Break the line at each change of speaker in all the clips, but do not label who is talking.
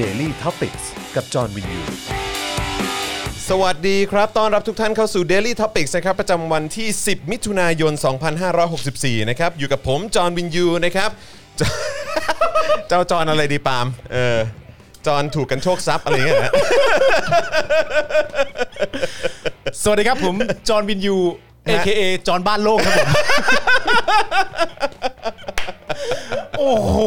Daily t o p i c กกับจอห์นวินยู
สวัสดีครับ ต้อนรับทุกท่านเข้าสู่ Daily Topics นะครับ ประจำวันที่ 10 มิถุนายน 2564 นะครับ อยู่กับผม จอห์นวินยูนะครับ จอ เจ้าจอห์นอะไรดีปาล์มเออ จอห์นถูกกันโชคทรัพย์อะไรเงี้ยนะ
สวัสดีครับผม จอห์นวินยู AKA จอห์นบ้านโลกครับผม โอ้โห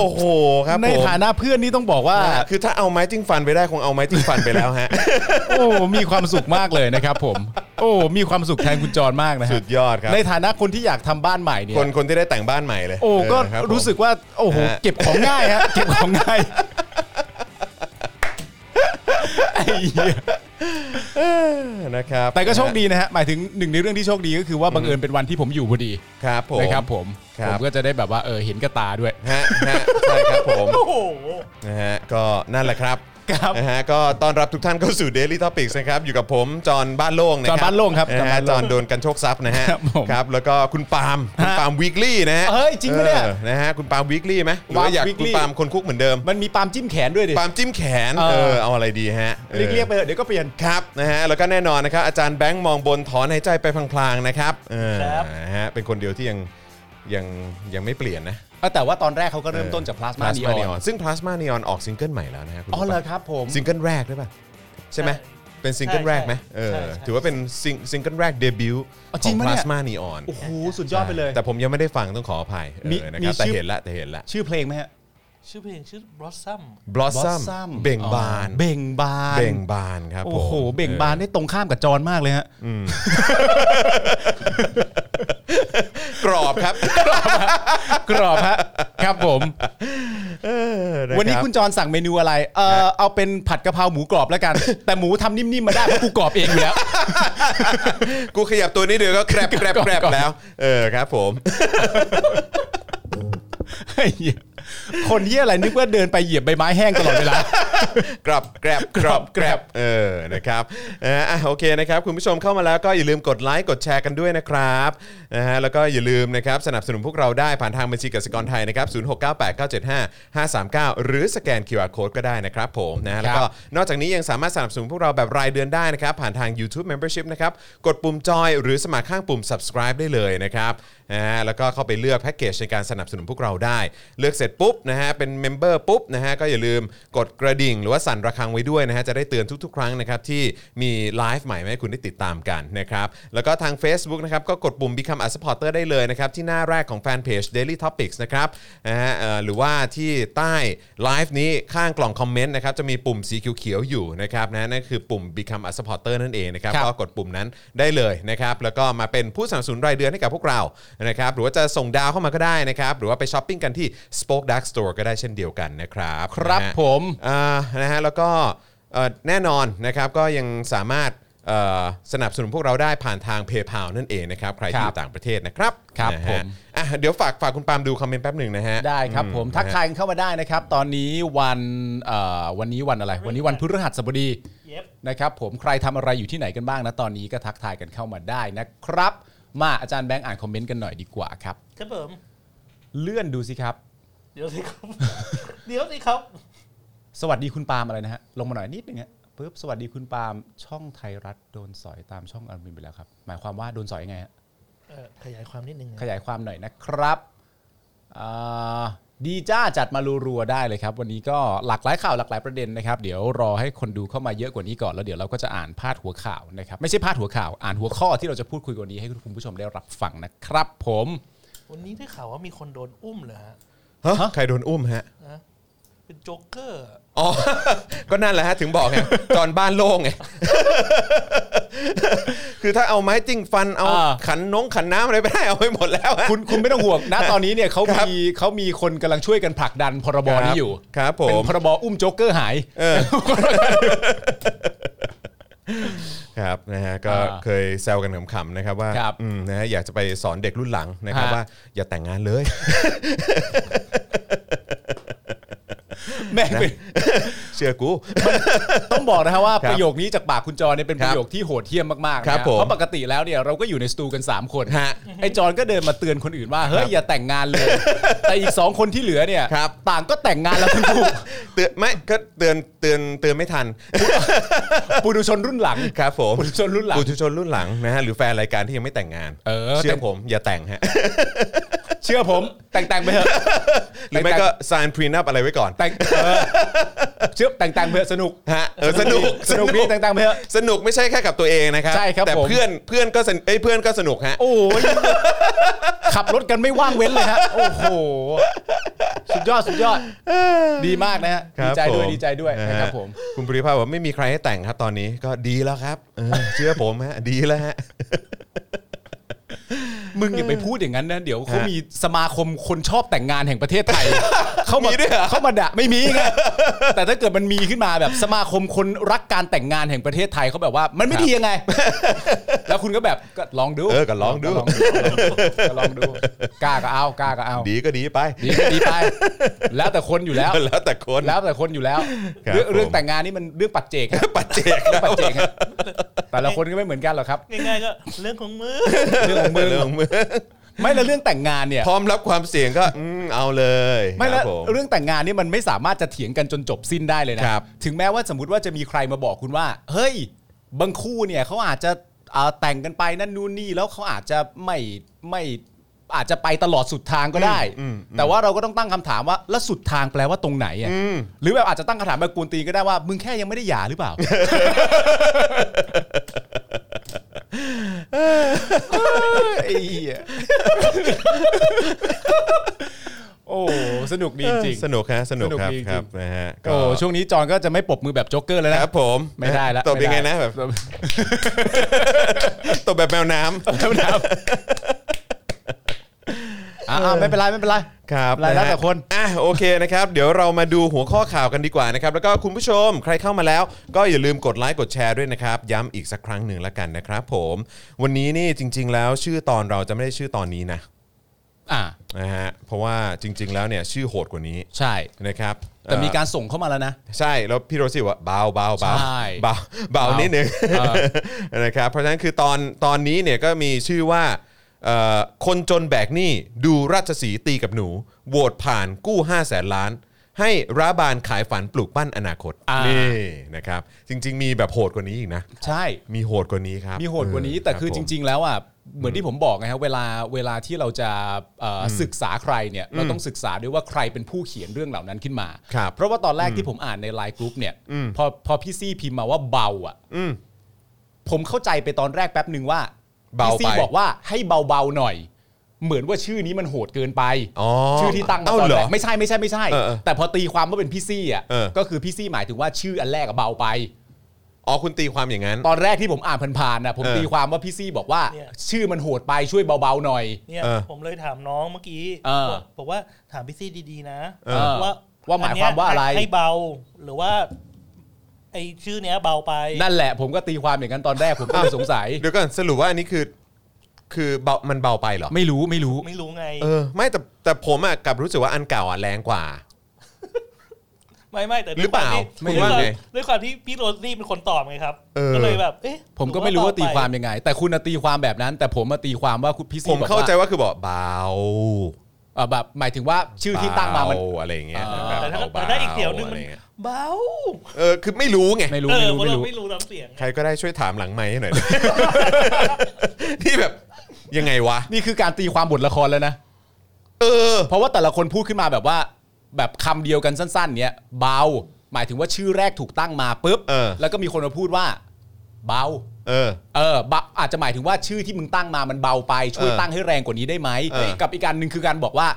โอ้โหครับผม
ในฐานะเพื่อนนี่ต้องบอกว่า
คือถ้าเอาไม้จิ้งฟันไปได้คงเอาไม้จิ้งฟันไปแล้วฮะ
โอ้ มีความสุขมากเลยนะครับผม โอ้ มีความสุขแทนคุณจอห์นมากนะฮะ
สุดยอดครับ
ในฐานะคนที่อยากทำบ้านใหม่เนี่ย
คนคนที่ได้แต่งบ้านใหม่เลย
โอ้ก็
เคบผม
รู้สึกว่า โอ้โห
ฮะ
เก็บของง่าย ฮะ เก็บของง่ายไอ้เหี้ย
นะครับ
แต่ก็โชคดีนะฮะ หมายถึงหนึ่งในเรื่องที่โชคดีก็คือว่าบังเอิญเป็นวันที่ผมอยู่พอดี
ครับผม
นะครับผม
ครั
ผ
บ
มก็จะได้แบบว่าเออเห็นกระตาด้วย
ฮะฮะใช่ครับผม
โอ้โห
นะฮะก็นั่นแหละครับ
ครับ
นะฮะก็ต้อนรับทุกท่านเข้าสู่ Daily Topics นะครับอยู่กับผมจอห์นบ้านโล่งนะครั
จอห์นบ้านโล่งครับ
นะฮะจ
จ
อ
อ
ห์
ห์
น
น
โดนกันโชคทรัพย์นะฮะ
ครับผม
ครับแล้วก็คุณปาล์มคุณ
ฮะ
ปาล์มวีคลี่นะฮะ
เฮ้ยจริงปะเนี่ย
ออนะฮะคุณปาล์มวีคลี่ไหมหรือว่าอยาก
Weekly
คุณปาล์มคนคุกเหมือนเดิม
มันมีปาล์มจิ้มแขนด้วยดิ
ปาล์มจิ้มแขน
เออ
เออเอาอะไรดีฮะออ
เรียกๆไปเถอะเดี๋ยวก็เปลี่ยน
ครับนะฮะแล้วก็แน่นอนนะครับอาจารย์แบงค์มองบนถอนหายใจไปพลางๆนะครับเออ
ครับ
นะฮะเป็นคนเดียวที่ยังยังยังไม่เปลี่ยนนะ
เอาแต่ว่าตอนแรกเขาก็เริ่มต้นจากพลาสมานีออน
ซึ่งพลาสมานีออนออกซิงเกิลใหม่แล้วนะฮะคุณ
อ๋อเหรอครับผม
ซิงเกิลแรกด้วยป่ะใช่ไหมเป็นซิงเกิล
ใช่
แรกไหม
ใช่
เออ
ใช่ใช่
ถือว่าเป็นซิงซิงเกิลแรกเดบิวต์
อ๋อ
ข
จ
อ
ริ
ง
งปะ
พ
เนี่
ลาย สมานีออน
โอ้โหสุดยอดไปเลย
แต่ผมยังไม่ได้ฟังต้องขออภัยเออ
มี
นะครับ
มี
แต่
ชื่อ
เห็นละแต่เห็นละ
ชื่อเพลงไหมฮะ
ชื่อเพลงชื่อบลอสซัม
บลอสซัม
Blossom
เบ่งบาน
อ๋อเบ่งบาน
เบ่งบานครับผม
โอ้โหเบ่งบาน
ออ
ได้ตรงข้ามกับจอนมากเลยฮะ
กรอบครับ
กรอบฮะครับผม วันนี้คุณจอนสั่งเมนูอะไรเออเอาเป็นผัดกะเพราหมูกรอบแล้วกัน แต่หมูทำนิ่มๆมาได้เพราะกูกรอบเองอยู่แล้ว
กูขยับตัวนี้เดี๋ยวก็แกรบแกรบแกรบแล้ว เออครับผม
ไอ้เหี้ยคนที่อะไรนึกว่าเดินไปเหยียบใบไม้แห้งตลอดเวลา
กรับแกรบก
กร
รั
อ
บบ แก
แก
ร
ร
บบ เออนะครับอ่ะอ่ะโอเคนะครับคุณผู้ชมเข้ามาแล้วก็อย่าลืมกดไลค์กดแชร์กันด้วยนะครับนะฮะแล้วก็อย่าลืมนะครับสนับสนุนพวกเราได้ผ่านทางบัญชีกสิกรไทยนะครับศูนย์หกเก้หรือสแกน QR Code ก็ได้นะครับผมนะฮะแล้วก็นอกจากนี้ยังสามารถสนับสนุนพวกเราแบบรายเดือนได้นะครับ ผ่านทาง YouTube Membership นะครับกดปุ่มจอยหรือสมัครข้างปุ่ม subscribe ได้เลยนะครับนะฮะแล้วก็เข้าไปเลือกแพ็กเกจในการสนับสนุนพวกเราได้ เลือกเสร็จปุ๊บนะฮะเป็นเมมเบอร์ปุ๊บนะฮะก็อย่าลืมกดกระดิ่งหรือว่าสั่นระฆังไว้ด้วยนะฮะจะได้เตือนทุกๆ ครั้งนะครับที่มีไลฟ์ใหม่ให้คุณได้ติดตามกันนะครับแล้วก็ทาง Facebook นะครับก็กดปุ่ม Become a supporter ได้เลยนะครับที่หน้าแรกของแฟนเพจ Daily Topics นะครับนะฮะเอ่อหรือว่าที่ใต้ไลฟ์นี้ข้างกล่องคอมเมนต์นะครับจะมีปุ่มสีเขียวๆอยู่นะครับนะนั่นคือปุ่ม Become a supporter นั่นเองนะครับ
ครับ
ก็ ก็กดปุ่มนั้นได้เลยนะครับ แล้วก็มาเป็นผู้สนับสนุนรายเดือนให้กับพวกเรานะครับ หรือว่าจะส่งดาวเข้ามาก็ได้นะครับ หรือว่าไปช้อปปิ้งกันที่ Spoke Dark Store ก็ได้เช่นเดียวกันนะครับ
ครับ
นะฮะ
ผม
อ่านะฮะแล้วก็เอ่อแน่นอนนะครับก็ยังสามารถเอ่อสนับสนุนพวกเราได้ผ่านทาง PayPal นั่นเองนะครับ ใครที่
ค
อ
รับ
ยู่ต่างประเทศนะครับ
ครับ
นะฮะ
ผม
อ่ะเดี๋ยวฝากฝากคุณปาล์มดูคอมเมนต์แป๊บหนึ่งนะฮะ
ได้ครับผมทักทายกันเข้ามาได้นะครับ ตอนนี้วันเอ่อวันนี้วันอะไร วันนี้วันพฤหัสบดี
เย็บ
นะครับผมใครทำอะไรอยู่ที่ไหนกันบ้างนะตอนนี้ก็ทักทายกันเข้ามาได้นะครับ มาอาจารย์แบงค์อ่านคอมเมนต์กันหน่อยดีกว่าครับ
ครับผม
เลื่อนดูสิครับ
เดี๋ยวสิครับ เดี๋ยวสิครับ
สวัสดีคุณปาล์มอะไรนะฮะลงมาหน่อยนิดนึงฮะปึ๊บสวัสดีคุณปาล์มช่องไทยรัฐโดนสอยตามช่องอันวินไปแล้วครับหมายความว่าโดนสอยยังไงฮะ
เอ่อขยายความนิดนึงนะ
ขยายความหน่อยนะครับอ่าดีจ้าจัดมารัวๆได้เลยครับ วันนี้ก็หลากหลายข่าวหลากหลายประเด็นนะครับ เดี๋ยวรอให้คนดูเข้ามาเยอะกว่านี้ก่อนแล้วเดี๋ยวเราก็จะอ่านพาดหัวข่าวนะครับ ไม่ใช่พาดหัวข่าว อ่านหัวข้อที่เราจะพูดคุยกันวันนี้ให้คุณผู้ชมได้รับฟังนะครับ ผม
วันนี้ได้ข่าวว่ามีคนโดนอุ้มเหรอฮะ
ฮะ ใครโดนอุ้มฮะ
นะเป็นโจ๊กเกอร์
อ๋ อ ก็นั่นแหละฮะ ถึงบอกไง ตอนบ้านโล่ง ไง คือถ้าเอาไม้จิ้งฟัน เอา
อ่า
ขันน้องขันน้ำอะไรไปได้เอาไปหมดแล้วฮะ
คุณคุณไม่ต้องห่วงนะตอนนี้เนี่ยเขา
ครับ
มีเขามีคนกำลังช่วยกันผลักดันพรบนี้อยู่
ครับผ
เป็น
ม
พรบอุ้มโจ๊กเกอร์หาย
เออ ครับนะฮะก็
อ่า
เคยแซวกันขำๆนะครับว่า
ครับ
อืมนะฮะอยากจะไปสอนเด็กรุ่นหลังนะครับ
ฮะ
ว่าอย่าแต่งงานเลย
แม่งเป็น
เชื่อกู
ต้องบอกนะฮะว่า
ครับ
ประโยคนี้จากปากคุณจรเนี่ยเป็น
ค
ป
รับ
ระโยคที่โหดเหี้ยมมากๆนะครับ ฮะ
ผม
เพราะปกติแล้วเนี่ยเราก็อยู่ในสตูกัน 3 คน
ฮะ
ไอ้จอนก็เดินมาเตือนคนอื่นว่าเฮ้ยอย่าแต่งงานเลย แต่อีก 2 คนที่เหลือเนี่ย
ครับ
ต่างก็แต่งงาน แล้วทั้งคู่
เตือนไม่ก็เตือนเตือนเตือนไม่ทัน
ปุถุชนรุ่นหลัง
ครับผม
ปุถุชนรุ่นหลัง
ปุถุชนรุ่นหลังนะฮะหรือแฟนรายการที่ยังไม่แต่งงาน
เออ
เชื่อผมอย่าแต่งฮะ
เชื่อผมแต่งแต่งไปเถอะ
หรือไม่ก็ sign prenup อะไรไว้ก่อน
แต่งเออเชื่อแต่งแต่งไปเถอะสนุก
ฮะเออสนุก
สนุกดีแต่งแต่งไปเถอะ
สนุกไม่ใช่แค่กับตัวเองนะครับ
ใช่ครับ
แต่
ผม
เพื่อนเพื่อนก็สนเอ้ยเพื่อนก็สนุกฮะ
โอ้ยขับรถกันไม่ว่างเว้นเลยฮะโอ้โห สุดยอดสุดยอด ดีมากนะฮะ
ค
ดี
รับ
ใจด้วย
ผม
ดีใจด้วย
ฮ
นะครับผม
คุณปริภาบอกว่าไม่มีใครให้แต่งครับตอนนี้ก็ดีแล้วครับเออเชื่อผมฮะดีแล้วฮะ
มึงอย่าไปพูดอย่างนั้นนะ เดี๋ยวเขามีสมาคมคนชอบแต่งงานแห่งประเทศ ไทย เขามา
มีด้วยเหรอ
เขามาด่าไม่มีไงแต่ถ้าเกิดมันมีขึ้นมาแบบสมาคมคนรักการแต่งงานแห่งประเทศไทยเขาแบบว่ามันไม่ดียังไง แล้วคุณก็แบบก็ลองดู
เออก็ลองดู
ก็ลองดูก็ลองดูกล้าก็เอากล้าก็เอา
ดีก็ดีไป
ดีก็ดีไป แล้วแต่คนอยู่แล้ว
แล้วแต่คน
แล้วแต่คนอยู่แล้ว
ครับ
เรื่อง
ผม
เรื่องแต่งงานนี่มันเรื่องปัจเจกครับ
ปัจเจก
เรื่องปัจเจกครับแต่ละคนก็ไม่เหมือนกันหรอกครับ
ง่ายๆก็เรื่องของมือ
เรื่องของมึง
เรื่องมือ
ไม่แล้วเรื่องแต่งงานเนี่ย
พร้อมรับความเสี่ยงก็อืมเอาเลย
ไม่
ค
แล้ว
รับผม
เรื่องแต่งงานนี่มันไม่สามารถจะเถียงกันจนจบสิ้นได้เลยนะครับถึงแม้ว่าสมมติว่าจะมีใครมาบอกคุณว่า เฮ้ย บางคู่เนี่ยเขาอาจจะเอ่อแต่งกันไปนั่นนู่นนี่แล้วเขาอาจจะไม่ไม่อาจจะไปตลอดสุดทางก็ได้
อืมอืมอืม
แต่ว่าเราก็ต้องตั้งคำถามว่าแล้วสุดทางแปลว่าตรงไหนอะ
อืม
หรือแบบอาจจะตั้งคำถามแบบกวนตีนก็ได้ว่า มึงแค่ยังไม่ได้หย่าหรือเปล่า ไอ้เหี้ยโอ้สนุกดีจริง
สนุกฮะสนุกครับ
สนุกดีจริง
ครับนะฮะก็
โอ้ช่วงนี้จอนก็จะไม่ปรบมือแบบโจ๊กเกอร์แล้วนะครับ
ผม
ไม่ได้แล้ว
ตบยังไงนะแบบตบ แบบแมวน้ำ
แล้วนะครับอ่าไม่เป็นไรไม่เป็นไร
ครับ
รายได้
ะฮะ
แต่คน
อ่ะโอเคนะครับ เดี๋ยวเรามาดูหัวข้อข่าวกันดีกว่านะครับ แล้วก็คุณผู้ชมใครเข้ามาแล้ว ก็อย่าลืมกดไลค์กดแชร์ด้วยนะครับ ย้ำอีกสักครั้งหนึ่งละกันนะครับผม วันนี้นี่จริง ๆ แล้วชื่อตอนเราจะไม่ได้ชื่อตอนนี้นะ
อ่า
นะฮะเพราะว่าจริง ๆ แล้วเนี่ยชื่อโหดกว่านี้
ใช่
นะครับ
แต่มี
เอ่
การส่งเข้ามาแล้วนะ
อใช่แล้วพี่โรซี่บอกว่าเบาเบาเบา
ใช่
เบาเบา
เบานิ
นิดนึง
เออ
นะครับเพราะฉะนั้นคือตอนตอนนี้เนี่ยก็มีชื่อว่าเอ่อคนจนแบกหนี้ดูราชสีห์ตีกับหนู โหวตผ่านกู้5 0 0แสนล้าน ให้ร้าบานขายฝันปลูกปั้นอนาคต
อ่านี่
นี่นะครับจริง ๆ มีแบบโหดกว่านี้อีกนะ
ใช่
มีโหดกว่านี้ครับ
มีโหดกว่านี้แต่คือจริง ๆ แล้วอ่ะเหมือนที่ผมบอกไงฮะเวลาเวลาที่เราจะเอ่ออศึกษาใครเนี่ยเราต้องศึกษาด้วยว่าใครเป็นผู้เขียนเรื่องเหล่านั้นขึ้นมา
ๆครับ
เพราะว่าตอนแรกที่ผมอ่านในไลน์กรุ๊ปเนี่ย
อืม
พอพอพี่ซี่พิมพ์มาว่าเบาอ่ะ
อืม
ผมเข้าใจไปตอนแรกแป๊บหนึ่งว่า
เบาไป
พี่ซี่บอกว่าให้เบาๆหน่อย เหมือนว่าชื่อนี้มันโหดเกินไป
อ๋อ
ชื่อที่ตั้งมา
เอ้า
ตอน
เหร
แร
อ
กไม่ใช่ไม่ใช่ไม่ใช่
เออเออ
แต่พอตีความว่าเป็นพี่ซี่อ่ะ
เออ
ก็คือพี่ซี่หมายถึงว่าชื่ออันแรกอะเบาไป
อ๋อคุณตีความอย่างนั้น
ตอนแรกที่ผมอ่านผ่านๆนะผม
เออ
ตีความว่าพี่ซี่บอกว่า
เนี่ย
ชื่อมันโหดไปช่วยเบาๆหน่อย
เนี่ย
เออ
ผมเลยถามน้องเมื่อกี้
เออ
บอกบอกว่าถามพี่ซี่ดีๆนะ
เออ
ว่า
ว่าหมายความว่าอะไร
นเนี้ยให้ให้เบาหรือว่า ไอชื่อเนี้ยเบาไป
นั่นแหละ ผมก็ตีความอย่างนั้นตอนแรกผมก็เลยสงสัย
เดี๋ยวก่อนสรุปว่าอันนี้คือ คือเบามันเบาไปเหรอ
ไม่รู้ไม่รู้
ไม่รู้ไง
เออ ไม่แต่แต่ผมอ่ะกลับรู้สึกว่าอันเก่าอ่ะแรงกว่า
ไม่ไม่แต่
หรือเปล่า
ด้วย
ไม่ว่า
คว
ไง
ที่ด้วยความที่พี่โรซี่เป็นคนตอบไงครับ
เออ
ก็เลยแบบเอ๊ะ
ผมก็ไม่รู้ว่าตีความ
หรือ
ยังไง แต่คุณน่ะตีความแบบนั้น แต่ผมมาตีความว่าคุณพี่
ผ
ซี่
ม
บอก
เข้าใจ
ว่า
ว่าคือบอกเบา
เอ่อแบบหมายถึงว่าชื่อที่ตั้งมามัน
เบอะไรอย่างเงี้ย
อ่า
เปล่าแต่ถ้า
เบ
แต่ถ้าอีกเสียวนึง
อะ
มั
ไร
น
เงี้ย
เบา
เออคือไม่รู้ไง
ไม่รู้
เอ
ไม่
อ
รู้
เพราะ
ไม่รู้
เราไม่รู้น้ำเสียงไง
ใครก็ได้ช่วยถามหลังไมค์ให้หน่อย ที่แบบยังไงวะ
นี่คือการตีความบทละครแล้วนะ
เออ
เพราะว่าแต่ละคนพูดขึ้นมาแบบว่า แบบคำเดียวกันสั้น ๆ เนี้ยเบา หมายถึงว่าชื่อแรกถูกตั้งมาปุ๊บ
เออ
แล้วก็มีคนมาพูดว่า เบา
เออ
เออเบาอาจจะหมายถึงว่าชื่อที่มึงตั้งมามันเบาไปช่วย
เออ
ตั้งให้แรงกว่านี้ได้ไหม
เออ
กับอีกการหนึ่งคือการบอกว่า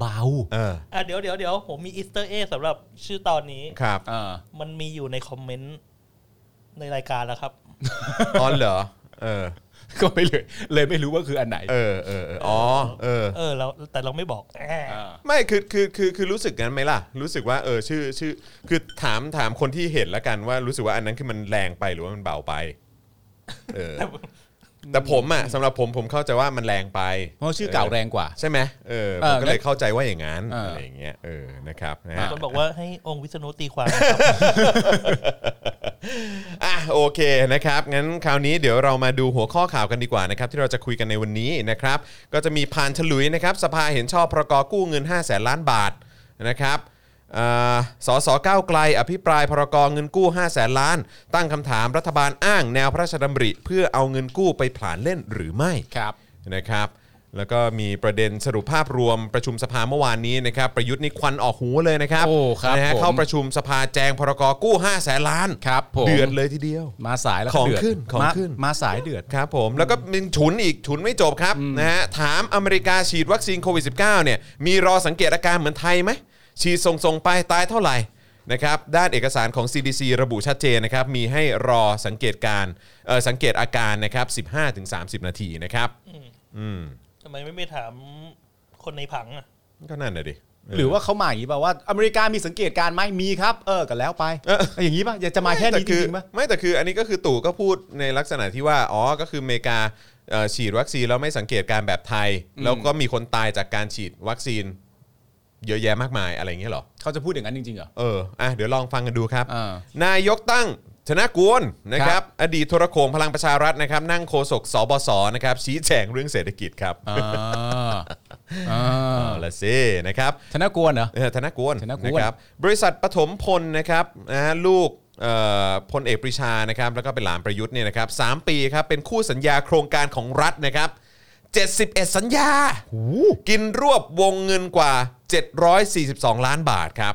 เบา
เออ
อ่ะเดี๋ยวเดี๋ยวเดี๋ยวผมมีอีสเตอร์เอสำหรับชื่อตอนนี้
ครับ
เออ
มันมีอยู่ในคอมเมนต์ในรายการแล้วครับ
อ๋อเหรอเออ
ก็ไม่เลยเลยไม่รู้ว่าคืออันไหน
เออเออเอออ๋อเออ
เออเราแต่เราไม่บอกแอะ
เออ
ไม่คือคือคือคือรู้สึกงั้นไหมล่ะ รู้สึกว่าเออชื่อชื่อ คือถามถามคนที่เห็นละกันว่ารู้สึกว่าอันนั้นคือมันแรงไปหรือว่ามันเบาไป เออ แต่ผมอ่ะสำหรับผมผมเข้าใจว่ามันแรงไป
เพราะชื่อเก่าแรงกว่า
ใช่ไหมเออผ
เออ
มก็เลยเข้าใจว่าอย่างนั้น
เอออ
อะไรอย่างเงี้ยเออนะครับนะฮะ
คนบอกว่าให้องค์วิษณุตีความ
อ่ะโอเคนะครับงั้นคราวนี้เดี๋ยวเรามาดูหัวข้อข่าวกันดีกว่านะครับที่เราจะคุยกันในวันนี้นะครับก็จะมีผ่านฉลุยนะครับสภาเห็นชอบพรกกู้เงิน 5 0 0แสนล้านบาทนะครับอ่าสสก้าวไกล อภิปรายพรกเงินกู้ 5 0 0แสนล้าน ตั้งคำถามรัฐบาลอ้างแนวพระราชดำริ เพื่อเอาเงินกู้ไปผลานเล่นหรือไม่
ครับ
นะครับแล้วก็มีประเด็นสรุปภาพรวมประชุมสภาเมื่อวานนี้นะครับประยุทธ์นี่ควันออกหูเลยนะครับ
โอ้ครับ
นะฮะ
ผม
เข้าประชุมสภาแจงพรกกู้5 0 0แสนล้าน
ครับผม
เดือดเลยทีเดียว
มาสายแล้ว
ของ
เดืด
ขึ้นของ
มา
ขึ้น
มาสายเดือด
ครับผมแล้วก็มีฉุนอีกฉุนไม่จบครับนะฮะถามอเมริกาฉีดวัคซีนโควิด -19 เนี่ยมีรอสังเกตอาการเหมือนไทยไหมฉีดส่งๆไปตายเท่าไหร่นะครับด้านเอกสารของ CDC ระบุชัดเจนนะครับมีให้รอสังเกตการเอ่อสังเกตอาการนะครับ15-30 นาทีนะครับอืม
ทำไมไม่ไปถามคนในผังอ่ะ
ก็นั่นน่ะดิ
หรือว่าเขามาอย่างนี้ป่ะว่าอเมริกามีสังเกตการณ์ไหมมีครับ เออกันแล้วไป
เออ
อย่างนี้ป่ะอยากจะมาแค่นี้จ
อ
ริงๆป่ะ
ไม่แต่คืออันนี้ก็คือตู่ก็พูดในลักษณะที่ว่าอ๋อก็คืออเมริกาเอ่อฉีดวัคซีนแล้วไม่สังเกตการแบบไทย
อืม
แล้วก็มีคนตายจากการฉีดวัคซีน เยอะแยะมากมายอะไรอย่างเงี้ยเหรอ
เขาจะพูดอย่างนั้นจริงๆเหรอ
เอออ่ะเดี๋ยวลองฟังกันดูครับ
อ่าน
ายกตั้งชนะกวนนะค
ครั
รับ
บ
อดีตโทรโขงพลังประชารัฐนะครับ นั่งโฆษกสบสนะครับชี้แจงเรื่องเศรษฐกิจครับ
อ่าอ่า
เอาละสินะครับ
ธนกวนเหรอ
เออธนกร
ธนกร
นะครับบริษัทปฐมพลนะครับนะฮะลูกเอ่อพลเอกปรีชานะครับแล้วก็เป็นหลานประยุทธ์เนี่ยนะครับสามปีครับเป็นคู่สัญญาโครงการของรัฐนะครับ 71 สัญญา กินรวบวงเงินกว่า 742 ล้านบาทครับ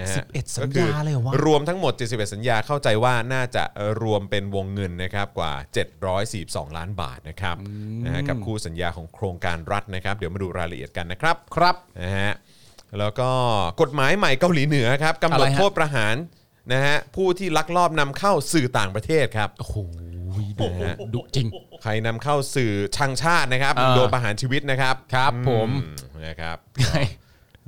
นะฮะ
71สัญ
ก็คื
ญา
อ
เลยเหรอวะ
รวมทั้งหมด 71 สัญญาเข้าใจว่าน่าจะเอ่อรวมเป็นวงเงินนะครับกว่า 742 ล้านบาทนะครับนะฮะกับคู่สัญญาของโครงการรัฐนะครับเดี๋ยวมาดูรายละเอียดกันนะครับ
ครับ
นะฮะแล้วก็กฎหมายใหม่เกาหลีเหนือครับกำหน
อะไร
ด
ฮะ
โทษประหารนะฮะผู้ที่ลักลอบนำเข้าสื่อต่างประเทศครับ
โอ้โหดุ
นะฮะ
ดุจริง
ใครนำเข้าสื่อชังชาตินะครับ
อ่า
โดนประหารชีวิตนะครับ
ครับผม
อืนะครับ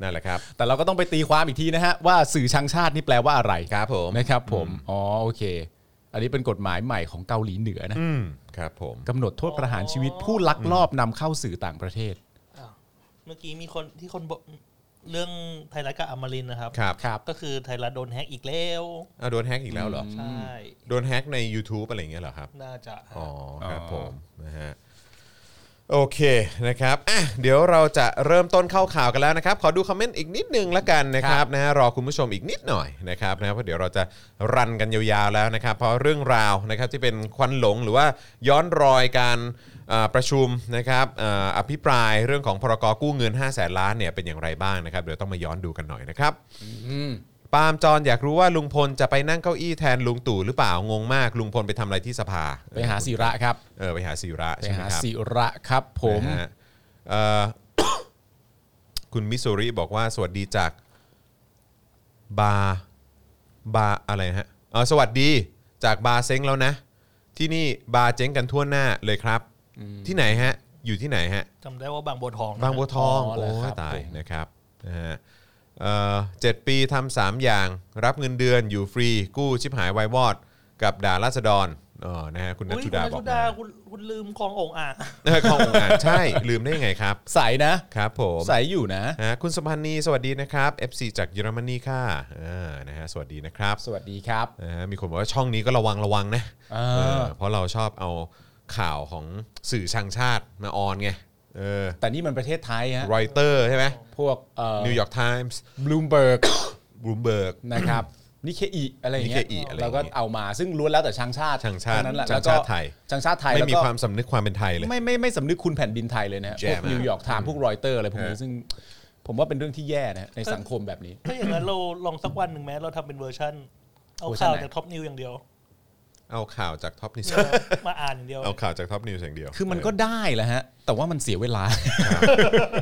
นั่นแหละครับ
แต่เราก็ต้องไปตีความอีกทีนะฮะ ว่าสื่อชังชาตินี่แปลว่าอะไร
ครับผม
นะครับผม อ๋อโอเค อันนี้เป็นกฎหมายใหม่ของเกาหลีเหนือนะ
อืมครับผม
กำหนดโทษประหารชีวิตผู้ลักลอบนำเข้าสื่อต่างประเทศ
อ้าวเมื่อกี้มีคนที่คนบอกเรื่องไทยรัฐกับอมรินทร์นะครับ
ครับ
ครับ
ก็คือไทยรัฐโดนแฮกอีกแล้ว
เอาโดนแฮกอีกแล้วเหรอ
ใช่
โดนแฮกใน YouTube อะไรอย่างเงี้ยเหรอครับ
น่าจะฮะ
อ๋อครับ
อ๋อ
ผมนะฮะโอเคนะครับอ่ะเดี๋ยวเราจะเริ่มต้นเข้าข่าวกันแล้วนะครับ ขอดูคอมเมนต์อีกนิดนึงละกันนะครับนะฮะรอคุณผู้ชมอีกนิดหน่อยนะครับนะเพราะเดี๋ยวเราจะรันกันยาวๆแล้วนะครับ เพราะเรื่องราวนะครับที่เป็นควันหลงหรือว่าย้อนรอยการเอ่อประชุมนะครับเอ่ออภิปรายเรื่องของพรกกู้เงิน 5 0 0แสนล้านเนี่ยเป็นอย่างไรบ้างนะครับเดี๋ยวต้องมาย้อนดูกันหน่อยนะครับ ปาล์มจอนอยากรู้ว่าลุงพลจะไปนั่งเก้าอี้แทนลุงตู่หรือเปล่างงมากลุงพลไปทำอะไรที่สภา
ไปหาศิระครับ
เออไปหาศิระ
ไป
ใช่ไหม
หา
ครับ
ศิระครับผม
นะฮะเอ่ อ คุณมิสซูริบอกว่าสวัสดีจากบาร์บาร์อะไรฮะเออสวัสดีจากบาร์เซ้งแล้วนะ ที่นี่บาร์เจ๊งกันทั่วหน้าเลยครับ ที่ไหนฮะ อยู่ที่ไหนฮะ
จำได้ว่าบางบัวทองนะ
บางบัวทอง
อ๋อเหร
โอ้
อย ครับ
ตาย
ผม
นะครับนะฮะเอ่อเจ็ดปีทำสามอย่าง รับเงินเดือนอยู่ฟรี กู้ชิบหายวายวอด กับด่าราษฎรเออนะฮะคุณนัท
อุ๊ย
ธุ
คุณ
ดา
นัท
บอก
ชุ
มา
ดาคุณคุณลืมคลองโองอ่าง
เออขององค์อ่าน ใช่ลืมได้ยังไงครับ
ใสนะ
ครับผม
ใสอยู่นะ
นะคุณสมพันธ์นีสวัสดีนะครับ FC จากเยอรมนีค่ะเออนะฮะสวัสดีนะครับ
สวัสดีครับ
นะฮะมีคนบอกว่าช่องนี้ก็ระวังระวังนะ
อ่า
เออเพราะเราชอบเอาข่าวของสื่อชังชาติมาออนไงเออ
แต่นี่มันประเทศไทยฮะ
รอยเตอร์ใช่ไหม
พวกเอ่อ
นิวยอร์กไทมส์
บลูมเบิร์ก
บลูมเบิร์ก
นะครับ นิเคอีอะไรอย่างเงี้ย
Nikkei อะไรอย่างเงี้ย
เราก็เอามาซึ่งล้วนแล้วแต่ช่างชาติ
ช่างชาติ
ทั้นั้นแหละ
ช่างชาติไทย
แล้วก็ช่างชาติไทย
ไม่มี
แล้ก็
ความสำนึกความเป็นไทยเลย
ไม่ไม่ไม่สำนึกคุณแผ่นดินไทยเลยนะฮะ
แย่
พวก
มาก
นิวยอร์กไทม์พวกรอยเตอร์อะไรพวกนี้ซึ่งผมว่าเป็นเรื่องที่แย่นะฮะในสังคมแบบนี้
ถ้าอย่างนั้นเราลองสักวันหนึ่งไหมเราทำเป็นเวอร์ชันเอา
เวอร์ชัน
ข่าว
ไหน
จากท็อปนิว อย่างเดียว
เอาข่าวจากท็อปนิวส์
เออมาอ่านอย่างเดียว
เอาข่าวจากท็อปนิวส์อย่างเดียว
คือมันก็ได้แหละฮะ แต่ว่ามันเสียเวลา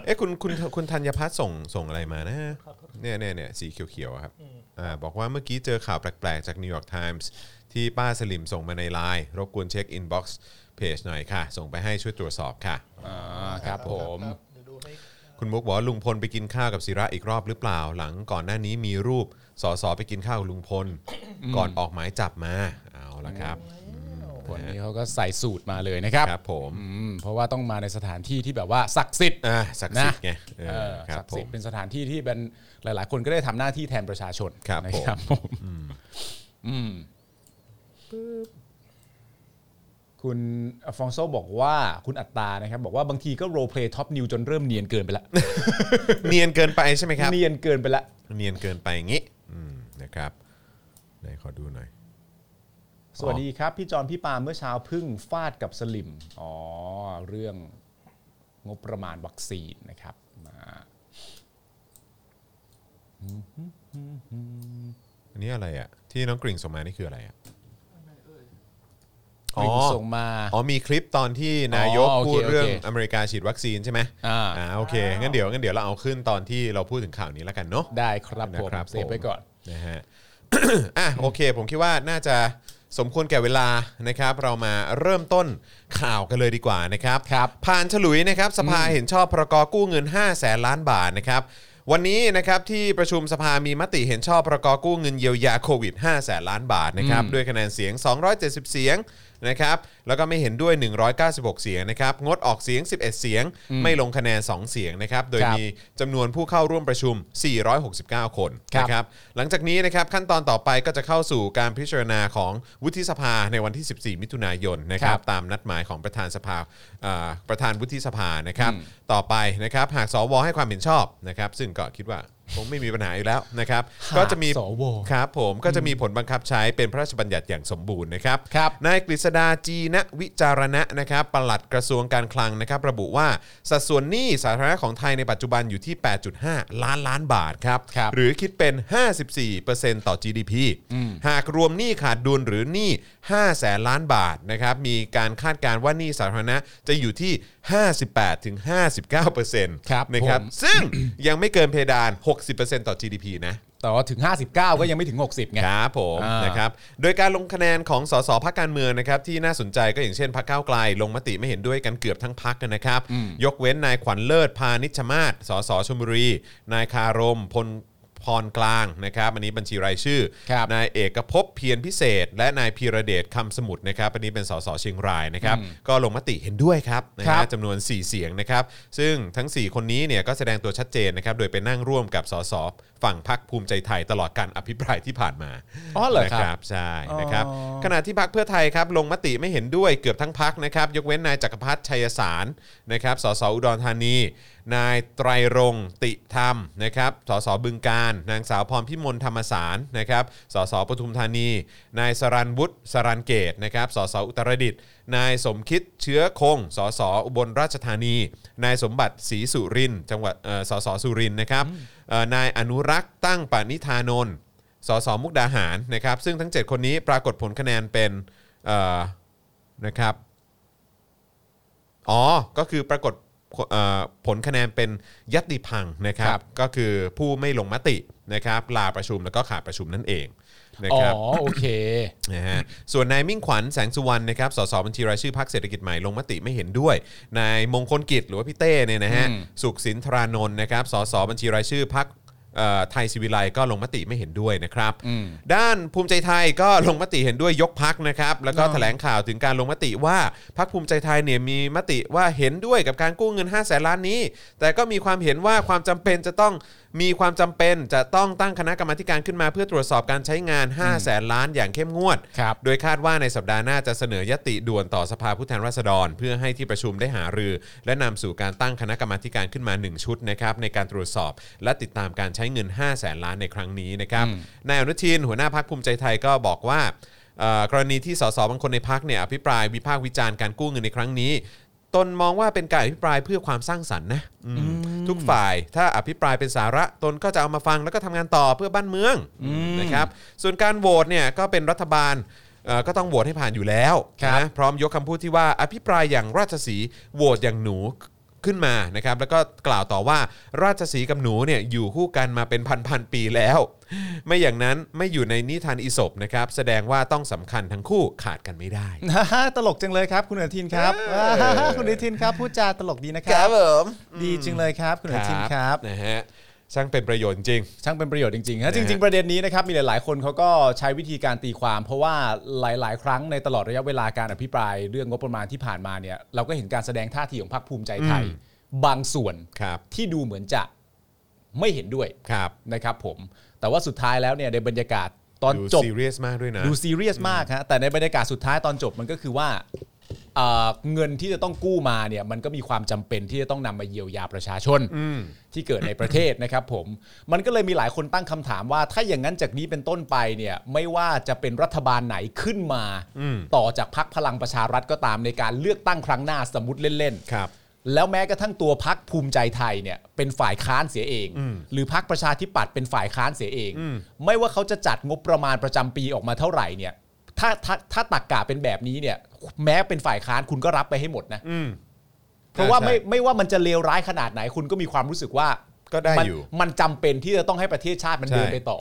เอ๊ะคุณคุณคุณธัญพัฒน์ส่งส่งอะไรมานะเนี่ยเนี่ยเนี่ยสีเขียวๆอะครับ
อืม
อ่าบอกว่าเมื่อกี้เจอข่าวแปลก ๆ จากนิวยอร์กไทมส์ที่ป้าสลิมส่งมาในไลน์รบกวนเช็คอินบ็อกซ์เพจหน่อยค่ะ ส่งไปให้ช่วยตรวจสอบค่ะ
อ่าครับผม
ครับเดี๋ยวดูให้
คุณมุกบอกว่าลุงพลไปกินข้าวกับศิระอีกรอบหรือเปล่าหลังก่อนหน้านี้มีรูปสสไปกินข้าวกับลุงพล ก่อนออกหมายจับมาเอาละครับ
ผลนี้เขาก็ใส่สูตรมาเลยนะครับ
ครับผม
อืมเพราะว่าต้องมาในสถานที่ที่แบบว่าศักดิ์สิทธิ์
อ่าศักดิ์สิทธิ์
นะ
ไงเออ
เออ
ครั
ศั
บ
กดิ์
ผ
สิ
ม
ทธิ์เป็นสถานที่ที่เป็นหลาย ๆ คนก็ได้ทำหน้าที่แทนประชาชน
ครับ
นะ
ผม
ครับผมอืมคุณฟองโซบอกว่าคุณอัตตานะครับ บอกว่าบางทีก็โรลเพลย์ท็อปนิวจนเริ่มเนียนเกินไปละ
เนียนเกินไปใช่ไหมครับ
เนียนเกินไปละ
เนียนเกินไปอย่างงี้อืมนะครับไหนขอดูหน่อย
สวัสดีครับ พี่จอนพี่ปาล์มเมื่อเช้าเพึ่งฟาดกับสลิม อ๋อ เรื่องงบประมาณวัคซีนนะครับมา
อันนี้อะไรอ่ะ ที่น้องกริ่งส่งมานี่คืออะไรอ่ะอ๋อ
ลิงส่งมา
อ๋อมีคลิปตอนที่นายก
อ๋อโอเค
พูดเรื่อง
โอเค
อเมริกาฉีดวัคซีนใช่ไหม
อ่า
โอเคงั้นเดี๋ยวงั้นเดี๋ยวเราเอาขึ้นตอนที่เราพูดถึงข่าวนี้แล้วกันเนาะ
ได้ครับผม
นะครับ
เซฟไปก่อน
ผมนะฮะ อ่ะโอเค ผมคิดว่าน่าจะสมควรแก่เวลานะครับ เรามาเริ่มต้นข่าวกันเลยดีกว่านะครับ
ครับ
ผ่านฉลุยนะครับสภาเห็นชอบพรกกู้เงิน 5 0 0แสนล้านบาทนะครับ วันนี้นะครับที่ประชุมสภามีมติเห็นชอบพรกกู้เงินเยียวยาโควิด 5 0 0แสนล้านบาทนะครับ
อืม
ด้วยคะแนนเสียง 270 เสียงนะครับ แล้วก็ไม่เห็นด้วย 196 เสียงนะครับ งดออกเสียง 11 เสียง ไม่ลงคะแนน 2 เสียงนะครับ โดย
ครับ
มีจำนวนผู้เข้าร่วมประชุม 469 คน
ครับ
นะครับ หลังจากนี้นะครับขั้นตอนต่อไปก็จะเข้าสู่การพิจารณาของวุฒิสภาในวันที่ 14 มิถุนายนนะครับ ตามนัดหมายของประธานสภาเอ่อประธานวุฒิสภานะครับ ต่อไปนะครับหากสวให้ความเห็นชอบนะครับ ซึ่งก็คิดว่าคงไม่มีปัญหาอยู่แล้วนะครับ
หาก
ก็จะมี
สว
ครับผมก็จะมีผลบังคับใช้เป็นพระราชบัญญัติอย่างสมบูรณ์นะครับ
ครับ
นายกฤษดาจีนะวิจารณะนะครับปลัดกระทรวงการคลังนะครับ ระบุว่าสัดส่วนหนี้สาธารณะของไทยในปัจจุบันอยู่ที่ 8.5 ล้านล้านบาทครับ
ครับ
หรือคิดเป็น 54%ต่อ GDP หากรวมหนี้ขาดดุลหรือหนี้5แสนล้านบาทนะครับ มีการคาดการณ์ว่าหนี้สาธารณะจะอยู่ที่ 58-59%
ครับ
นะครับ
ผม
ซึ่งยังไม่เกินเพดาน 60%ต่อ GDP นะ
แต่ว่าถึง 59 ก็ยังไม่ถึง 60ไง
ครับผม
อ่าน
นะครับโดยการลงคะแนนของสสพักการเมืองนะครับที่น่าสนใจก็อย่างเช่นพักก้าวไกล ลงมติไม่เห็นด้วยกันเกือบทั้งพักนะครับ ยกเว้นนายขวัญเลิศพานิชชมาศสสชลบุรี นายคารมพลพรกลางนะครับ อันนี้บัญชีรายชื่อ
ครับ
นายเอกภพเพียรพิเศษ และนายพีระเดชคำสมุทรนะครับอันนี้เป็นสสเชียงรายนะครับ ก็ลงมติเห็นด้วยครับนะ
ครั
ฮะ
บ
จำนวน 4 เสียงนะครับ ซึ่งทั้ง 4 คนนี้เนี่ยก็แสดงตัวชัดเจนนะครับ โดยไปนั่งร่วมกับสสฝั่งพักภูมิใจไทยตลอดการอภิปรายที่ผ่านมา
อ๋อเหรอ
นะครับ ใช่นะครับ
อ๋อ
ขณะที่พักเพื่อไทยครับลงมติไม่เห็นด้วยเกือบทั้งพักนะครับ ยกเว้นนายจักรพัฒน์ชัยสารนะครับสสอุดรธานี นายไตรรงค์ติธรรมนะครับสสบึงการ นางสาวพรพิมลธรรมสารนะครับสสปทุมธานี นายสรันวุฒิสรันเกตนะครับสสอุตรดิตถ์นายสมคิดเชื้อคงสสอุบลราชธานี นายสมบัติศรีสุรินทร์จังหวัดเอ่อสสสุรินทร์นะครับเอ่อนายอนุรักษ์ตั้งปณิธานนท์ สสมุกดาหารนะครับซึ่งทั้ง 7 คนนี้ปรากฏผลคะแนนเป็นเอ่อนะครับอ๋อก็คือปรากฏเอ่อผลคะแนนเป็นยัตติพังนะครับ
ครับ
ก็คือผู้ไม่ลงมตินะครับ ลาประชุมแล้วก็ขาดประชุมนั่นเองนะ
อ๋อ
ครับ
โอเค
นะฮะส่วนนายมิ่งขวัญแสงสุวรรณนะครับ สสบัญชีรายชื่อพรรคเศรษฐกิจใหม่ลงมติไม่เห็นด้วย นายมงคลกิจหรือว่าพี่เต้เนี่ยนะฮะ
อืม
สุขสินทรานนท์นะครับ สสบัญชีรายชื่อพรรคเอ่อไทยศิวิไลก็ลงมติไม่เห็นด้วยนะครับ
อืม
ด้านภูมิใจไทยก็ลงมติเห็นด้วยยกพักนะครับ แล้วก็
อ๋อ
แถลงข่าวถึงการลงมติว่าพักภูมิใจไทยเนี่ยมีมติว่าเห็นด้วยกับการกู้เงิน 5 0 0แสนล้านนี้ แต่ก็มีความเห็นว่าความจำเป็นจะต้องมีความจำเป็นจะต้องตั้งคณะกรรมาธิการขึ้นมาเพื่อตรวจสอบการใช้งาน 5 0 0แสนล้านอย่างเข้มงวด
ครับ
โดยคาดว่าในสัปดาห์หน้าจะเสนอยติด่วนต่อสภาผู้แทนราษฎร เพื่อให้ที่ประชุมได้หารือ และนำสู่การตั้งคณะกรรมาธิการขึ้นมา 1 ชุดนะครับในการตรวจสอบ และติดตามการใช้เงิน 5 0 0แสนล้านในครั้งนี้นะครับนายอนุทินหัวหน้าพักภูมิใจไทยก็บอกว่าเอ่อกรณีที่สสบางคนในพักเนี่ยอภิปรายวิพากษ์วิจารณ์การกู้เงินในครั้งนี้ ตนมองว่าเป็นการอภิปรายเพื่อความสร้างสรรค์นะอืมทุกฝ่ายถ้าอภิปรายเป็นสาระตนก็จะเอามาฟังแล้วก็ทำงานต่อเพื่อบ้านเมืองนะครับส่วนการโหวตเนี่ยก็เป็นรัฐบาลเอ่อก็ต้องโหวตให้ผ่านอยู่แล้ว
ครับ
นะพร้อมยกคำพูดที่ว่าอภิปรายอย่างราชสีห์โหวตอย่างหนูขึ้นมานะครับแล้วก็กล่าวต่อว่าราชสีห์กับหนูเนี่ยอยู่คู่กันมาเป็นพันๆปีแล้ว ไม่อย่างนั้นไม่อยู่ในนิทานอีสปนะครับแสดงว่าต้องสำคัญทั้งคู่ขาดกันไม่ได้
ตลกจังเลยครับ คุณอนุทินครับคุณอนุทินครับพูดจาตลกดีนะครับ ดีจังเลยครับ คุณอนุทินครับ
นะฮะ ช่างเป็นประโยชน์จริง
ช่างเป็นประโยชน์จริงๆ
นะ
นะ
ฮะ
จริง ๆ ประเด็นนี้นะครับมีหลาย ๆ คนเขาก็ใช้วิธีการตีความ เพราะว่าหลาย ๆ ครั้งในตลอดระยะเวลาการอภิปรายเรื่องงบประมาณที่ผ่านมาเนี่ยเราก็เห็นการแสดงท่าทีของพรรคภูมิใจไทย
อืม
บางส่วน
ครับ
ที่ดูเหมือนจะไม่เห็นด้วย
ครับ
นะครับผม แต่ว่าสุดท้ายแล้วเนี่ยในบรรยากาศตอน
ดู
จบ
ซีเรียสมากด้วยนะ
ดูซีเรียสมากฮะแต่ในบรรยากาศสุดท้ายตอนจบมันก็คือว่าเอ่อเงินที่จะต้องกู้มาเนี่ยมันก็มีความจำเป็นที่จะต้องนำมาเยียวยาประชาชนที่เกิดในประเทศ นะครับผมมันก็เลยมีหลายคนตั้งคำถามว่า ถ้าอย่างนั้นจากนี้เป็นต้นไปเนี่ยไม่ว่าจะเป็นรัฐบาลไหนขึ้นมา ต่อจากพักพลังประชารัฐก็ตามในการเลือกตั้งครั้งหน้าสมมติเล่นๆ
ครับ
แล้วแม้กระทั่งตัวพักภูมิใจไทยเนี่ยเป็นฝ่ายค้านเสียเอง หรือพักประชาธิปัตย์เป็นฝ่ายค้านเสียเอง ไม่ว่าเขาจะจัดงบประมาณประจำปีออกมาเท่าไหร่เนี่ยถ้าถ้าถ้าตักกะเป็นแบบนี้เนี่ยแม้เป็นฝ่ายค้านคุณก็รับไปให้หมดนะ
อืม
เพราะว่า
ใช่
ไม่ไม่ว่ามันจะเลวร้ายขนาดไหนคุณก็มีความรู้สึกว่า
ก็ได้
มัน
อยู่
มันจำเป็นที่จะต้องให้ประเทศชาติมัน
ใช่
เดินไปต่อ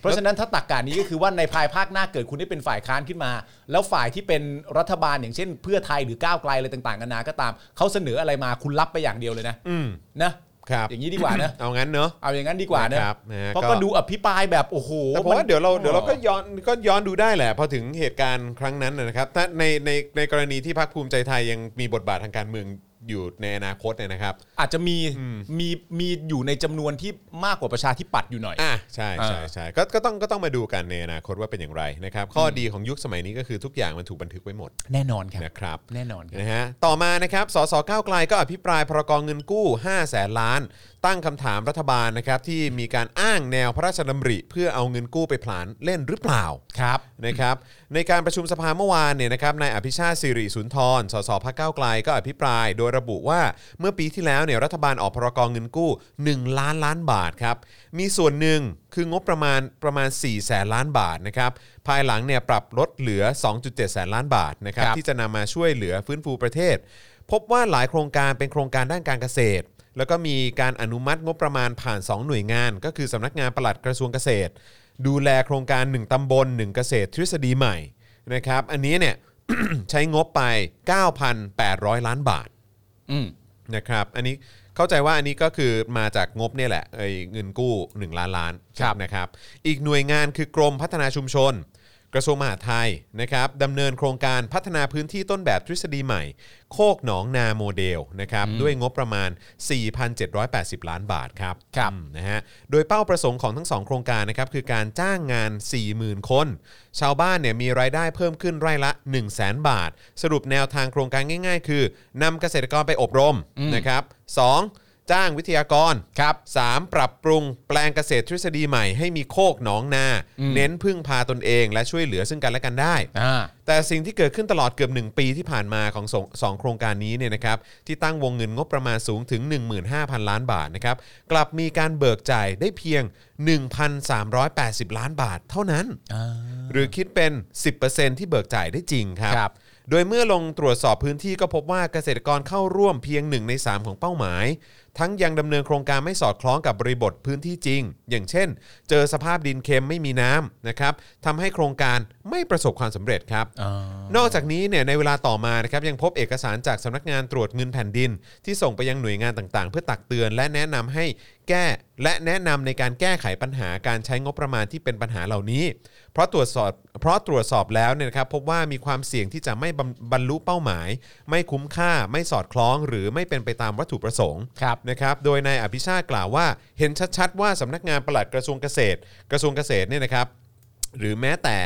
เพราะฉะนั้นถ้าตักกะนี้ก็คือว่าในภายภาคหน้าเกิดคุณได้เป็นฝ่ายค้านขึ้นมา แล้วฝ่ายที่เป็นรัฐบาลอย่างเช่น เพื่อไทยหรือก้าวไกลอะไรต่างๆกันานาก็ตามเขาเสนออะไรมาคุณรับไปอย่างเดียวเลยนะ
อืม
นะครับ อย่างนี้ดีกว่านะ
เอางั้นเนอะ
เอาอย่างนั้นดีกว่านะครับ
นะฮะ
เพราะ
ก็
ก็ดูอภิปรายแบบโอ้โห
แต่ผมว่า
มัน
เดี๋ยวเราเดี๋ยวเราก็ย้อนก็ย้อนดูได้แหละ พอถึงเหตุการณ์ครั้งนั้นนะนะครับถ้าในในในกรณีที่พรรคภูมิใจไทยยังมีบทบาททางการเมืองอยู่ในอนาคตเนี่ยนะครับ
อาจจะมีมีมีอยู่ในจำนวนที่มากกว่าประชาธิปัตย์อยู่หน่อย
อ่ะใช่ใช่
อ่า
ใช่ก็ก็ต้องก็ต้องมาดูกันในอนาคตว่าเป็นอย่างไรนะครับ ข้อดีของยุคสมัยนี้ก็คือทุกอย่างมันถูกบันทึกไว้หมด
แน่นอนครับ
นะครับ
แน่นอนครับ
นะฮะต่อมานะครับสสก้าวไกลก็อภิปรายพรกองเงินกู้ 5 แสนล้าน ตั้งคำถามรัฐบาลนะครับที่มีการอ้างแนวพระราชดำริ เพื่อเอาเงินกู้ไปผลานเล่นหรือเปล่า
ครับ
นะครับในการประชุมสภาเมื่อวานเนี่ยนะครับนายอภิชาติสิริสุนทรสสพักเก้าวไกลก็อภิปราย โดยระบุว่าเมื่อปีที่แล้วเนี่ยรัฐบาลออกพรกองเงินกู้ 1 ล้านล้านบาทครับมีส่วนหนึ่งคืองบประมาณประมาณ 4 แสนล้านบาทนะครับภายหลังเนี่ยปรับลดเหลือ 2.7 แสนล้านบาทนะครับ
ครับ
ที่จะนำมาช่วยเหลือฟื้นฟูประเทศ พบว่าหลายโครงการเป็นโครงการด้านการเกษตร แล้วก็มีการอนุมัติงบประมาณผ่าน 2 หน่วยงาน ก็คือสำนักงานปลัดกระทรวงเกษตร ดูแลโครงการ 1 ตำบล 1 เกษตรทฤษฎีใหม่นะครับ อันนี้เนี่ย ใช้งบไป 9,800 ล้านบาท
อืม
นะครับ อันนี้เข้าใจว่าอันนี้ก็คือมาจากงบเนี่ยแหละไอ้เงินกู้ 1 ล้านล้านนะครับ อีกหน่วยงานคือกรมพัฒนาชุมชน กระทรวงมหาดไทยนะครับดำเนินโครงการพัฒนาพื้นที่ต้นแบบทฤษฎีใหม่ โคกหนองนาโมเดลนะครับด้วยงบประมาณ 4,780 ล้านบาทครับ
ครับ
อืมนะฮะโดยเป้าประสงค์ของทั้งสองโครงการนะครับคือการจ้างงาน 40,000 คน ชาวบ้านเนี่ยมีรายได้เพิ่มขึ้นไร่ละ 1 0 0 0 0แบาท สรุปแนวทางโครงการง่าย ๆ คือนำเกษตรกรไปอบรมนะครับ 2. จ้างวิทยากรครับ 3. ปรับปรุงแปลงเกษตรทฤษฎีใหม่ให้มีโคกหนองนา เน้นพึ่งพาตนเอง และช่วยเหลือซึ่งกันและกันได้
อ่า
แต่สิ่งที่เกิดขึ้นตลอดเกือบ 1 ปีที่ผ่านมาของสองสองโครงการนี้เนี่ยนะครับที่ตั้งวงเงินงบประมาณสูงถึง 15,000 ล้านบาทนะครับกลับมีการเบิกจ่ายได้เพียง 1,380 ล้านบาทเท่านั้น หรือคิดเป็น 10%ที่เบิกจ่ายได้จริงครับ
ครับ
โดยเมื่อลงตรวจสอบพื้นที่ก็พบว่าเกษตรกรเข้าร่วมเพียง 1 ใน 3 ของเป้าหมาย ทั้งยังดำเนินโครงการไม่สอดคล้องกับบริบทพื้นที่จริง อย่างเช่น เจอสภาพดินเค็มไม่มีน้ำนะครับทำให้โครงการไม่ประสบความสำเร็จครับ
อ่าน
อกจากนี้เนี่ยในเวลาต่อมานะครับยังพบเอกสารจากสำนักงานตรวจเงินแผ่นดิน ที่ส่งไปยังหน่วยงานต่างๆ เพื่อตักเตือนและแนะนำให้แก้และแนะนำในการแก้ไขปัญหาการใช้งบประมาณที่เป็นปัญหาเหล่านี้ เพราะตรวจสอบเพราะตรวจสอบแล้วเนี่ยนะครับพบว่ามีความเสี่ยงที่จะไม่บำบรรลุเป้าหมาย ไม่คุ้มค่าไม่สอดคล้อง หรือไม่เป็นไปตามวัตถุประสงค์
ครับ
นะครับ โดยนายอภิชาติกล่าวว่า เห็นชัดๆ ว่าสำนักงานปลัดกระทรวงเกษตร กระทรวงเกษตรเนี่ยนะครับ หรือแม้แต่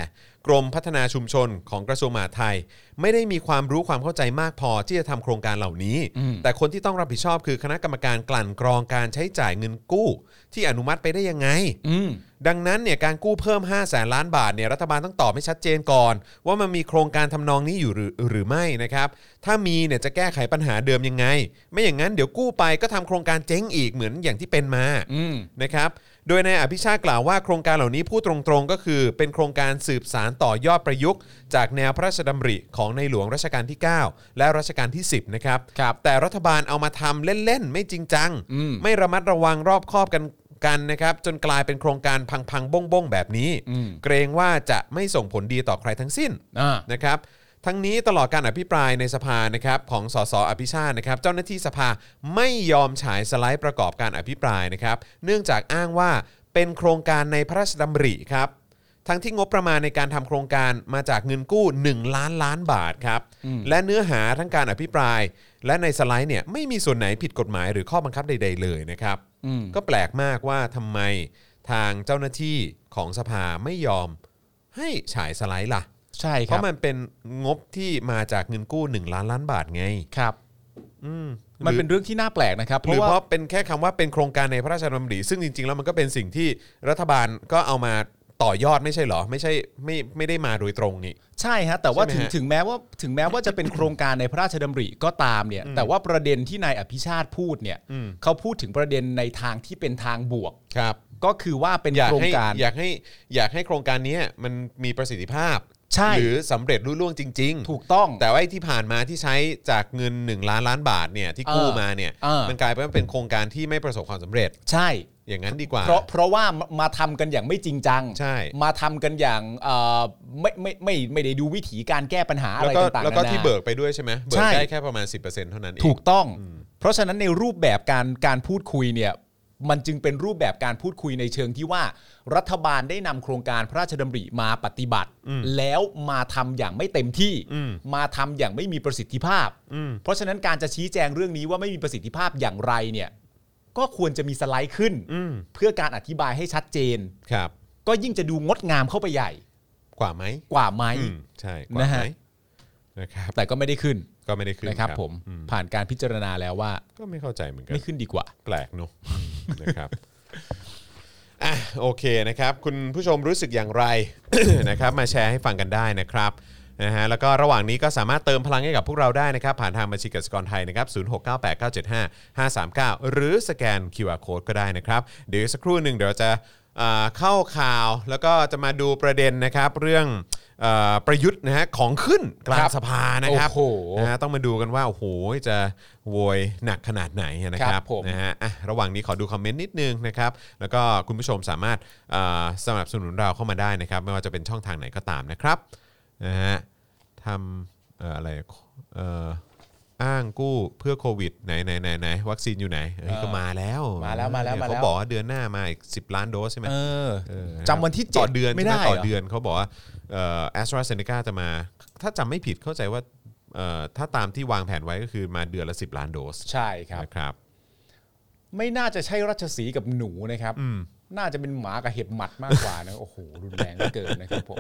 กรมพัฒนาชุมชนของกระทรวงมหาดไทย ไม่ได้มีความรู้ความเข้าใจมากพอที่จะทำโครงการเหล่านี้ แต่คนที่ต้องรับผิดชอบคือคณะกรรมการกลั่นกรองการใช้จ่ายเงินกู้ ที่อนุมัติไปได้ยังไง
อืม
ดังนั้นเนี่ยการกู้เพิ่ม 5 0 0แสนล้านบาทเนี่ยรัฐบาลต้องตอบให้ชัดเจนก่อน ว่ามันมีโครงการทำนองนี้อยู่หรือหรือไม่นะครับ ถ้ามีเนี่ยจะแก้ไขปัญหาเดิมยังไง ไม่อย่างนั้นเดี๋ยวกู้ไปก็ทำโครงการเจ๊งอีกเหมือนอย่างที่เป็นมา
อืม
นะครับ โดยนายอภิชาติกล่าวว่าโครงการเหล่านี้พูดตรงๆ ก็คือ เป็นโครงการสืบสารต่อยอดประยุกต์ จากแนวพระราชดำริของในหลวงรัชกาลที่ 9 และรัชกาลที่ 10 นะครับ
ครับ
แต่รัฐบาลเอามาทำเล่น ๆ ไม่จริงจัง
อืม
ไม่ระมัดระวังรอบคอบกันกันนะครับ จนกลายเป็นโครงการพังๆบ้งๆ แบบนี้ เกรงว่าจะไม่ส่งผลดีต่อใครทั้งสิ้น
อ่า
นะครับ ทั้งนี้ตลอดการอภิปรายในสภานะครับของสสอภิชาตินะครับ เจ้าหน้าที่สภาไม่ยอมฉายสไลด์ประกอบการอภิปรายนะครับ เนื่องจากอ้างว่าเป็นโครงการในพระราชดำริครับ ทั้งที่งบประมาณในการทำโครงการมาจากเงินกู้ 1 ล้านล้านบาทครับ และเนื้อหาทั้งการอภิปราย และในสไลด์เนี่ยไม่มีส่วนไหนผิดกฎหมายหรือข้อบังคับใด ๆ เลยนะครับ
อืม
ก็แปลกมากว่าทำไมทางเจ้าหน้าที่ของสภาไม่ยอมให้ฉายสไลด์ล่ะ
ใช่
เพ
ครับ
ราะมันเป็นงบที่มาจากเงินกู้ 1 ล้านล้านบาทไง
ครับ
อืม
มันเป็นเรื่องที่น่าแปลกนะครับ เพ
หรือหรื
ราะ
อ
ว่า
เพราะเป็นแค่คำว่าเป็นโครงการในพระราชดำริซึ่งจริง ๆ แล้วมันก็เป็นสิ่งที่รัฐบาลก็เอามาต่อยอดไม่ใช่เหรอ ไม่ใช่ไม่ไม่ได้มาโดยตรงนี่
ใช่ฮะแต่ว่า
ใช่ไหม
ถึง
ฮะ
ถึงแม้ว่าถึงแม้ว่าจะเป็นโครงการในพระราชดำริก็ตามเนี่ย แต่ว่าประเด็นที่นายอภิชาติพูดเนี่ย
อืม
เขาพูดถึงประเด็นในทางที่เป็นทางบวก
ครับ
ก็คือว่าเป็น
อยาก
โครง
ให้
การ
อยากให้อยากให้โครงการเนี้ยมันมีประสิทธิภาพ
ใช่
หรือสำเร็จรุ่ล่วงจริง ๆ
ถูกต้อง
แต่ว่าไอ้ที่ผ่านมาที่ใช้จากเงิน 1 ล้านล้านบาทเนี่ยที่กู้
เออ
มาเนี่ย
เออ
มันกลายเป็นว่าเป็นโครงการที่ไม่ประสบความสำเร็จ
ใช่
อย่างนั้นดีกว่า
เพราะเพราะว่ามามาทำกันอย่างไม่จริงจัง
ใช่
มาทำกันอย่างเอ่อไม่ไม่ไม่ไม่ได้ดูวิธีการแก้ปัญหาอะ
แล้
ไร
วก็
ต่างๆ
แล้วก็
นานา
ที่เบิกไปด้วยใช่ไหมเบิ
ใช่
กได้แค่ประมาณ 10%เท่านั้นเอง
ถูกต้อง เพราะฉะนั้นในรูปแบบการการพูดคุยเนี่ยมันจึงเป็นรูปแบบการพูดคุยในเชิงที่ว่า รัฐบาลได้นำโครงการพระราชดำริมาปฏิบัติ แล้วมาทำอย่างไม่เต็มที่
อืม
มาทำอย่างไม่มีประสิทธิภาพ
อืม
เพราะฉะนั้นการจะชี้แจงเรื่องนี้ว่าไม่มีประสิทธิภาพอย่างไรเนี่ยก็ควรจะมีสไลด์ขึ้น
อืม
เพื่อการอธิบายให้ชัดเจน
ครับ
ก็ยิ่งจะดูงดงามเข้าไปใหญ่
กว่าไหม
กว่าไหม
อืมใช่กว่า
นะ
ไหม
ฮะ
นะครับ
แต่ก็ไม่ได้ขึ้น
ก็ไม่ได้ขึ้น
นะครับ ผม
อื
ผ่านการพิจารณาแล้วว่า
ก็ไม่เข้าใจเหมือนกัน
ไม่ขึ้นดีกว่า
แปลกเนอะนะครับ อ่ะโอเคนะครับ คุณผู้ชมรู้สึกอย่างไร นะครับมาแชร์ให้ฟังกันได้นะครับนะฮะแล้วก็ระหว่างนี้ก็สามารถเติมพลังให้กับพวกเราได้นะครับ ผ่านทางบัญชีกสิกรไทยนะครับ0698975539 หรือสแกน QR Code ก็ได้นะครับ เดี๋ยวอีกสักครู่หนึ่งเดี๋ยวจะอ่าเข้าข่าวแล้วก็จะมาดูประเด็นนะครับเรื่องเออประยุทธ์นะฮะของขึ้นกลาง
ครับ
สภานะครับ
โอ้โห
นะฮะต้องมาดูกันว่าโอ้โหจะโวยหนักขนาดไหนนะค
ค
รั
รั
บบ
ผม
นะ นะฮะอ่ะระหว่างนี้ขอดูคอมเมนต์นิดนึงนะครับ แล้วก็คุณผู้ชมสามารถเอ่อสนับสนุนเราเข้ามาได้นะครับ ไม่ว่าจะเป็นช่องทางไหนก็ตามนะครับนะฮะทำเอ่ออะไรเอ่ออ้างกู้เพื่อโควิดไหนไหนไหนไหนวัคซีนอยู่ไหนเอ้ยก็มาแล้ว
มาแล้วมาแล้วมาแล้ว
เขาบอกว่าเดือนหน้ามาอีก 10 ล้านโดสใช่ไหม
เออ
เออ
จำวันที่เจ็ด
ต่อเดือน
ไม่ได้
ใช่หต่อ
เหรอ
เดือนเขาบอกว่าแอสตราเซเนกาจะมา ถ้าจำไม่ผิดเข้าใจว่าเอ่อถ้าตามที่วางแผนไว้ก็คือมาเดือนละ 10 ล้านโดส
ใช่ครับ
นะครับ
ไม่น่าจะใช่รัชสีห์กับหนูนะครับ
อืม
น่าจะเป็นหมากับเห็บหมัดมากกว่านะ โอ้โห รุนแรงเหลือเกินนะครับผม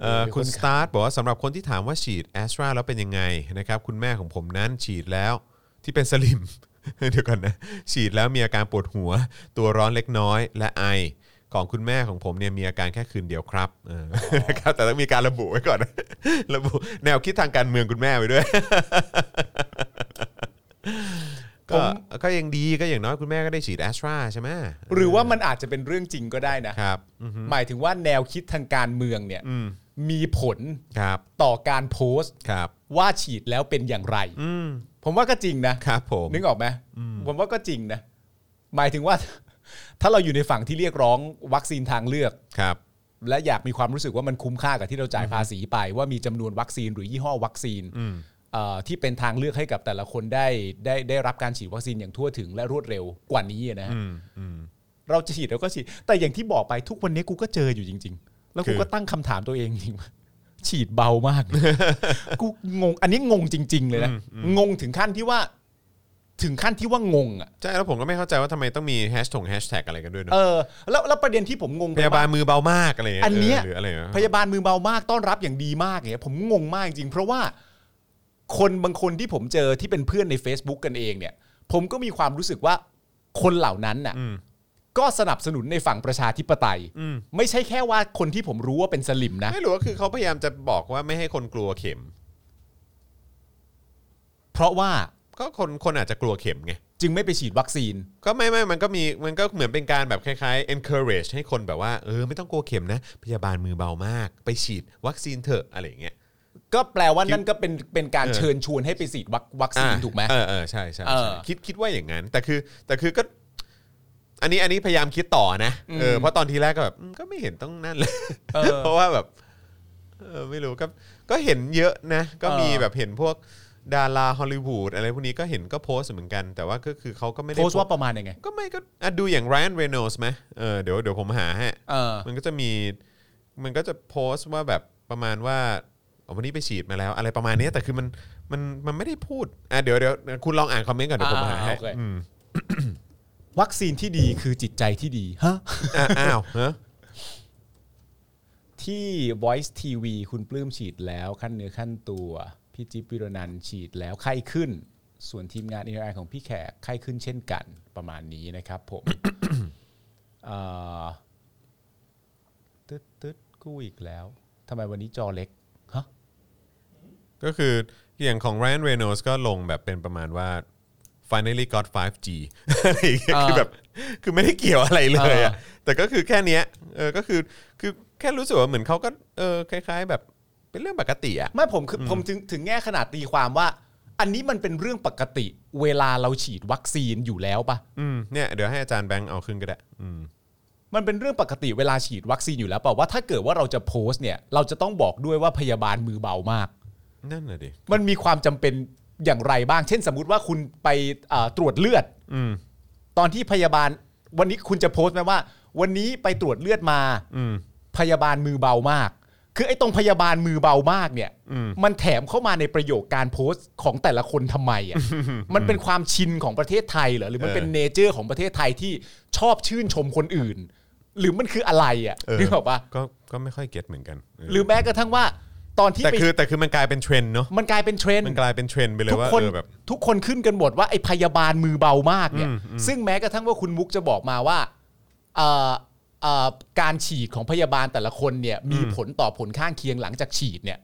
เอ่อ
มีคน
คุณสตาร์ทบอกว่าสำหรับคนที่ถามว่าฉีดแอสตราแล้วเป็นยังไงนะครับคุณแม่ของผมนั้นฉีดแล้วที่เป็นสลิม เดี๋ยวก่อนนะ ฉีดแล้วมีอาการปวดหัว ตัวร้อนเล็กน้อย และไอของคุณแม่ของผมเนี่ยมีอาการแค่คืนเดียวครับเออ นะครับแต่ต้องมีการระบุไว้ก่อนนะ ระบุแนวคิดทางการเมืองคุณแม่ไว้ด้วย
ผ
ก็
ม
ก็ยังดีก็อย่างน้อยคุณแม่ก็ได้ฉีดแอสตราใช่ไหม
หรือว่ามันอาจจะเป็นเรื่องจริงก็ได้นะ
ครับอืม
หมายถึงว่าแนวคิดทางการเมืองเนี่ย
อืม
มีผล
ครับ
ต่อการโพสต์
ครับ
ว่าฉีดแล้วเป็นอย่างไร
อืม
ผมว่าก็จริงนะครับ
ผม
นึกออกไหมผมว่าก็จริงนะ หมายถึงว่า ถ้าเราอยู่ในฝั่งที่เรียกร้องวัคซีนทางเลือก
ครับ
และอยากมีความรู้สึกว่ามันคุ้มค่ากับที่เราจ่ายภาษีไป ว่ามีจำนวนวัคซีนหรือยี่ห้อวัคซีนเอ่อที่เป็นทางเลือกให้กับแต่ละคนได้ได้ได้รับการฉีดวัคซีนอย่างทั่วถึงและรวดเร็วกว่านี้นะฮะ
อืมอืม
เราจะฉีดเราก็ฉีด แต่อย่างที่บอกไปทุกวันนี้กูก็เจออยู่จริง ๆ แล้วกู
คือ
ก็ตั้งคำถามตัวเองจริงว่าฉีดเบามาก กูงง อันนี้งงจริง ๆ เลยนะงงถึงขั้นที่ว่า ถึงขั้นที่ว่างงอ่ะ
ใช่แล้วผมก็ไม่เข้าใจว่าทำไมต้องมีแฮชทงแฮชแท็กอะไรกันด้วยเน
เอ
อะ
อแล้วแล้วประเด็นที่ผมงงไป
พยาบาล
ว่า
มือเบามากอะไรย่างงี้
อันเนี้ย
หรืออะไรอย่างเงี้ย
พยาบาลมือเบามากต้อนรับอย่างดีมากเนี่ยผมงงมากจริงๆเพราะว่าคนบางคนที่ผมเจอที่เป็นเพื่อนใน Facebook กันเองเนี่ย ผมก็มีความรู้สึกว่าคนเหล่านั้นน่ะ
อืม
ก็สนับสนุนในฝั่งประชาธิปไตย
อืม
ไม่ใช่แค่ว่าคนที่ผมรู้ว่าเป็นสลิมนะ
ไม่รู้ว่าคือเขาพยายามจะบอกว่าไม่ให้คนกลัวเข็ม
เพราะว่า
ก็คนคนอาจจะกลัวเข็มไง
จึงไม่ไปฉีดวัคซีน
ก็ไม่ไม่มันก็มีมันก็เหมือนเป็นการแบบคล้ายๆ encourage ให้คนแบบว่าเออไม่ต้องกลัวเข็มนะ พยาบาลมือเบามาก ไปฉีดวัคซีนเถอะอะไรอย่างเงี้ย
ก็แปลว่านั่นก็เป็นเป็นการ
เออ
เชิญชวนให้ไปฉีดวัควัคซีน
อ่ะ
ถูกไหม
เออเออใช่ใช่
เอ
ใช่
อ
คิดคิดว่าอย่างนั้น แต่คือแต่คือก็ อันนี้อันนี้พยายามคิดต่อนะเออ
ม
เพราะตอนทีแรกก็แบบอืมก็ไม่เห็นต้องนั่นเลย
เออ
เพราะว่าแบบ เ เออไม่รู้ก็ก็เห็นเยอะนะ ก็มี
เออ
แบบเห็นพวกดาราฮอลลีวูดอะไรพวกนี้ก็เห็นก็โพสต์เหมือนกัน แต่ว่าก็คือเขาก็ไม่ได้
โพสต์ว่าประมาณยังไง
ก็ไม่ก็อ่ะดูอย่างไรอันเรโนสไหมเออเดี๋ยวเดี๋ยวผมหาฮะ
เออ
มันก็จะมีมันก็จะโพสต์ว่าแบบประมาณว่าอ๋อวันนี้ไปฉีดมาแล้ว อะไรประมาณเนี้ยแต่คือมันมันมันไม่ได้พูดอ่ะเดี๋ยวเดี๋ยวคุณลองอ่านคอมเมนต์ก่อนเดี๋ยวผม
อ่า
หาให้
โอเค
อืม
วัคซีนที่ดีคือจิตใจที่ดีฮะ
อ่ะอ้าวฮะ
ที่ Voice TV คุณปลื้มฉีดแล้วขั้นเนื้อขั้นตัว พี่จิ๊บวิรนันท์ฉีดแล้วไข้ขึ้น ส่วนทีมงานอินเตอร์ไอของพี่แขกไข้ขึ้นเช่นกันประมาณนี้นะครับผม เอ่อตึ๊ดตึ๊ดกู้อีกแล้วทำไมวันนี้จอเล็กฮะ
ก็คืออย่างของไรอันเรโนสก็ลงแบบเป็นประมาณว่า finally got 5G อะไรอย่างเงี้ยคือแบบคือไม่ได้เกี่ยวอะไรเลยอ่ะแต่ก็คือแค่เนี้ยเออก็คือคือแค่รู้สึกว่าเหมือนเขาก็เออคล้าย ๆ แบบเป็นเรื่องปกติอ่ะ
ไม่ผมคือผมถึงถึงแง่ขนาดตีความว่า อันนี้มันเป็นเรื่องปกติ เวลาเราฉีดวัคซีนอยู่แล้วปะ
อืมเนี่ยเดี๋ยวให้อาจารย์แบงค์เอาขึ้นก็ได้อืม
มันเป็นเรื่องปกติเวลาฉีดวัคซีนอยู่แล้วเปล่าว่าถ้าเกิดว่าเราจะโพสต์เนี่ย เราจะต้องบอกด้วยว่าพยาบาลมือเบามาก
นั่นน่ะดิ
มันมีความจำเป็นอย่างไรบ้าง เช่นสมมุติว่าคุณไปเอ่อตรวจเลือด
อืม
ตอนที่พยาบาลวันนี้คุณจะโพสต์ไหมว่า วันนี้ไปตรวจเลือดมา
อืม
พยาบาลมือเบามาก คือไอ้ตรงพยาบาลมือเบามากเนี่ย
อืม
มันแถมเข้ามาในประโยคการโพสต์ของแต่ละคนทำไม อ่ะ มันเป็นความชินของประเทศไทยเหรอ หรือมันเป็นเนเจอร์ของประเทศไทยที่ชอบชื่นชมคนอื่น หรือมันคืออะไรอ่ะ
เออ
นึกออกปะ
ก็ก็ไม่ค่อยเก็ตเหมือนกันเออ
หรือแม้กระทั่งว่าตอนที่
แต่
ไป
คือแต่คือมันกลายเป็นเทรนด์เนาะ
มันกลายเป็นเทรนด์
มันกลายเป็นเทรนด์ไปเลย
ทุก
ว่า
คน
เออแบบ
ทุกคนขึ้นกันหมดว่าไอ้พยาบาลมือเบามากเนี่ย ซึ่งแม้กระทั่งว่าคุณมุกจะบอกมาว่าเอ่อเอ่อการฉีดของพยาบาลแต่ละคนเนี่ยมีผลต่อผลข้างเคียงหลังจากฉีดเนี่ย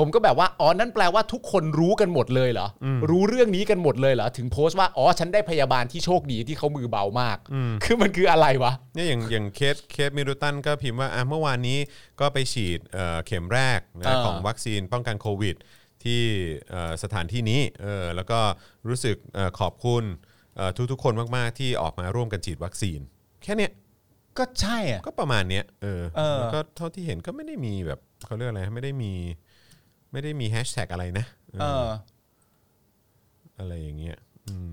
ผมก็แบบว่าอ๋อนั่นแปลว่าทุกคนรู้กันหมดเลยเหรออรู้เรื่องนี้กันหมดเลยเหรอถึงโพสต์ว่าอ๋อฉันได้พยาบาลที่โชคดีที่เขามือเบามาก คือมันคืออะไรวะ
เนี่ยอย่างอย่างเคสเคสมิลตันก็พิมพ์ว่าอ่ะเมื่อวานนี้ก็ไปฉีดเอ่อเข็มแรกนะ
อ่า
ของวัคซีนป้องกันโควิด ที่เอ่อสถานที่นี้เออแล้วก็รู้สึกเอ่อขอบคุณเอ่อทุกๆ คนมากๆ ที่ออกมาร่วมกันฉีดวัคซีน แค่เนี้ย
ก็ใช่อะ
ก็ประมาณเนี้ยเออ
เออ
แล้วก็เท่าที่เห็นก็ไม่ได้มีแบบเขาเรียกอะไรไม่ได้มีไม่ได้มีแฮชแท็กอะไรนะเออ
เออ
อะไรอย่างเงี้ยอืม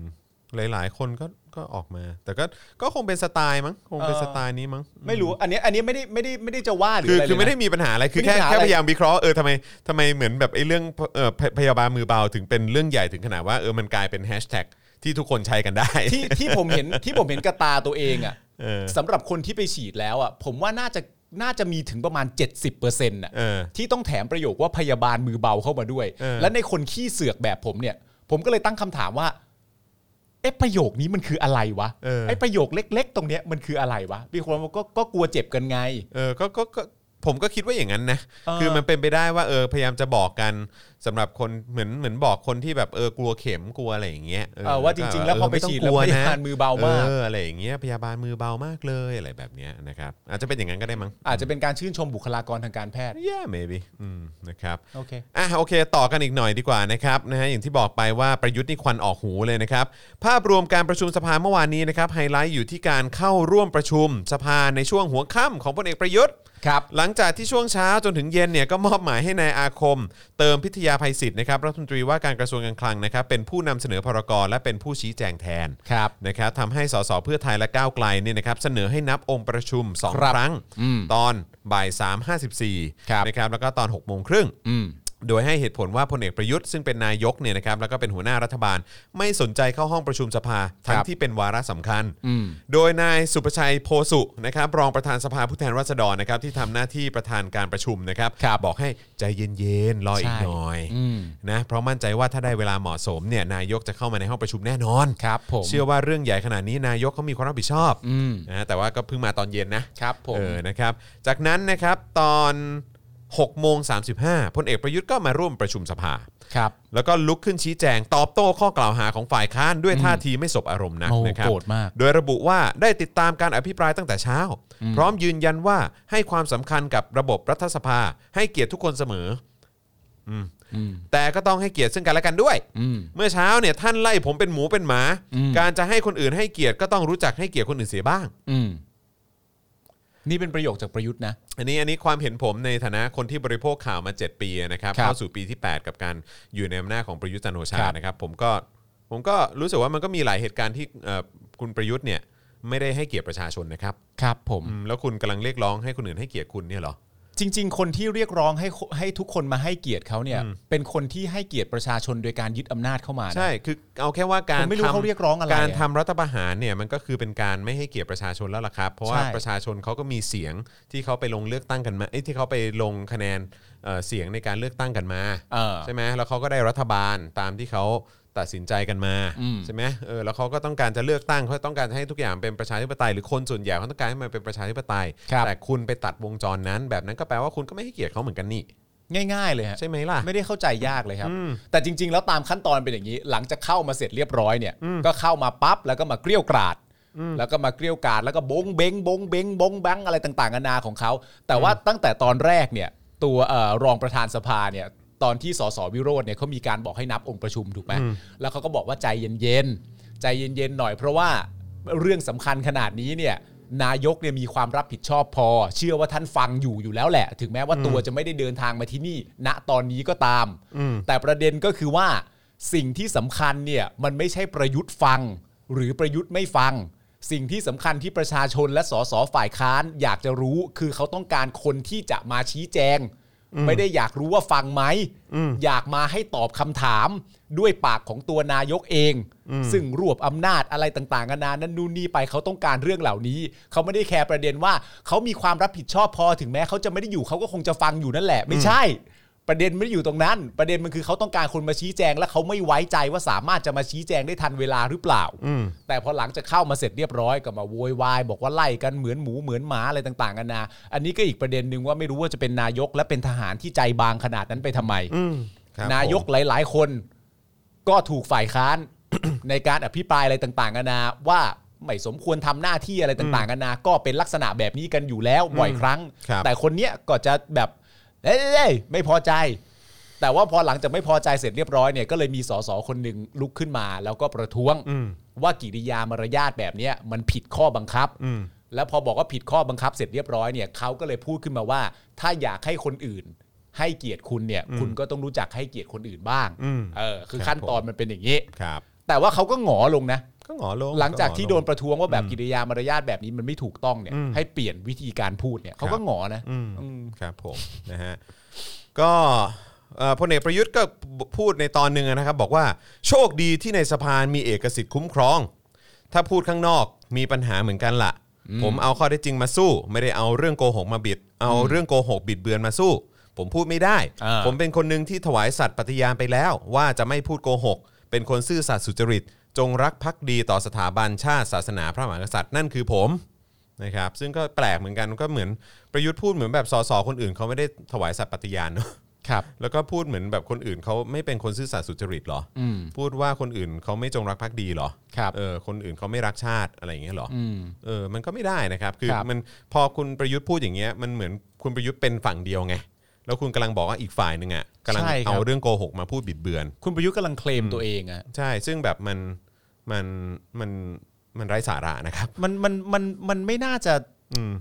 หลายๆ คนก็ก็ออกมา แต่ก็ก็คงเป็นสไตล์มั้ง คงเป็น
เออ
สไตล์นี้มั้ง
ไม่รู้อันเนี้ยอันเนี้ยไม่ได้ไม่ได้ไม่ได้จะว่าหรือ
คือ
อะไร
คือไม่
เลย
ได้
นะ
มีปัญหาอะไร คือ
ไม่
แค่แค่
ได้มีปัญหาอะไร
พยายามวิเคราะห์ เออทำไมทำไมเหมือนแบบไอ้เรื่องเออพพยาบาลมือเบาถึงเป็นเรื่องใหญ่ถึงขนาดว่าเออมันกลายเป็นแฮชแท็กที่ทุกคนใช้กันได้
ที่ที่ผมเห็นที่ผมเห็นกระตาตัวเองอ่ะ
เออ
สำหรับคนที่ไปฉีดแล้วอ่ะผมว่าน่าจะน่าจะมีถึงประมาณ 70%น่ะ
เออ
ที่ต้องแถมประโยคว่าพยาบาลมือเบาเข้ามาด้วย
เออ
และในคนขี้เสือกแบบผมเนี่ย ผมก็เลยตั้งคำถามว่าเอ๊ะประโยคนี้มันคืออะไรวะ
เออ
ไอ้ประโยคเล็ก ๆ ตรงเนี้ยมันคืออะไรวะมีคนบอกก็ก็กลัวเจ็บกันไง
เออก็ก็ก็ผมก็คิดว่าอย่างนั้นนะ
เออ
คือมันเป็นไปได้ว่าเออพยายามจะบอกกันสำหรับคนเหมือนเหมือนบอกคนที่แบบเออกลัวเข็มกลัวอะไรอย่างเงี้ย
เออว่าจริงๆแล้วพอไปฉีดแล้วพยาบาลมือเบามาก
เอออะไรอย่างเงี้ยพยาบาลมือเบามากเลยอะไรแบบเนี้ยนะครับอาจจะเป็นอย่างนั้นก็ได้มั้ง
อาจจะเป็นการชื่นชมบุคลากรทางการแพทย์
yeah maybe อืมนะครับ
โอเค
อ่ะโอเค ต่อกันอีกหน่อยดีกว่านะครับนะฮะอย่างที่บอกไปว่าประยุทธ์นี่ควันออกหูเลยนะครับ ภาพรวมการประชุมสภาเมื่อวานนี้นะครับไฮไลท์อยู่ที่การเข้าร่วมประชุมสภาในช่วงหัวค่ำของพลเอกประยุทธ์
ครับ
หลังจากที่ช่วงเช้าจนถึงเย็นเนี่ยก็มอบหมายให้นายอาคม เติมพิทยาภัยศิษย์นะครับรัฐมนตรีว่าการกระทรวงการคลังนะครับเป็นผู้นำเสนอพรกรและเป็นผู้ชี้แจงแทน
ครับ
นะครับทำให้สสเพื่อไทยและก้าวไกลเนี่ยนะครับเสนอให้นับองค์ประชุม 2
ครับ
ครั้ง
อืม
ตอนบ่าย
ครับ
3.54นะครับแล้วก็ตอน 6 โมงครึ่ง
อืม
โดยให้เหตุผลว่าพลเอกประยุทธ์ซึ่งเป็นนายกเนี่ยนะครับแล้วก็เป็นหัวหน้ารัฐบาล ไม่สนใจเข้าห้องประชุมสภา ทั้งที่เป็นวาระสำคัญ โดยนายสุประชัยโพสุนะครับรองประธานสภาผู้แทนราษฎรนะครับที่ทำหน้าที่ประธานการประชุมนะครับ
ครับ
บอกให้ใจเย็นๆรออีก
ใช่
หน่อยนะเพราะมั่นใจว่าถ้าได้เวลาเหมาะสมเนี่ยนายกจะเข้ามาในห้องประชุมแน่นอน
ครับผม
เชื่อว่าเรื่องใหญ่ขนาดนี้นายกเขามีความรับผิดชอบนะแต่ว่าก็เพิ่งมาตอนเย็นนะครับ
ผม
เออนะครับ จากนั้นนะครับตอน6โมง35พลเอกประยุทธ์ก็มาร่วมประชุมสภา
ครับ
แล้วก็ลุกขึ้นชี้แจงตอบโต้ข้อกล่าวหาของฝ่ายค้านด้วยท่าทีไม่สบอารมณ์นะ
โอ้
นะครับ
โกรธมาก
โดยระบุว่าได้ติดตามการอภิปรายตั้งแต่เช้า พร้อมยืนยันว่าให้ความสำคัญกับระบบรัฐสภา ให้เกียรติทุกคนเสมออืมแต่ก็ต้องให้เกียรติซึ่งกันและกันด้วย
อืม
เมื่อเช้าเนี่ยท่านไล่ผมเป็นหมูเป็นหมา การจะให้คนอื่นให้เกียรติก็ต้องรู้จักให้เกียรติคนอื่นเสียบ้าง
อืม นี่เป็นประโยคจากประยุทธ์นะ
อันนี้อันนี้ความเห็นผมในฐานะคนที่บริโภคข่าวมา 7 ปีนะครับ
ครับ
เข้าสู่ปีที่ 8 กับการอยู่ในอำนาจของประยุทธ์จันทร์โอชา
ครับ
นะครับผมก็ผมก็รู้สึกว่ามันก็มีหลายเหตุการณ์ที่เอ่อคุณประยุทธ์เนี่ยไม่ได้ให้เกียรติประชาชนนะครับ
ครับผม
อืมแล้วคุณกำลังเรียกร้องให้คนอื่นให้เกียรติคุณเนี่ยเหรอ
จริง ๆ คนที่เรียกร้องให้คนให้ทุกคนมาให้เกียรติเขาเนี่ย เป็นคนที่ให้เกียรติประชาชนโดยการยึดอำนาจเข้ามานะ
ใช่ คือเอาแค่ว่าการ
ผมไม่รู้
ทำ
เขาเรียกร้องอะไร
การทำรัฐประหารเนี่ยมันก็คือเป็นการไม่ให้เกียรติประชาชนแล้วล่ะครับ เพราะว่า
ใช่
ประชาชนเขาก็มีเสียงที่เขาไปลงเลือกตั้งกันมาเอ้ยที่เขาไปลงคะแนนเอ่อเสียงในการเลือกตั้งกันมา
เออ
ใช่ไหมแล้วเขาก็ได้รัฐบาลตามที่เขาตัดสินใจกันมา
อืม
ใช่ไหมเออแล้วเขาก็ต้องการจะเลือกตั้งเขาต้องการให้ทุกอย่างเป็นประชาธิปไตยหรือคนส่วนใหญ่เขาต้องการให้มันเป็นประชาธิปไตย
ครับ
แต่คุณไปตัดวงจรนั้น แบบนั้นก็แปลว่าคุณก็ไม่ให้เกียรติเขาเหมือนกันนี่
ง่าย ๆ เลยฮะ
ใช่ไหมล่ะ
ไม่ได้เข้าใจยากเลยครับ แต่จริง ๆ แล้วตามขั้นตอนเป็นอย่างนี้ หลังจากเข้ามาเสร็จเรียบร้อยเนี่ย ก็เข้ามาปั๊บแล้วก็มาเกลี้ยวกราด แล้วก็มาเกลี้ยวกราดแล้วก็บงเบงบงเบงบงบังอะไรต่างๆนานาของเขา แต่ว่าตั้งแต่ตอนแรกเนี่ยตัวเอ่อรองประธานสภาเนี่ยตอนที่สสวิโรจน์เนี่ยเขามีการบอกให้นับองค์ประชุมถูกไหมแล้วเขาก็บอกว่าใจเย็นๆใจเย็นๆหน่อยเพราะว่า เรื่องสำคัญขนาดนี้เนี่ยนายกเนี่ยมีความรับผิดชอบพอ เชื่อว่าท่านฟังอยู่อยู่แล้วแหละ ถึงแม้ว่าตัวจะไม่ได้เดินทางมาที่นี่ ณตอนนี้ก็ตาม แต่ประเด็นก็คือว่าสิ่งที่สำคัญเนี่ยมันไม่ใช่ประยุทธ์ฟัง หรือประยุทธ์ไม่ฟัง สิ่งที่สำคัญที่ประชาชนและสสฝ่ายค้านอยากจะรู้คือเขาต้องการคนที่จะมาชี้แจง ไม่ได้อยากรู้ว่าฟังไหม อยากมาให้ตอบคำถามด้วยปากของตัวนายกเอง ซึ่งรวบอำนาจอะไรต่างๆกันานานั่นนู่นนี่ไปเขาต้องการเรื่องเหล่านี้ เขาไม่ได้แคร์ประเด็นว่า เขามีความรับผิดชอบพอถึงแม้เขาจะไม่ได้อยู่เขาก็คงจะฟังอยู่นั่นแหละ ไม่ใช่ ประเด็นไม่ได้อยู่ตรงนั้น ประเด็นมันคือเขาต้องการคนมาชี้แจง และเขาไม่ไว้ใจว่าสามารถจะมาชี้แจงได้ทันเวลาหรือเปล่า แต่พอหลังจากเข้ามาเสร็จเรียบร้อยก็มาโวยวายบอกว่าไล่กันเหมือนหมูเหมือนหมาอะไรต่างๆกันานาอันนี้ก็อีกประเด็นหนึ่งว่าไม่รู้ว่าจะเป็นนายกและเป็นทหารที่ใจบางขนาดนั้นไปทำไม
ครับ
นายก
ผม
หลาย ๆ คนก็ถูกฝ่ายค้าน ในการอภิปรายอะไรต่างๆกันานาว่าไม่สมควรทำหน้าที่อะไรต่างๆกันานาก็เป็นลักษณะแบบนี้กันอยู่แล้วบ่อยครั้ง
ครับ
แต่คนเนี้ยก็จะแบบเอ้ยเอ้ยเอ้ยไม่พอใจ แต่ว่าพอหลังจากไม่พอใจเสร็จเรียบร้อยเนี่ยก็เลยมีสสคนหนึ่งลุกขึ้นมา แล้วก็ประท้วงว่ากิริยามารยาทแบบเนี้ยมันผิดข้อบังคับ แล้วพอบอกว่าผิดข้อบังคับเสร็จเรียบร้อยเนี่ยเขาก็เลยพูดขึ้นมาว่า ถ้าอยากให้คนอื่น ให้เกียรติคุณเนี่ย คุณก็ต้องรู้จักให้เกียรติคนอื่นบ้าง
อืม
เออ คื
ค
อ
รับ
ขั้นตอนมันเป็นอย่างนี้
ครับ
แต่ว่าเขาก็หงอลงนะ
ก็หงอลง
หลังจากที่
อ
โดนประท้วงว่าแบบกิริยามารยาทแบบนี้มันไม่ถูกต้องเนี่ยให้เปลี่ยนวิธีการพูดเนี่ยเขาก็หงอนะ
อืม
อืม
ครับผม นะฮะก็เอ่อพลเอกประยุทธ์ก็พูดในตอนหนึ่งนะครับ บอกว่าโชคดีที่ในสภามีเอกสิทธิ์คุ้มครอง ถ้าพูดข้างนอกมีปัญหาเหมือนกันละ่ะ ผมเอาข้อเท็จจริงมาสู้ ไม่ได้เอาเรื่องโกหกมาบิด เอาเรื่องโกหกบิดเบือนมาสู้ ผมพูดไม่ได้
อ่า
ผมเป็นคนหนึ่งที่ถวายสัตย์ปฏิญาณไปแล้ว ว่าจะไม่พูดโกหก เป็นคนซื่อสัตย์สุจริต จงรักภักดีต่อสถาบันชาติศาสนาพระมหากษัตริย์นั่นคือผม นะครับซึ่งก็แปลกเหมือนกันก็เหมือนประยุทธ์พูดเหมือนแบบสสคนอื่นเขาไม่ได้ถวายสัตย์ปฏิญาณเนอะ
ครับ
แล้วก็พูดเหมือนแบบคนอื่นเขาไม่เป็นคนซื่อสัตย์สุจริตเหรออ
ม
พูดว่าคนอื่นเขาไม่จงรักภักดีเหรอ
ครับ
เออคนอื่นเขาไม่รักชาติอะไรอย่างเงี้ยเหรออเออมันก็ไม่ได้นะครับคือ
ครับ
มันพอคุณประยุทธ์พูดอย่างเงี้ยมันเหมือนคุณประยุทธ์เป็นฝั่งเดียวไงแล้วคุณกำลังบอกว่าอีกฝ่ายหนึ่งอ่ะกำลัง
ใช่ครับ
เอาเรื่องโกหกมาพูดบิดเบือน
คุณประยุทธ์กำลังเคลมตัวเองอะ
ใช่ซึ่งแบบมันมันมันมันไร้สาระนะครับ
มันมันมันมันไม่น่าจะ
อืม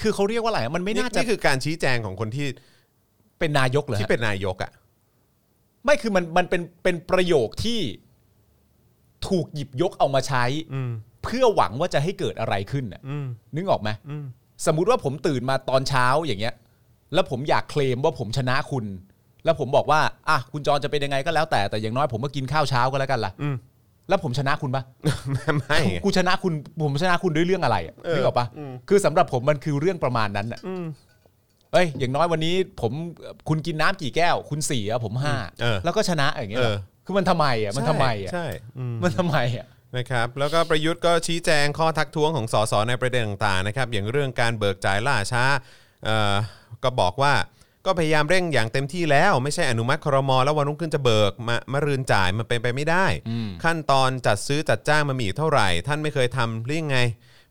คือเขาเรียกว่าอะไรมันไม่น่าจะ
นี่คือการชี้แจงของคนที่
เป็นนายกเหรอ
ที่
ฮะ
เป็นนายกอ่ะ
ไม่คือมันมันเป็นเป็นประโยคที่ถูกหยิบยกเอามาใช้
อืม
เพื่อหวังว่าจะให้เกิดอะไรขึ้นน่ะ
อืม
นึกออกไหม
อืม
สมมุติว่าผมตื่นมาตอนเช้าอย่างเงี้ย แล้วผมอยากเคลมว่าผมชนะคุณ แล้วผมบอกว่าอ่ะคุณจรจะเป็นยังไงก็แล้วแต่แต่อย่างน้อยผมก็กินข้าวเช้าก็แล้วกันล่ะ
อืม
แล้วผมชนะคุณปะ
ไม่ไม่ไง
กูชนะคุณผมชนะคุณด้วยเรื่องอะไรอะ
เออ
นึกออกปะ
อืม
คือสำหรับผมมันคือเรื่องประมาณนั้นอ่ะ
อืม
เอ้ย อย่างน้อยวันนี้ผมคุณกินน้ำกี่แก้ว คุณสี่อะผมห้า
เออ
แล้วก็ชนะอย่างเงี้ยเหร
เอ
อ
อ
คือมันทำไมอ่ะมันทำไมอ่ะ
ใช่อืม
มันทำไมอ่ะ
นะครับแล้วก็ประยุทธ์ก็ชี้แจงข้อทักท้วงของสสในประเด็นต่างๆนะครับอย่างเรื่องการเบิกจ่ายล่าช้าเอ่อก็บอกว่าก็พยายามเร่งอย่างเต็มที่แล้ว ไม่ใช่อนุมัติครมแล้ววันรุ่งขึ้นจะเบิกมามารืนจ่ายมันเป็นไปไม่ได้ ขั้นตอนจัดซื้อจัดจ้างมันมีอีกเท่าไหร่ ท่านไม่เคยทำหรือยังไง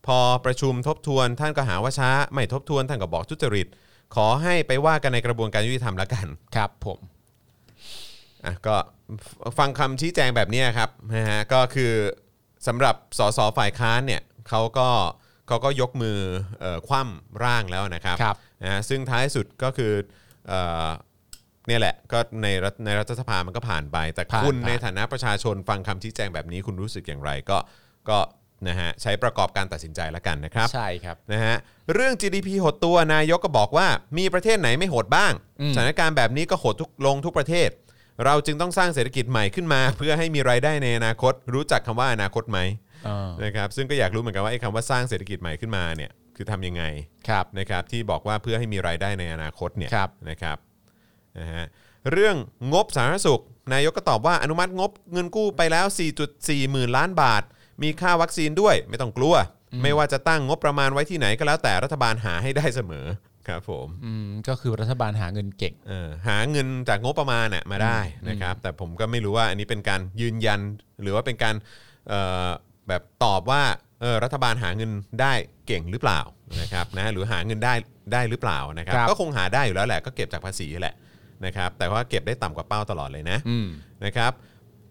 พอประชุมทบทวน ท่านก็หาว่าช้า ไม่ทบทวนท่านก็บอกทุจริต ขอให้ไปว่ากันในกระบวนการยุติธรรมละกัน
ครับ ผม
อ่ะก็ฟังคำชี้แจงแบบเนี้ยครับนะฮะก็คือสำหรับสสฝ่ายค้านเนี่ยเขาก็ เขาก็ยกมือเอ่อคว่ำร่างแล้วนะครับ
ครับ
นะฮะซึ่งท้ายสุดก็คือเอ่อเนี่ยแหละก็ในรัฐในรัฐสภามันก็ผ่านไป แต่
ผ่าน
คุณ
ผ่าน
ในฐานะประชาชนฟังคำชี้แจงแบบนี้คุณรู้สึกอย่างไรก็ก็นะฮะใช้ประกอบการตัดสินใจแล้วกันนะครับ
ใช่ครับ
นะฮะเรื่อง GDP หดตัวนายกก็บอกว่ามีประเทศไหนไม่หดบ้าง
อืม
สถานการณ์แบบนี้ก็หดทุกลงทุกประเทศ เราจึงต้องสร้างเศรษฐกิจใหม่ขึ้นมา เพื่อให้มีรายได้ในอนาคต รู้จักคำว่าอนาคตไหม
เออ
นะครับซึ่งก็อยากรู้เหมือนกันว่าไอ้คำว่าสร้างเศรษฐกิจใหม่ขึ้นมาเนี่ยคือทำยังไง
ครับ
นะครับที่บอกว่าเพื่อให้มีรายได้ในอนาคตเนี่ย
ครับ
นะครับนะฮะเรื่องงบสาธารณสุข นายกก็ตอบว่าอนุมัติงบเงินกู้ไปแล้ว 4.4 หมื่นล้านบาท มีค่าวัคซีนด้วยไม่ต้องกลัว ไม่ว่าจะตั้งงบประมาณไว้ที่ไหนก็แล้วแต่รัฐบาลหาให้ได้เสมอครับผม
อืมก็คือรัฐบาลหาเงินเก่ง
เออหาเงินจากงบประมาณน่ะมาได้นะครับ แต่ผมก็ไม่รู้ว่าอันนี้เป็นการยืนยัน หรือว่าเป็นการเอ่อแบบตอบว่าเออรัฐบาลหาเงินได้เก่งหรือเปล่านะครับนะหรือหาเงินได้ได้หรือเปล่านะครับ
ครับ
ก็คงหาได้อยู่แล้วแหละก็เก็บจากภาษีแหละนะครับ แต่ว่าเก็บได้ต่ำกว่าเป้าตลอดเลยนะ
อืม
นะครับ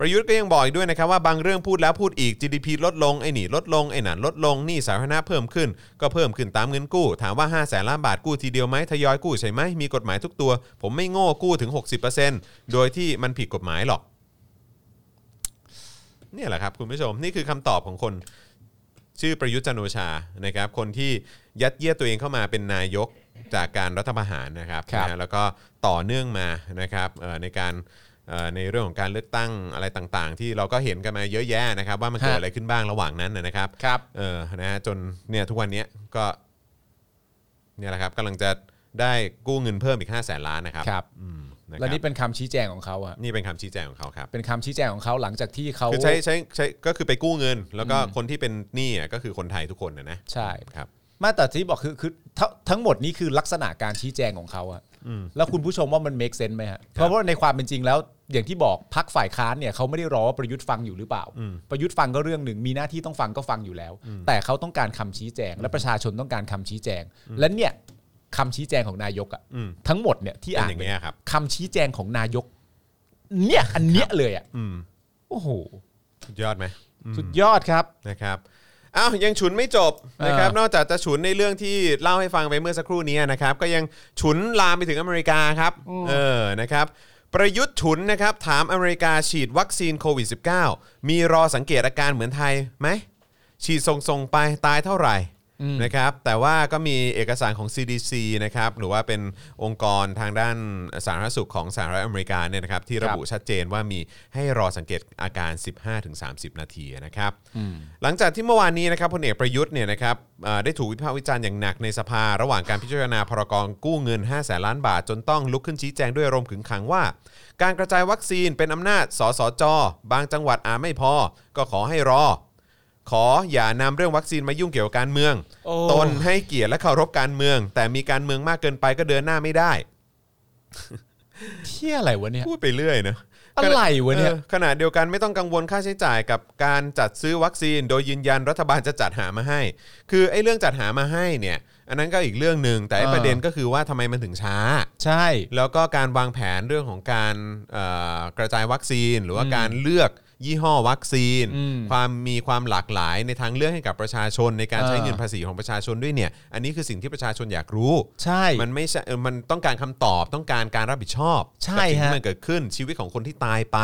ประยุทธ์ก็ยังบอกอีกด้วยนะครับว่าบางเรื่องพูดแล้วพูดอีก GDP ลดลงไอ้หนี่ลดลงไอ้นั่นลดลงหนี้สาธารณะเพิ่มขึ้น ก็เพิ่มขึ้นตามเงินกู้ ถามว่า5 0 0แสนล้านบาทกู้ทีเดียวไหมทยอยกู้ใช่ไหมมีกฎหมายทุกตัว ผมไม่โง่กู้ถึง 60%โดยที่มันผิดกฎหมายหรอกเนี่ยแหละครับคุณผู้ชมนี่คือคำตอบของคน ชื่อประยุทธ์จันทร์โอชานะครับ คนที่ยัดเยียดตัวเองเข้ามาเป็นนายกจากการรัฐประหารนะครับ
ครับ
นะฮะแล้วก็ต่อเนื่องมานะครับเอ่อในการเอ่อในเรื่องของการเลือกตั้งอะไรต่างๆ ที่เราก็เห็นกันมาเยอะแยะนะครับ ว่ามันเกิดอะไรขึ้นบ้างระหว่างนั้นนะนะครับ
ครับ
เออนะฮะจนเนี่ยทุกวันเนี้ยก็เนี่ยแหละครับกำลังจะได้กู้เงินเพิ่มอีก 5 0 0แสนล้านนะครับ
ครับ
อืมนะค
และ
รับ
นี่เป็นคำชี้แจงของเขาอะ
นี่เป็นคำชี้แจงของเขาครับ
เป็นคำชี้แจงของเขาหลังจากที่เขา
คือใช้ใช้ใช้ก็คือไปกู้เงิน แล้วก็คนที่เป็นหนี้อ่ะก็คือคนไทยทุกคนนะนะ
ใช่
ครับ
ไมาแต่ที่บอกคือคือทั้งทั้งหมดนี้คือลักษณะการชี้แจงของเขาอะแล้วคุณผู้ชมว่ามัน make sense ไหมฮะเพราะว่าในความเป็นจริงแล้ว อย่างที่บอกพักฝ่ายค้านเนี่ยเขาไม่ได้รอว่าประยุทธ์ฟังอยู่หรือเปล่า ประยุทธ์ฟังก็เรื่องหนึ่งมีหน้าที่ต้องฟังก็ฟังอยู่แล้ว แต่เขาต้องการคำชี้แจง และประชาชนต้องการคำชี้แจง และเนี่ยคำชี้แจงของนายกอะ
อืม
ทั้งหมดเนี่ยที่
เป็น
อ่าน
อย่างเงี้ยครับ
คำชี้แจงของนายก เนี่ยอันเนี้ยเลยอะ
อืม
โอ้โห
สุดยอดไหม
สุดยอดครับ
นะครับอ้าวยังฉุนไม่จบนะครับ
เออ
นอกจากจะฉุนในเรื่องที่เล่าให้ฟังไปเมื่อสักครู่นี้นะครับ ก็ยังฉุนลามไปถึงอเมริกาครับเออนะครับ ประยุทธ์ฉุนนะครับถามอเมริกาฉีดวัคซีนโควิด -19 มีรอสังเกตอาการเหมือนไทยไหม ฉีดส่งๆไปตายเท่าไหร่นะครับ แต่ว่าก็มีเอกสารของ CDC นะครับหรือว่าเป็นองค์กรทางด้านสาธารณสุขของสหรัฐอเมริกาเนี่ยนะครับที่ระบุชัดเจนว่ามีให้รอสังเกตอาการ 15-30 นาทีนะครับหลังจากที่เมื่อวานนี้นะครับพลเอกประยุทธ์เนี่ยนะครับเอ่อได้ถูกวิพากษ์วิจารณ์อย่างหนักในสภา ระหว่างการพิจารณาพรกรกู้เงิน 5 0 0แสนล้านบาท จนต้องลุกขึ้นชี้แจงด้วยอารมณ์ขึงขังว่า การกระจายวัคซีนเป็นอำนาจสสจ บางจังหวัดอาจไม่พอ ก็ขอให้รอ ขออย่านำเรื่องวัคซีนมายุ่งเกี่ยวกับการเมือง
โอ้
ตนให้เกียรติและเคารพการเมือง แต่มีการเมืองมากเกินไปก็เดินหน้าไม่ได้
เที่ยอะไรวะเนี่ย
พูดไปเรื่อยนะ
อะไรวะเนี่ย
ออขณะเดียวกันไม่ต้องกังวลค่าใช้จ่ายกับการจัดซื้อวัคซีน โดยยืนยันรัฐบาลจะจัดหามาให้ คือไอ้เรื่องจัดหามาให้เนี่ย อันนั้นก็อีกเรื่องหนึ่งแต่ไอ้
เออ
ประเด็นก็คือว่าทำไมมันถึงช้า
ใช่
แล้วก็การวางแผนเรื่องของการเอ่อกระจายวัคซีน หรือว่าการเลือกยี่ห้อวัคซีน
อืม
ความมีความหลากหลายในทางเลือกให้กับประชาชน ในการใช้
เออ
เงินภาษีของประชาชนด้วยเนี่ย อันนี้คือสิ่งที่ประชาชนอยากรู้
ใช่
มันไม่ใช่เอ่อมันต้องการคำตอบต้องการการรับผิดชอบกับ
ใช่
สิ่งที่
ฮะ
มันเกิดขึ้นชีวิตของคนที่ตายไป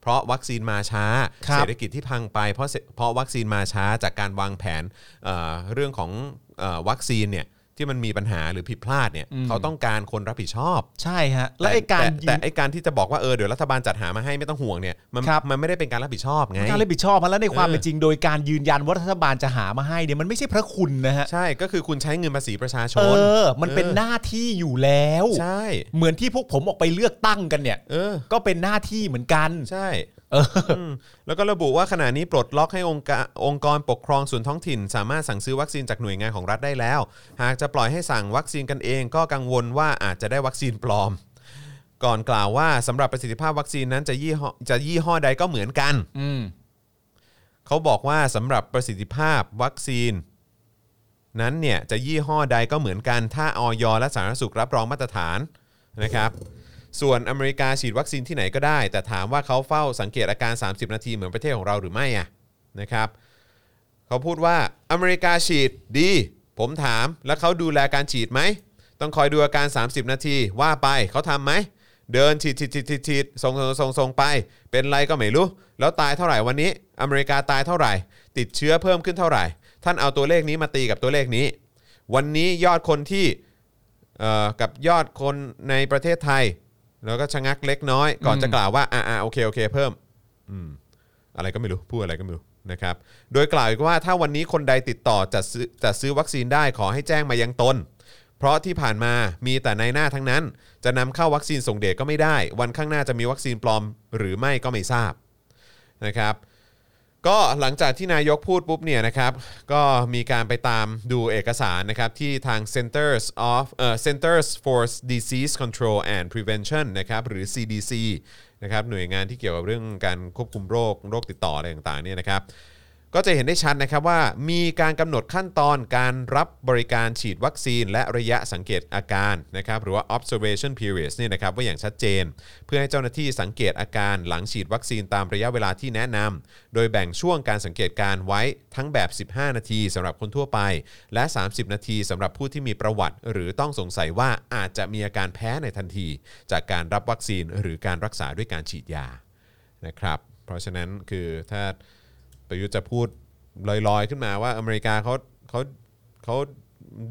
เพราะวัคซีนมาช้า
ครับ
เศรษฐกิจที่พังไปเพราะเศรเพราะวัคซีนมาช้าจากการวางแผนเอ่อเรื่องของเอ่อวัคซีนเนี่ยที่มันมีปัญหาหรือผิดพลาดเนี่ย
อืม
เขาต้องการคนรับผิดชอบ
ใช่ฮะ และไอการ
แต่
ยืน
แต่ไอการที่จะบอกว่าเออเดี๋ยวรัฐบาลจัดหามาให้ไม่ต้องห่วงเนี่ยมัน
ครับ
มันไม่ได้เป็นการรับผิดชอบไง
การรับผิดชอบมันแล้วในความ
เออ
เป็นจริงโดยการยืนยันว่ารัฐบาลจะหามาให้เนี่ยมันไม่ใช่พระคุณนะฮะ
ใช่ก็คือคุณใช้เงินภาษีประชาช
เอน อ มันเป็นหน้าที่อยู่แล้ว
ใช่
เหมือนที่พวกผมออกไปเลือกตั้งกันเนี่ย
เออ
ก็เป็นหน้าที่เหมือนกัน
ใช่
เออ
มแล้วก็ระบุว่าขณะนี้ปลดล็อกให้องค์กรองค์กรปกครองส่วนท้องถิ่น สามารถสั่งซื้อวัคซีนจากหน่วยงานของรัฐได้แล้ว หากจะปล่อยให้สั่งวัคซีนกันเองก็กังวลว่าอาจจะได้วัคซีนปลอม ก่อนกล่าวว่าสำหรับประสิทธิภาพวัคซีนนั้นจะยี่ห้อจะยี่ห้อใดก็เหมือนกัน
อืม
เขาบอกว่าสำหรับประสิทธิภาพวัคซีน นั้นเนี่ยจะยี่ห้อใดก็เหมือนกัน ถ้าออยและสาธารณสุขรับรองมาตรฐานนะครับ ส่วนอเมริกาฉีดวัคซีนที่ไหนก็ได้ แต่ถามว่าเขาเฝ้าสังเกตอาการ 30 นาทีเหมือนประเทศของเราหรือไม่อ่ะนะครับ เ เขาพูดว่าอเมริกาฉีดดี ผมถามแล้วเขาดูแลการฉีดไหม ต้องคอยดูอาการ 30 นาทีว่าไปเขาทำไหม เดินฉีดฉีดฉีดฉีดฉีดส่งส่งส่งส่งไป เป็นไรก็ไม่รู้ แล้วตายเท่าไหร่วันนี้ อเมริกาตายเท่าไหร่ ติดเชื้อเพิ่มขึ้นเท่าไหร่ ท่านเอาตัวเลขนี้มาตีกับตัวเลขนี้ วันนี้ยอดคนที่ เอ่อกับยอดคนในประเทศไทย แล้วก็ชะงักเล็กน้อย ก่อนจะกล่าวว่าอ่าโอเคโอเคเพิ่มอืมอะไรก็ไม่รู้พูดอะไรก็ไม่รู้นะครับโดยกล่าวอีกว่าถ้าวันนี้คนใดติดต่อจัดซื้อจัดซื้อวัคซีนได้ขอให้แจ้งมายังตน เพราะที่ผ่านมามีแต่ในายหน้าทั้งนั้น จะนำเข้าวัคซีนส่งเดชก็ไม่ได้ วันข้างหน้าจะมีวัคซีนปลอมหรือไม่ก็ไม่ทราบนะครับ ก็หลังจากที่นายกพูดปุ๊บเนี่ยนะครับก็มีการไปตามดูเอกสารนะครับที่ทาง Centers of เอ่อ Centers for Disease Control and Prevention นะครับหรือ CDC นะครับหน่วยงานที่เกี่ยวกับเรื่องการควบคุมโรคโรคติดต่ออะไรต่างๆเนี่ยนะครับ ก็จะเห็นได้ชัดนะครับว่ามีการกำหนดขั้นตอนการรับบริการฉีดวัคซีน และระยะสังเกตอาการนะครับหรือว่า observation periods เนี่ยนะครับว่าอย่างชัดเจน เพื่อให้เจ้าหน้าที่สังเกตอาการหลังฉีดวัคซีนตามระยะเวลาที่แนะนำโดยแบ่งช่วงการสังเกตการไว้ทั้งแบบ 15 นาทีสำหรับคนทั่วไป และ 30 นาทีสำหรับผู้ที่มีประวัติ หรือต้องสงสัยว่าอาจจะมีอาการแพ้ในทันที จากการรับวัคซีนหรือการรักษาด้วยการฉีดยา นะครับ เพราะฉะนั้นคือถ้าประยุทธ์จะพูดลอยๆ ขึ้นมาว่าอเมริกาเขาเขาเขา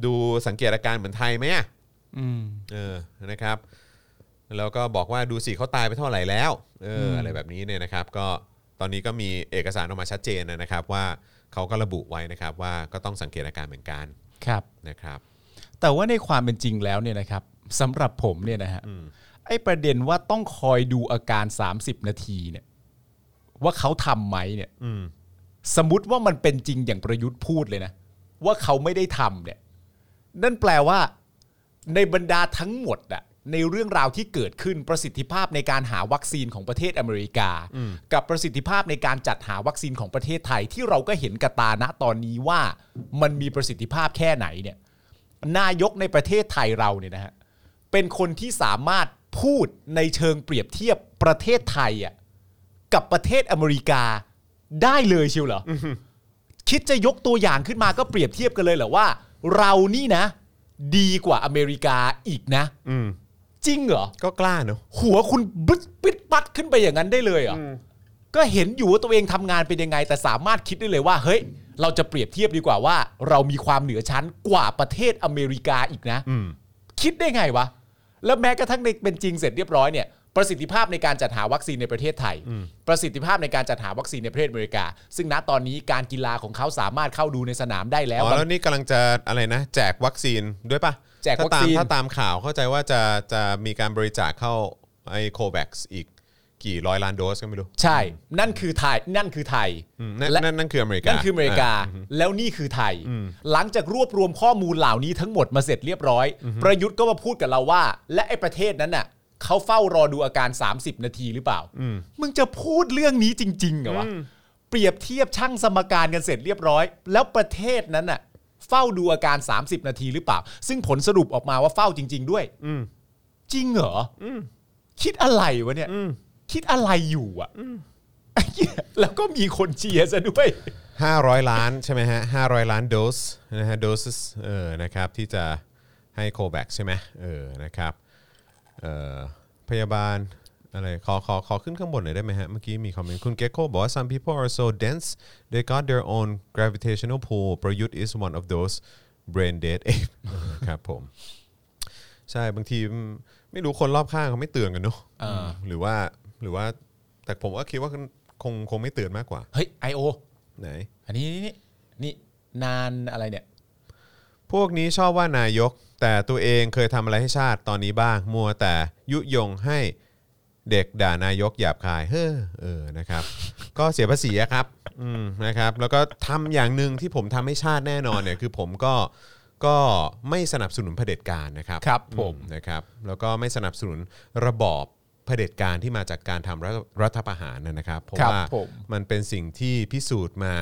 ดูสังเกตอาการเหมือนไทยไหมอะเออนะครับ แล้วก็บอกว่าดูสิเขาตายไปเท่าไหร่แล้วเอออะไรแบบนี้เนี่ยนะครับ ก็ตอนนี้ก็มีเอกสารออกมาชัดเจนนะครับ ว่าเขาก็ระบุไว้นะครับว่าก็ต้องสังเกตอาการเหมือนกัน
ครับ
นะครับ
แต่ว่าในความเป็นจริงแล้วเนี่ยนะครับสำหรับผมเนี่ยนะฮะไอ้ประเด็นว่าต้องคอยดูอาการ 30 นาทีเนี่ย ว่าเขาทำไหมเนี่ย
อืม
สมมติว่ามันเป็นจริงอย่างประยุทธ์พูดเลยนะ ว่าเขาไม่ได้ทำเนี่ย นั่นแปลว่า ในบรรดาทั้งหมดอะในเรื่องราวที่เกิดขึ้นประสิทธิภาพในการหาวัคซีนของประเทศอเมริกา กับประสิทธิภาพในการจัดหาวัคซีนของประเทศไทย ที่เราก็เห็นกระตาณตอนนี้ว่ามันมีประสิทธิภาพแค่ไหนเนี่ย นายกในประเทศไทยเราเนี่ยนะฮะเป็นคนที่สามารถพูดในเชิงเปรียบเทียบประเทศไทยอ่ะกับประเทศอเมริกาได้เลยเชียวเหรออคิดจะยกตัวอย่างขึ้นมาก็เปรียบเทียบกันเลยเหรอว่า เรานี่นะ ดีกว่าอเมริกาอีกนะ
อืม
จริงเหรอ
ก็กล้าเนอะ
หัวคุณบึ๊ดปิดปัดขึ้นไปอย่างนั้นได้เลยเหรอก็เห็นอยู่ว่าตัวเองทำงานเป็นยังไง แต่สามารถคิดได้เลยว่า เฮ้ย เราจะเปรียบเทียบดีกว่าว่า เรามีความเหนือชั้นกว่าประเทศอเมริกาอีกนะ
อืม
คิดได้ไงวะ แล้วแม้กระทั่งในเป็นจริงเสร็จเรียบร้อยเนี่ย ประสิทธิภาพในการจัดหาวัคซีนในประเทศไทย ประสิทธิภาพในการจัดหาวัคซีนในประเทศอเมริกา ซึ่งณตอนนี้การกีฬาของเขาสามารถเข้าดูในสนามได้แล้ว
อ๋อแล้วนี่กำลังจะอะไรนะ แจกวัคซีนด้วยปะ
แจก
ถ้า
วัค
ตา
ซี
ม
น
ถ้าตามข่าวเข้าใจว่าจะจะมีการบริจาคเข้าไอโควัคอีกกี่ร้อยล้านโดสก็ไม่รู้
ใช่ นั่นคือไทย นั่นคือไทย
อืมนั่น
และ
นั่นนั่นคืออเมริกา
นั่นคืออเมริกา
ะ
แล้วนี่คือไทย หลังจากรวบรวมข้อมูลเหล่านี้ทั้งหมดมาเสร็จเรียบร้อย ประยุทธ์ก็มาพูดกับเราว่า และไอ้ประเทศนั้นน่ะเขาเฝ้ารอดูอาการ 30 นาทีหรือเปล่า มึงจะพูดเรื่องนี้จริงๆเหรอวะเปรียบเทียบช่างสมการกันเสร็จเรียบร้อย แล้วประเทศนั้นน่ะ เฝ้าดูอาการ 30 นาทีหรือเปล่า ซึ่งผลสรุปออกมาว่าเฝ้าจริง ๆ ด้วย
อืม
จริงเหรออคิดอะไรวะเนี่ย
อืม
คิดอะไรอยู่อ่ะไอ้เหี้ยแล้วก็มีคนเชียร์ซะด้วย
ห้าร้อยล้านใช่ไหมฮะห้าร้อยล้านโดสนะฮะโดสเออนะครับที่จะให้โควัคใช่ไหมเออนะครับเออพยาบาลอะไรขอขอขอขึ้นข้างบนหน่อยได้ไหมฮะ เมื่อกี้มีคอมเมนต์คุณเกโกบอกว่า some people are so dense they got their own gravitational pull ประยุทธ์ is one of those brain dead ape ครับผม ใช่บางทีไม่รู้คนรอบข้างเขาไม่เตือนกันเนอะ
อ่า
หรือว่าหรือว่าแต่ผมก็คิดว่าคงคงไม่เตือนมากกว่า
เฮ้ยไอโอ
ไหน
อันนี้นี่นี่นานอะไรเนี่ย
พวกนี้ชอบว่านายก แต่ตัวเองเคยทำอะไรให้ชาติตอนนี้บ้าง มัวแต่ยุยงให้เด็กด่านายกหยาบคาย เฮ้อเออนะครับ ก็เสียภาษีอะครับอืมนะครับ แล้วก็ทำอย่างหนึ่งที่ผมทำให้ชาติแน่นอนเนี่ยคือผมก็ก็ไม่สนับสนุนเผด็จการนะครับ
ครับผม
อืนะครับแล้วก็ไม่สนับสนุนระบอบเผด็จการที่มาจากการทำรัฐรัฐประหารนะนะครับ เพราะ
ครับ
ว่า
ผม
มันเป็นสิ่งที่พิสูจน์มา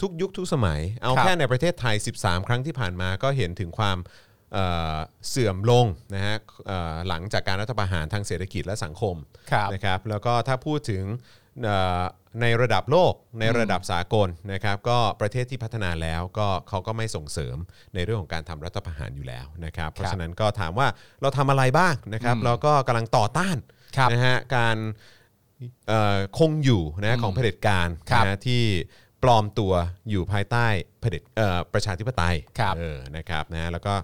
ทุกยุคทุกสมัย เอา
ครับ
แค่ในประเทศไทย 13 ครั้งที่ผ่านมาก็เห็นถึงความเอ่อเสื่อมลงนะฮะเอ่อหลังจากการรัฐประหารทางเศรษฐกิจและสังคม
ครับ
นะครับแล้วก็ถ้าพูดถึง เอ่อในระดับโลกในระดับสากลนะครับก็ประเทศที่พัฒนาแล้วก็เขาก็ไม่ส่งเสริมในเรื่องของการทำรัฐประหารอยู่แล้วนะครับเพราะฉะนั้นก็ถามว่าเราทำอะไรบ้างนะครับเราก็กำลังต่อต้าน
ครับ
นะฮะการเอ่อคงอยู่นะของเผด็จการ
ครับ
นะฮะที่ปลอมตัวอยู่ภายใต้เผด็จเอ่อประชาธิปไตย
ครับ
เออนะครับนะฮะแล้วก็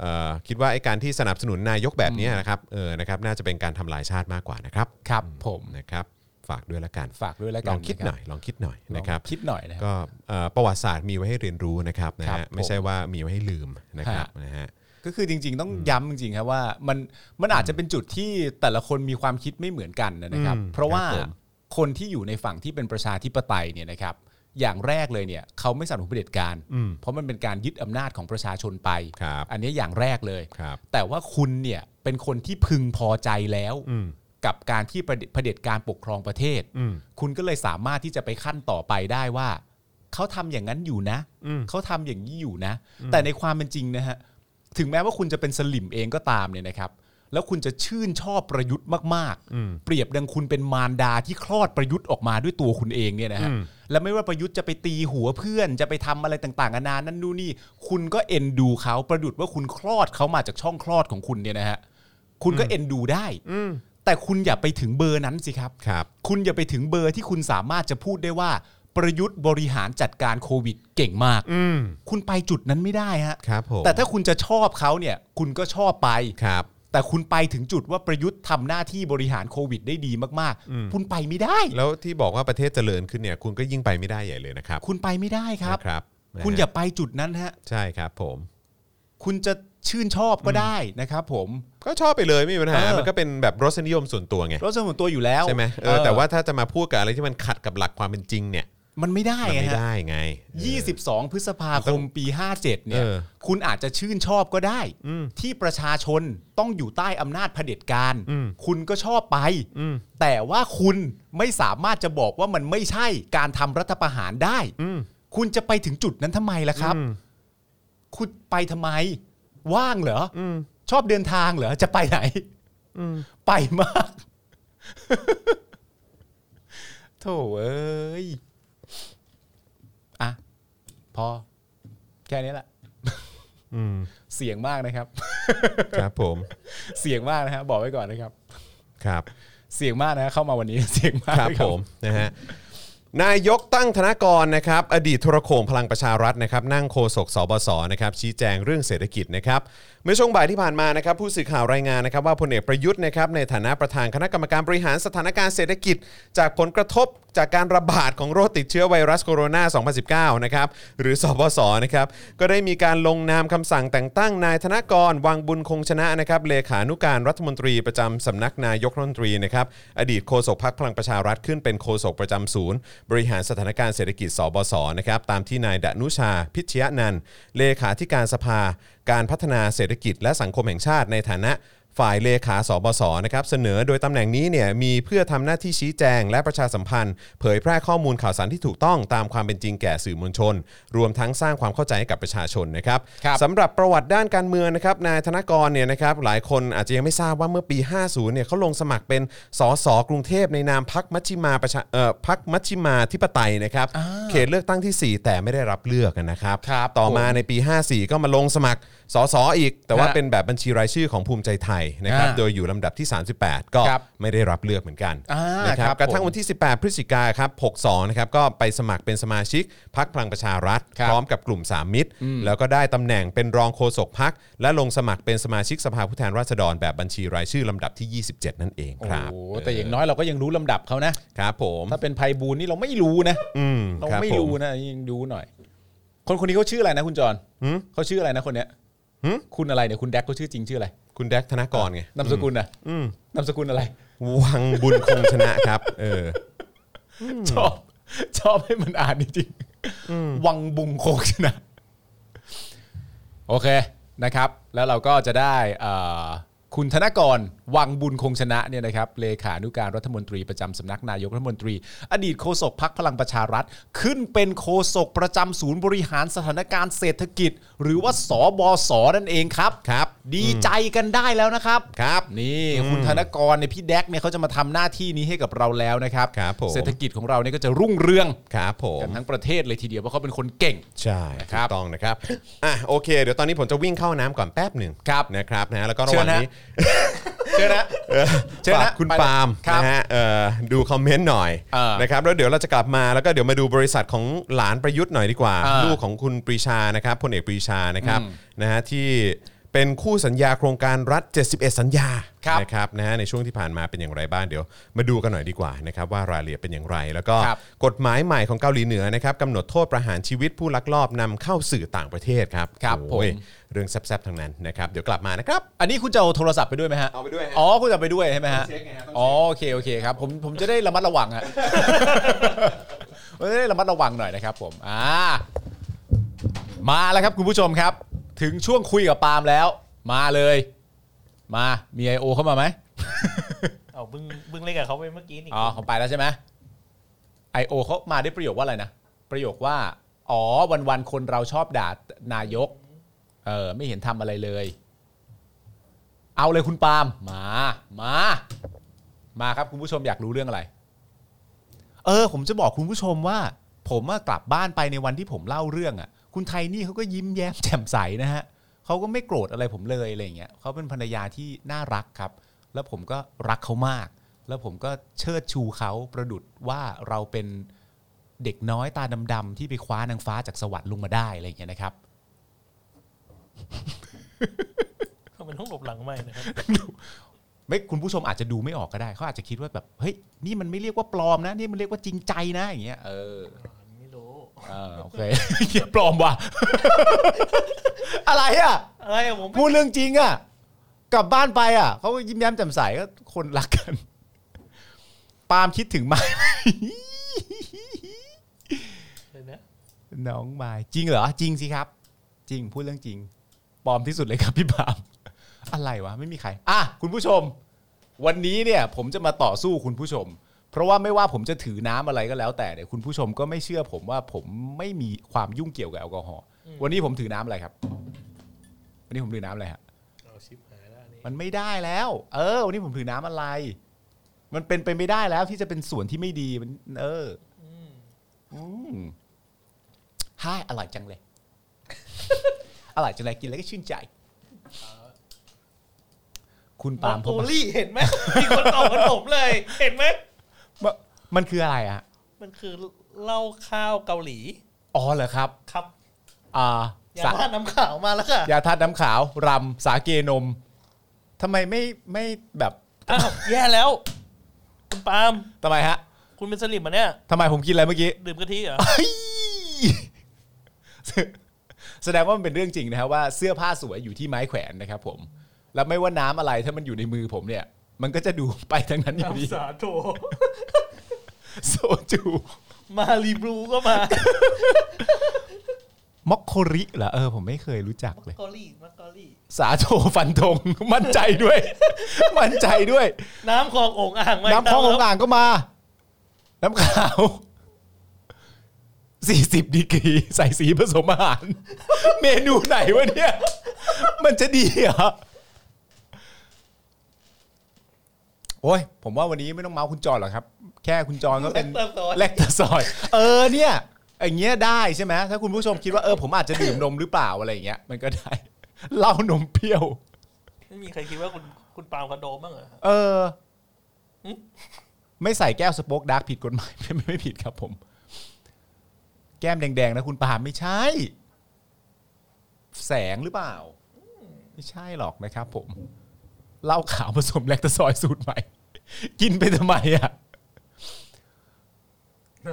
เอ่อคิดว่าไอ้การที่สนับสนุนนายกแบบเนี้ยนะครับเออนะครับน่าจะเป็นการทำลายชาติมากกว่านะครับ
ครับผม
นะครับฝากด้วยละกัน
ฝากด้วยแล้วกั
ล
น
องคิดหน่อยลองคิดหน่อย
นะ
นะ
ค
ค
รั
รั
บบ ลองคิดหน่อยนะครับ
ก็เอ่อประวัติศาสตร์มีไว้ให้เรียนรู้นะครับนะ
ครับ
ฮะ
ผม
ไม่ใช่ว่ามีไว้ให้ลืมนะครับ
ฮะ
นะฮะ
ก็คือจริง ๆ ต้องย้ำจริงๆครับว่ามันมันอาจจะเป็นจุดที่แต่ละคนมีความคิดไม่เหมือนกันนะครับ
อืม
เพราะว่า
ครับผม
คนที่อยู่ในฝั่งที่เป็นประชาธิปไตยเนี่ยนะครับ อย่างแรกเลยเนี่ยเขาไม่สนับสนุนเผด็จการ
อืม
เพราะมันเป็นการยึดอำนาจของประชาชนไป
ครับ
อันนี้อย่างแรกเลย
ครับ
แต่ว่าคุณเนี่ยเป็นคนที่พึงพอใจแล้ว
อืม
กับการที่ประเด็จเผด็จการปกครองประเทศ
อืม
คุณก็เลยสามารถที่จะไปขั้นต่อไปได้ว่า เขาทำอย่างนั้นอยู่นะ
อืม
เขาทำอย่างนี้อยู่นะ แต่ในความเป็นจริงนะฮะถึงแม้ว่าคุณจะเป็นสลิมเองก็ตามเนี่ยนะครับ แล้วคุณจะชื่นชอบประยุทธ์มากๆ เปรียบดังคุณเป็นมารดาที่คลอดประยุทธ์ออกมาด้วยตัวคุณเองเนี่ยนะฮะและไม่ว่าประยุทธ์จะไปตีหัวเพื่อนจะไปทำอะไรต่างๆนานานั่นนู่นนี่ คุณก็เอ็นดูเขาประดุดว่าคุณคลอดเขามาจากช่องคลอดของคุณเนี่ยนะฮะคุณก็เอ็นดูได้ แต่คุณอย่าไปถึงเบอร์นั้นสิครับ
ครับ
คุณอย่าไปถึงเบอร์ที่คุณสามารถจะพูดได้ว่า ประยุทธ์บริหารจัดการโควิดเก่งมาก
อืม
คุณไปจุดนั้นไม่ได้ฮะ
ครับผม
แต่ถ้าคุณจะชอบเขาเนี่ย คุณก็ชอบไป
ครับ
แต่คุณไปถึงจุดว่าประยุทธ์ทำหน้าที่บริหารโควิดได้ดีมากๆ คุณไปไม่ได้
แล้วที่บอกว่าประเทศเจริญขึ้นเนี่ยคุณก็ยิ่งไปไม่ได้ใหญ่เลยนะครับ
คุณไปไม่ได้ครับ
นะครับนะฮะ
คุณอย่าไปจุดนั้นฮะ
ใช่ครับผม
คุณจะชื่นชอบก็ได้นะครับ ผม
ก็ชอบไปเลยไม่มีปัญหา
เออ
มันก็เป็นแบบรสนิยมส่วนตัวไง
รสส่วนตัวอยู่แล้ว
ใช่ไหมเออแต่ว่าถ้าจะมาพูดกับอะไรที่มันขัดกับหลักความเป็นจริงเนี่ย
มันไม่ได้
มันไม่
ฮะ
ได้ไง
22 พฤษภาคมปี 57 เนี่ย
เออ
คุณอาจจะชื่นชอบก็ได้ ที่ประชาชนต้องอยู่ใต้อำนาจเผด็จการ คุณก็ชอบไป แต่ว่าคุณไม่สามารถจะบอกว่ามันไม่ใช่การทำรัฐประหารได้ คุณจะไปถึงจุดนั้นทำไมล่ะครับ คุณไปทำไม ว่างเหรออชอบเดินทางเหรอ จะไปไหนไปมาก โถเอ้ย อ่ะ พอ แค่นี้แหละ
อืม
เสียงมากนะครับ
ครับผม
เสียงมากนะฮะบอกไว้ก่อนนะครับ
ครับ
เสียงมากนะฮะเข้ามาวันนี้ เสียงมาก
ครับ
นะ
ผมนะฮะนายกตั้งธนากรนะครับอดีตโทรโข่งพลังประชารัฐนะครับนั่งโฆษกสบศนะครับชี้แจงเรื่องเศรษฐกิจนะครับเมื่อช่วงบ่ายที่ผ่านมานะครับผู้สื่อข่าวรายงานนะครับว่าพลเอกประยุทธ์นะครับในฐานะประธานคณะกรรมการบริหารสถานการณ์เศรษฐกิจ จากผลกระทบจากการระบาดของโรคติดเชื้อไวรัสโคโรนา 2019นะครับหรือสบศนะครับก็ได้มีการลงนามคำสั่งแต่งตั้งนายธนากรวังบุญคงชนะนะครับเลขานุการรัฐมนตรีประจำสำนักนายกรัฐมนตรีนะครับอดีตโฆษกพักพลังประชารัฐขึ้นเป็นโฆษกประจำศูนย์ บริหารสถานการณ์เศรษฐกิจสบศนะครับตามที่นายดนุชาพิชยนันท์เลขาธิการสภา การพัฒนาเศรษฐกิจและสังคมแห่งชาติในฐานะ ฝ่ายเลขาสบศนะครับเสนอโดยตำแหน่งนี้เนี่ยมีเพื่อทำหน้าที่ชี้แจงและประชาสัมพันธ์ เผยแพร่ข้อมูลข่าวสารที่ถูกต้องตามความเป็นจริงแก่สื่อมวลชน รวมทั้งสร้างความเข้าใจให้กับประชาชนนะครับ
ครับ
สำหรับประวัติด้านการเมืองนะครับนายธนกรเนี่ยนะครับหลายคนอาจจะยังไม่ทราบว่าเมื่อปี 50เนี่ยเขาลงสมัครเป็นสสกรุงเทพในนามพักมัชชิมาประชาเอ่อพักมัชชิมาธิปไตยนะครับเขตเลือกตั้งที่สี่แต่ไม่ได้รับเลือกนะครับ
ครับ
ต่อมา
ผม
ในปี 54 ก็มาลงสมัครสสอีก แต่ว่า
ฮะ
เป็นแบบบัญชีรายชื่อของภูมิใจไทยนะครับ
อ่า
โดยอยู่ลำดับที่ 38 ก็
ครับ
ไม่ได้รับเลือกเหมือนกัน
อ่า
นะครับ
ครับ
กระทั่งวันที่ 18 พฤศจิกาครับ62 นะครับ ก็ไปสมัครเป็นสมาชิกพักพลังประชารัฐ
ครับ
พร้อมกับกลุ่มสามมิตร แล้วก็ได้ตำแหน่งเป็นรองโฆษกพัก และลงสมัครเป็นสมาชิกสภาผู้แทนราษฎรแบบบัญชีรายชื่อลำดับที่ 27 นั่นเองครับ
โอ้โหแต่อย่างน้อยเราก็ยังรู้ลำดับเขานะ
ครับผม
ถ้าเป็นไพบูลย์นี่เราไม่รู้นะ
อืม
เรา
คบ
ไม่
ผ
รู้นะยังดูหน่อย คนคนนี้เขาชื่ออะไรนะคุณจร
หืม
เขาชื่ออะไรนะคนเนี้ย
หืม
คุณอะไรเนี่ยคุณแดกเขาชื่อจริงชื่ออะไร
คุณแดกธนากรไง
นามสกุลนะ
อืม
นามสกุลอะไร
วังบุญคงชนะครับเออ
ชอบชอบให้มันอ่านจริงๆวังบุงโคกชนะ โอเคนะครับ แล้วเราก็จะได้เอ่อคุณธนกร วังบุญคงชนะเนี่ยนะครับเลขานุการรัฐมนตรีประจำสำนักนายกรัฐมนตรี อดีตโฆษกพักพลังประชารัฐ ขึ้นเป็นโฆษกประจำศูนย์บริหารสถานการณ์เศรษฐกิจ หรือว่าสบศนั่นเองครับ
ครับ
ดีใจกันได้แล้วนะครับ
ครับ
นี่
อืม
คุณธนกรในยพี่แดกเนี่ยเขาจะมาทำหน้าที่นี้ให้กับเราแล้วนะครับ
ครับผม
เศรษฐกิจของเราเนี่ยก็จะรุ่งเรือง
ครับผม
กันทั้งประเทศเลยทีเดียวเพราะเขาเป็นคนเก่ง
ใช่
ครั
ถู
บ
กต้องนะครับอ่ะโอเค เดี๋ยวตอนนี้ผมจะวิ่งเข้าน้ำก่อนแป๊บหนึ่ง
ครับ
นะครับนะแล้วก็ระหว่าง
เชิญฮะ
นี้
เชิญนะ เชิญนะ
ฝากคุณ
ไปเลย
ปาล์ม
ครับ
นะฮะเอ่อดูคอมเมนต์หน่อย
เออ
นะครับแล้วเดี๋ยวเราจะกลับมาแล้วก็เดี๋ยวมาดูบริษัทของหลานประยุทธ์หน่อยดีกว่า
เออ
ลูกของคุณปรีชานะครับพลเอกปรีชานะครับนะฮะที่เป็นคู่สัญญาโครงการรัฐ 71 สัญญา
ครับ
นะครับนะฮะในช่วงที่ผ่านมาเป็นอย่างไรบ้างเดี๋ยว มาดูกันหน่อยดีกว่านะครับว่ารายละเอียดเป็นอย่างไร แล้วก็
ครับ
กฎหมายใหม่ของเกาหลีเหนือนะครับกำหนดโทษประหารชีวิตผู้ลักลอบนำเข้าสื่อต่างประเทศครับ
ครับ
โอ้ย
ผม
เรื่องแซ่บๆทั้งนั้นนะครับเดี๋ยวกลับมานะครับ
อันนี้คุณจะเอาโทรศัพท์ไปด้วยไหมฮะ
เอาไปด้วยฮะ
อ๋อคุณจะเอาไปด้วยใช่ไหมฮะ
ต้องเช็คไงฮะต้องเช็ค
อ๋อโอเคโอเคครับผมผมจะได้ระมัดระวังฮะ ผมจะได้ระมัดระวังหน่อยนะครับ ผมอ่ามาแล้วครับคุณผู้ชมครับ ถึงช่วงคุยกับปาล์มแล้ว มาเลย มามีไอโอเข้ามาไหม
เอาบึ้งบึ้งเล่นกับเขาไปเมื่อกี้นี่
อ๋อของไปแล้วใช่ไหมไอโอเขามาได้ประโยคว่าอะไรนะ ประโยคว่า อ๋อวันวันๆคนเราชอบด่านายก เออไม่เห็นทำอะไรเลย เอาเลยคุณปาล์มมา มา มาครับคุณผู้ชมอยากรู้เรื่องอะไร เออ ผมจะบอกคุณผู้ชมว่า ผมอะกลับบ้านไปในวันที่ผมเล่าเรื่องอะคุณไทนี่เขาก็ยิ้มแย้มแจ่มใสนะฮะเขาก็ไม่โกรธอะไรผมเลยอะไรอย่างเงี้ยเขาเป็นภรรยาที่น่ารักครับ แล้วผมก็รักเขามาก แล้วผมก็เชิดชูเขาประดุดว่าเราเป็นเด็กน้อยตาดำๆที่ไปคว้านางฟ้าจากสวรรค์ลงมาได้อะไรอย่างเงี้ยนะครับ
เขาเป็นห้องหลบหลังใหม่ นะครับ
ไม่คุณผู้ชมอาจจะดูไม่ออกก็ได้เขาอาจจะคิดว่าแบบเฮ้ยนี่มันไม่เรียกว่าปลอมนะ นี่มันเรียกว่าจริงใจนะอย่างเงี้ยเออ
ไม่รู้
เออโอเค เหี้ยปลอมว่ะ อะไรอ่ะ
อะไรอะผม
พูดเรื่องจริงอ่ะ กลับบ้านไปอ่ะเขาก็ยิ้มแย้มแจ่มใสก็คนรักกัน ปาล์มคิดถึงไหม
เดี๋ยวนะ
น้องไมายจริงเหรอ จริงสิครับ จริงพูดเรื่องจริง ปลอมที่สุดเลยครับพี่ ปาล์ม อะไรวะ ไม่มีใคร อ่ะ คุณผู้ชม วันนี้เนี่ยผมจะมาต่อสู้คุณผู้ชม เพราะว่าไม่ว่าผมจะถือน้ำอะไรก็แล้วแต่เนี่ยคุณผู้ชมก็ไม่เชื่อผมว่าผมไม่มีความยุ่งเกี่ยวกับแอลกอฮอล์วันนี้ผมถือน้ำอะไรครับ วันนี้ผมถือน้ำอะไรฮะ
เอาชิปหายแล้วอันนี่
มันไม่ได้แล้ว เออ วันนี้ผมถือน้ำอะไร มันเป็นไปไม่ได้แล้วที่จะเป็นส่วนที่ไม่ดีมัน เอออืมฮ่าอร่อยจังเลย อร่อยจังเลยกินแล้วก็ชื่นใจ คุณปาล์ม
โอ
ผมว่า
ลี่เห็นไหม มีคนตอบเหมือนผมเลย เห็นไหม
มันมันคืออะไรอะ
มันคือเหล้าข้าวเกาหลี
อ๋อเหรอครับ
ครับ
อ่า
อย่า
สะ
ว่าน้ำขาวมาแล้วค่ะ
ยาทาตุน้ำขาวรำสาเกนมทำไมไม่ไม่แบบ
อ้าวแย่แล้ว คุณปาล์ม
ทำไมฮะ
คุณเป็นสลิมมาเนี่ย
ทำไมผมกินอะไรเมื่อกี้
ดื่มกะทิเหรอ
เฮ้ยแสดงว่ามันเป็นเรื่องจริงนะครับว่าเสื้อผ้าสวยอยู่ที่ไม้แขวนนะครับผม แล้วไม่ว่าน้ำอะไรถ้ามันอยู่ในมือผมเนี่ย มันก็จะดูไปทางนั้นอยู่ ดี
สาโถ
โซจู
มารีบลูก็มาม
อกโคริเหรอเออ ผมไม่เคยรู้จักเลย
กอรี่มากอรี่
สาโทฟันธง มั่นใจด้วย มั่นใจด้วย
น้ำคลองโอ่งอ่างไหม
น้ำพองของอ่างก็มา น้ำขาว40ดีกรีใส่สีผสมอาหาร เมนูไหนวะเนี่ย มันจะดีเหรอ โอ้ย ผมว่าวันนี้ไม่ต้องเมาส์คุณจอนหรอกครับ แค่คุณจอนก็
เป็
เป็นน
เติมโซน
แลคตาซอยเออเนี่ยอย่างเงี้ยได้ใช่ไหมถ้าคุณผู้ชมคิดว่าเออผมอาจจะดื่มนมหรือเปล่าอะไรอย่างเงี้ยมันก็ได้เหล้านมเปรี้ยว
ไม่มีใครคิดว่าคุณคุณปาล์มคอนโดบ้างเหรอ
เออ
หึ
ไม่ใส่แก้วสโป๊กดาร์กผิดกฎหมาย ไม่ไม่ไม่ผิดครับผม แก้มแดง ๆ นะคุณปาล์มไม่ใช่ แสงหรือเปล่า ไม่ใช่หรอกนะครับผมเหล้าขาวผสมแลคตาซอยสูตรใหม่ กินไปทำไมอ่ะ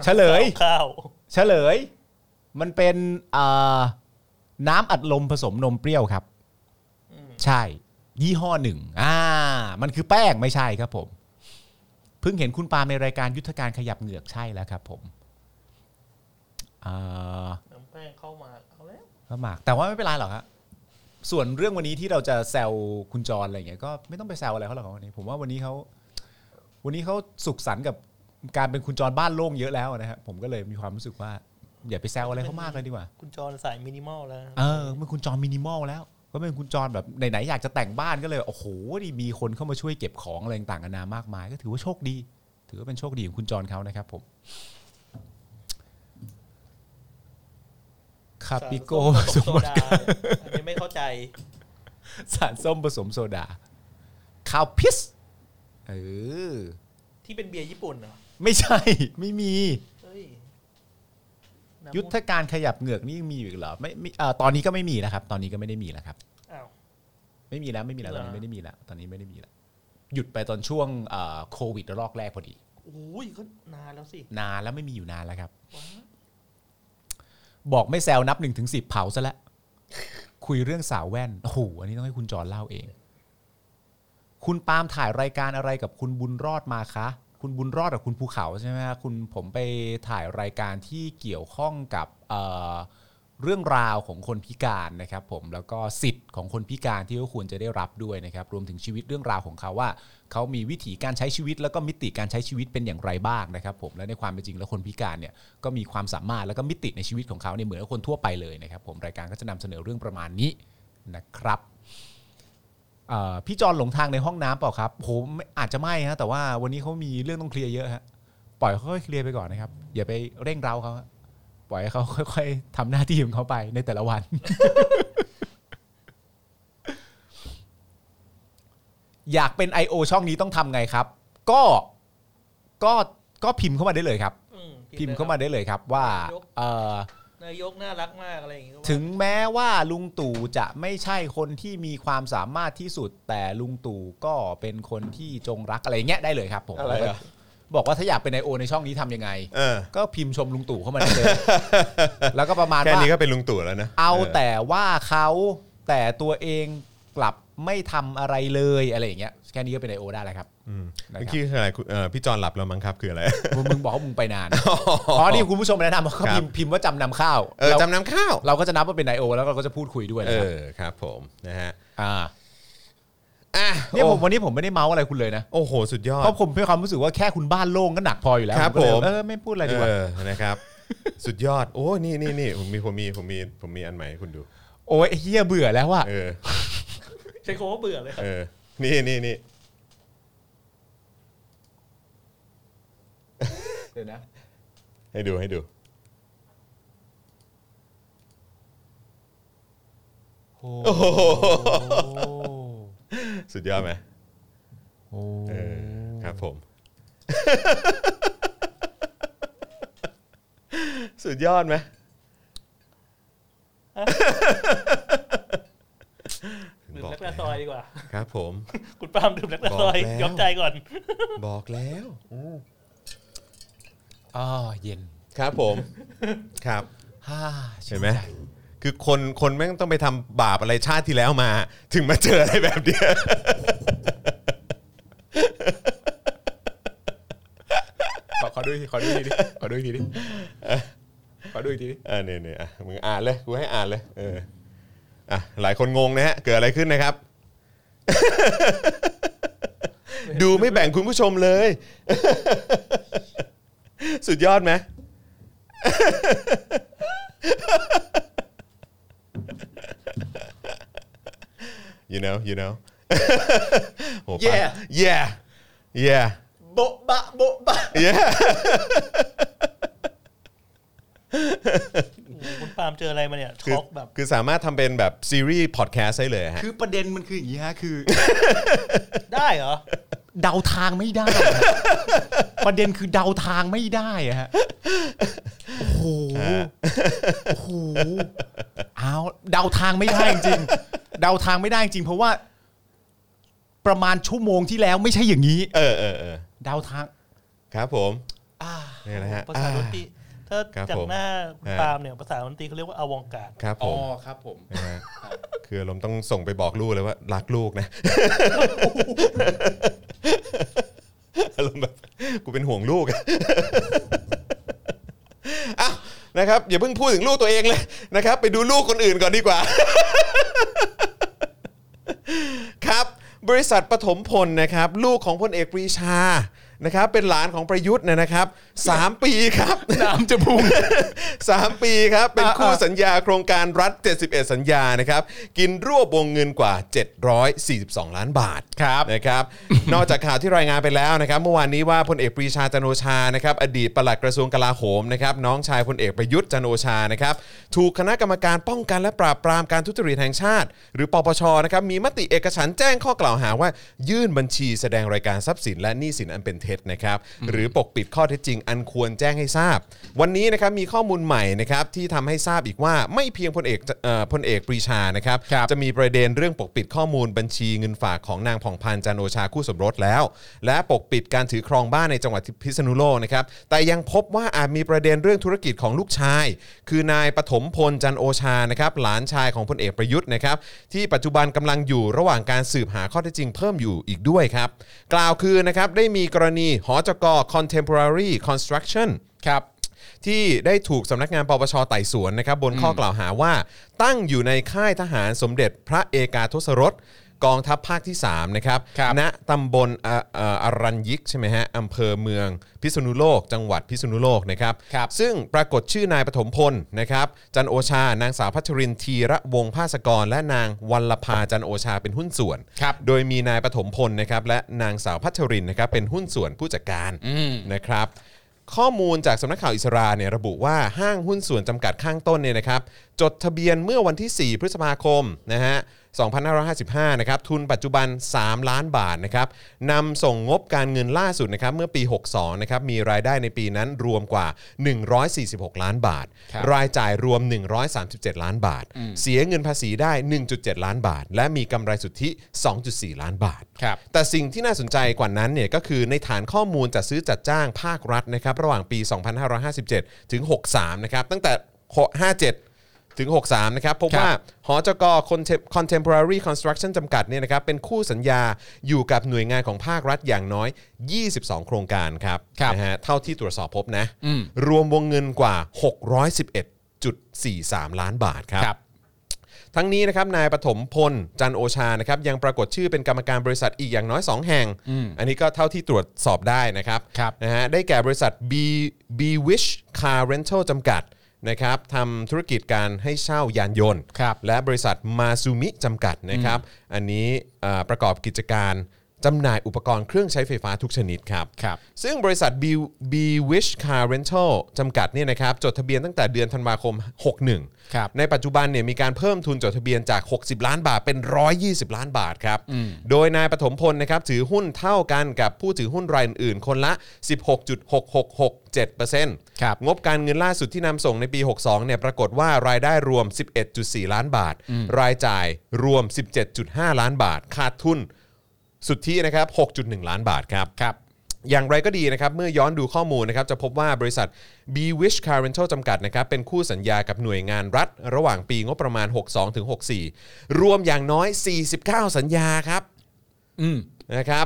เฉลย
ข้าว
เฉลย มันเป็นเอ่อน้ำอัดลมผสมนมเปรี้ยวครับ ใช่ ยี่ห้อหนึ่งอ่า มันคือแป้งไม่ใช่ครับผม เพิ่งเห็นคุณปาล์มในรายการยุทธการขยับเหงือกใช่แล้วครับผมอ่า
น้ำแป้งเข้ามาเอาแล้ว
ลำบากแต่ว่าไม่เป็นไรหรอกฮะส่วนเรื่องวันนี้ที่เราจะแซวคุณจรอะไรอย่างเงี้ยก็ไม่ต้องไปแซวอะไรเขาหรอกครับวันนี้ ผมว่าวันนี้เขาวันนี้เขาสุขสันต์กับการเป็นคุณจรบ้านโล่งเยอะแล้วนะฮะผมก็เลยมีความรู้สึกว่า อย่าไปแซวอะไรเขามากเลยดีกว่า
คุณจอนสายมินิมอลแล้ว
เออเมื่อคุณจรมินิมอลแล้ว ก็เป็นคุณจรแบบไหนๆอยากจะแต่งบ้านก็เลยแบบโอ้โหนี่มีคนเข้ามาช่วยเก็บของอะไรต่างกันานามากมาย ก็ถือว่าโชคดี ถือว่าเป็นโชคดีของคุณจรเขานะครับผมคาปิโกผสม
โซ
วอด
ดาอันนี้ไม่เข้าใจ
สารส้มผสมโซดาคาวพิสเออ
ที่เป็นเบียร์ญี่ปุ่นเหรอ
ไม่ใช่ไม่มี
เฮ้ยน้ำ
ยุทธการขยับเหงือกนี่ยังมีอยู่อีกเหรอไม่ไม่เอ่อตอนนี้ก็ไม่มีแล้วครับ ตอนนี้ก็ไม่ได้มีแล้วครับ
อ้าว
ไม่มีแล้วไม่มีแล้วตอนนี้
เหรอ
ไม่ได้มีแล้วตอนนี้ไม่ได้มีแล้วหยุดไปตอนช่วงเอ่อโควิดระลอกแรกพอดี
โอ้ยก็นานแล้วสิ
นานแล้วไม่มีอยู่นานแล้วครับ
ว้า
บอกไม่แซวนับหนึ่งถึงสิบเผาซะแล้ว คุยเรื่องสาวแว่นโอ้โหอันนี้ต้องให้คุณจอนเล่าเอง คุณปาล์มถ่ายรายการอะไรกับคุณบุญรอดมาคะ คุณบุญรอดกับคุณภูเขาใช่ไหมฮะคุณผมไปถ่ายรายการที่เกี่ยวข้องกับเอ่อเรื่องราวของคนพิการนะครับ ผมแล้วก็สิทธิ์ของคนพิการที่เขาควรจะได้รับด้วยนะครับ รวมถึงชีวิตเรื่องราวของเขาว่า เขามีวิถีการใช้ชีวิต แล้วก็มิติการใช้ชีวิตเป็นอย่างไรบ้างนะครับ ผมและในความเป็นจริงแล้วคนพิการเนี่ยก็มีความสามารถแล้วก็มิติในชีวิตของเขาเนี่ยเหมือนกับคนทั่วไปเลยนะครับ ผมรายการก็จะนำเสนอเรื่องประมาณนี้นะครับ เอ่อพี่จอนหลงทางในห้องน้ำเปล่าครับผมอาจจะไม่ฮะแต่ว่าวันนี้เขามีเรื่องต้องเคลียร์เยอะฮะปล่อยเขาค่อยเคลียร์ไปก่อนนะครับ อย่าไปเร่งเร้าเขาฮะปล่อยให้เขาค่อยๆทำหน้าที่ของเขาไปในแต่ละวัน อยากเป็น I.O. ช่องนี้ต้องทำไงครับ ก็ก็ก็พิมพ์เข้ามาได้เลยครับ
อื
พิมพ์เข้ามาได้เลยครับ ว่าเอ่อ
นายกน่ารักมากอะไรอย่างเงี้ย
ถึงแม้ว่าลุงตู่จะไม่ใช่คนที่มีความสามารถที่สุด แต่ลุงตู่ก็เป็นคนที่จงรักอะไรเงี้ยได้เลยครับผม
อะไรอ่ะ
บอกว่าถ้าอยากเป็นไอโอในช่องนี้ทำยังไง
เออ
ก็พิมพ์ชมลุงตู่เข้ามาได้เลย แล้วก็ประมาณ
แค่
ว่า
นี้ก็เป็นลุงตู่แล้วนะ
เอาแต่ว่าเขาแต่ตัวเองกลับไม่ทำอะไรเลยอะไรอย่างเงี้ยแค่นี้ก็เป็นไอโอได้แล้วครับ
อืม
นะ
เมื่อ
ครั
กี้
บ
คืออะไรคุณเอ่อพี่จอนหลับแล้วมั้งครับคืออะไร
มึงมึงบอกว่ามึงไปนานอ๋อนี่คุณผู้ชมแนะนำว่าเขา
ครับ
พิมพ์พิมพ์ว่าจำนำข้าว
เออ
เรา
จำนำข้าว
เราก็จะนับว่าเป็นไอโอแล้วเราก็จะพูดคุยด้วย
เอ
นะครับ
อครับผมนะฮะ
อ่า
อ่ะ
เนี่ยผม
โอ้
วันนี้ผมไม่ได้เมาส์อะไรคุณเลยนะ
โอ้โห สุดยอด
เพราะผมมีความรู้สึกว่าแค่คุณบ้านโล่งก็หนักพออยู่แล้ว
ครับ
ก็เลย
ผม
เออไม่พูดอะไรดีกว่า
เออนะครับ สุดยอดโอ้นี่นี่นี่ผมมีผมมีผมมีผมมีอันใหม่ให้คุณดู
โอ้ยไอ้เฮียเบื่อแล้วว่ะ
เออ
ใช้คำว่าเบื่อเลยครับ
เออ นี่นี่นี่
เดี๋ยวนะ
ให้ดูให้ดู
โอ้
โอ้โห
โ
สุดยอดไหม
ห
เออครับผม สุดยอดไหม
ดื่มแล็กตาซอยดีกว่า
ครับผม
คุณปาล์มดื่มแล็กตาซอ
บอ
ย
กแล้ว
ยอมใจก่อน
บอกแล้ว
อ๋อเย็น
ครับผมครับ
ฮ่า
เห็นไหมคือคนคนแม่งต้องไปทำบาปอะไรชาติที่แล้วมา ถึงมาเจออะไรแบบเนี้ย
ขอขอดูอีกทีขอดูอีกทีดิขอดูอีกทีดิขอดูอีกทีดิ
อ่าเนี่ยเนี่ยอ่ะมึงอ่านเลยกูให้อ่านเลยเอออ่ะหลายคนงงนะฮะ เกิดอะไรขึ้นนะครับ ดูไม่แบ่งคุณผู้ชมเลย สุดยอดไหม you know you know โหปะ
Yeah
yeah yeah
โบะบะโบะบะ
yeah
โอ้โหคุณปาล์มเจออะไรมาเนี่ย
คือ
ช็อกแบบ
คือสามารถทำเป็นแบบซีรีส์พอดแคสต์ได้เลยฮะ
คือประเด็นมันคืออย่างนี้ฮะคือ
ได้เหรอ
เดาทางไม่ได้ ประเด็นคือเดาทางไม่ได้อะฮะ โอ้โห โอ้โห เอาเดาทางไม่ได้จริงๆเดาทางไม่ได้จริงเพราะว่า ประมาณชั่วโมงที่แล้วไม่ใช่อย่างนี้
เออเออเออ
เดาทาง
ครับผม
อ่า
นี่แหละฮะ
ภาษาดนตรี
อ่
ถ้า
ครับ
จาก
ผม
หน้าคุณ
อ่า
ปาล์มเนี่ยภาษาดนตรีเขาเรียกว่าอวองการ
ครับผ
อ๋อ
ม
ครับผม
นะฮะคืออารมณ์ต้องส่งไปบอกลูกเลยว่า รักลูกนะ อารมณ์แบบกูเป็นห่วงลูกอะ อ้าวนะครับอย่าเพิ่งพูดถึงลูกตัวเองเลยนะครับ ไปดูลูกคนอื่นก่อนดีกว่า ครับบริษัทปฐมพลนะครับ ลูกของพลเอกปรีชา นะครับเป็นหลานของประยุทธ์เนยนะครับสามปีครับ
น้ำจะพุ่ง
สามปีครับเป็น
อ่า
คู่
อ่า
สัญญาโครงการรัฐ 71 สัญญานะครับกินรวบวงเงินกว่า 742 ล้านบาท
ครับ
นะครับ นอกจากข่าวที่รายงานไปแล้วนะครับ เมื่อวานนี้ว่าพลเอกปรีชาจันโอชานะครับอดีตปลัดกระทรวงกลาโหมนะครับน้องชายพลเอกประยุทธ์จันโอชานะครับถูกคณะกรรมการป้องกันและปราบปรามการทุจริตแห่งชาติ หรือปปชนะครับมีมติเอกฉันท์แจ้งข้อกล่าวหาว่า ยื่นบัญชีแสดงรายการทรัพย์สินและหนี้สินอันเป็นเท็จนะครับหรือปกปิดข้อเท็จจริงอันควรแจ้งให้ทราบ วันนี้นะครับมีข้อมูลใหม่นะครับที่ทำให้ทราบอีกว่าไม่เพียงพลเอกเอ่อพลเอกปรีชานะครับ
ครับ
จะ มีประเด็นเรื่องปกปิดข้อมูลบัญชีเงินฝากของนางผ่องพันธ์จันโอชาคู่สมรสแล้ว และปกปิดการถือครองบ้านในจังหวัดพิษณุโลกนะครับแต่ยังพบว่าอาจมีประเด็นเรื่องธุรกิจของลูกชาย คือนายปฐมพลจันโอชานะครับหลานชายของพลเอกประยุทธ์นะครับที่ปัจจุบันกำลังอยู่ระหว่างการสืบหาข้อเท็จจริงเพิ่มอยู่อีกด้วยครับกล่าวคือนะครับได้มีกรณีหอจก Contemporary Construction
ครับ
ที่ได้ถูกสำนักงานปปชไต่สวนนะครับ บนข้อกล่าวหาว่า ตั้งอยู่ในค่ายทหารสมเด็จพระเอกาทศรสกองทัพภาคที่ 3 นะครับ
ครับ
ณตำบลอ่าอ่าอรัญยิกใช่ไหมฮะอำเภอเมืองพิษณุโลก จังหวัดพิษณุโลกนะครับ
ครับ
ซึ่งปรากฏชื่อนายปฐมพลนะครับ จันโอชา นางสาวพัชรินทีระวงศ์ภาสกร และนางวัลภาจันโอชาเป็นหุ้นส่วน
ครับ
โดยมีนายปฐมพลนะครับและนางสาวพัชรินนะครับเป็นหุ้นส่วนผู้จัดการนะครับ ข้อมูลจากสำนักข่าวอิสราเนี่ยระบุว่าห้างหุ้นส่วนจำกัดข้างต้นเนี่ยนะครับ จดทะเบียนเมื่อวันที่ 4 พฤษภาคมนะฮะ2555 นะครับ ทุนปัจจุบัน 3 ล้านบาทนะครับนำส่งงบการเงินล่าสุดนะครับเมื่อปี 62 นะครับ มีรายได้ในปีนั้นรวมกว่า 146 ล้านบาท
ครับ
รายจ่ายรวม 137 ล้านบาท เสียเงินภาษีได้ 1.7 ล้านบาท และมีกำไรสุทธิ 2.4 ล้านบาท
ครับ
แต่สิ่งที่น่าสนใจกว่านั้นเนี่ยก็คือในฐานข้อมูลจัดซื้อจัดจ้างภาครัฐนะครับระหว่างปี 2557 ถึง 63 นะครับ ตั้งแต่ 57 ถึง 63 นะครับพบ
ครับ
ว่าหอจก Contem- Contemporary Construction จำกัดเนี่ยนะครับเป็นคู่สัญญาอยู่กับหน่วยงานของภาครัฐอย่างน้อย 22 โครงการครับ
ครับ
นะฮะเท่าที่ตรวจสอบพบนะ รวมวงเงินกว่า 611.43 ล้านบาทครับ
ครับ
ทั้งนี้นะครับนายปฐมพล จันโอชานะครับยังปรากฏชื่อเป็นกรรมการบริษัทอีกอย่างน้อย 2 แห่ง อันนี้ก็เท่าที่ตรวจสอบได้นะครับ
ครับ
นะฮะได้แก่บริษัท B B Wish Car Rental จำกัดนะครับทำธุรกิจการให้เช่ายานยนต์
ครับ
และบริษัทมาซูมิจำกัดนะครับ อันนี้เอ่อประกอบกิจการจำหน่ายอุปกรณ์เครื่องใช้ไฟฟ้าทุกชนิดครับ
ครับ
ซึ่งบริษัท B B Wish Car Rental จำกัดเนี่ยนะครับจดทะเบียนตั้งแต่เดือนธันวาคม 61
ครับ
ในปัจจุบันเนี่ยมีการเพิ่มทุนจดทะเบียนจาก 60 ล้านบาทเป็น 120 ล้านบาทครับ โดยนายปฐมพลนะครับถือหุ้นเท่ากันกับผู้ถือหุ้นรายอื่นๆ คนละ 16.6667%
ครับ
งบการเงินล่าสุดที่นำส่งในปี 62 เนี่ยปรากฏว่ารายได้รวม 11.4 ล้านบาท รายจ่ายรวม 17.5 ล้านบาท ขาดทุนสุทธินะครับ 6.1 ล้านบาทครับ
ครับ
อย่างไรก็ดีนะครับเมื่อย้อนดูข้อมูลนะครับจะพบว่าบริษัท B Wish Car Rental จำกัดนะครับเป็นคู่สัญญากับหน่วยงานรัฐ ระหว่างปีงบประมาณ 62ถึง64 รวมอย่างน้อย 49 สัญญาครับ
อืม
นะครับ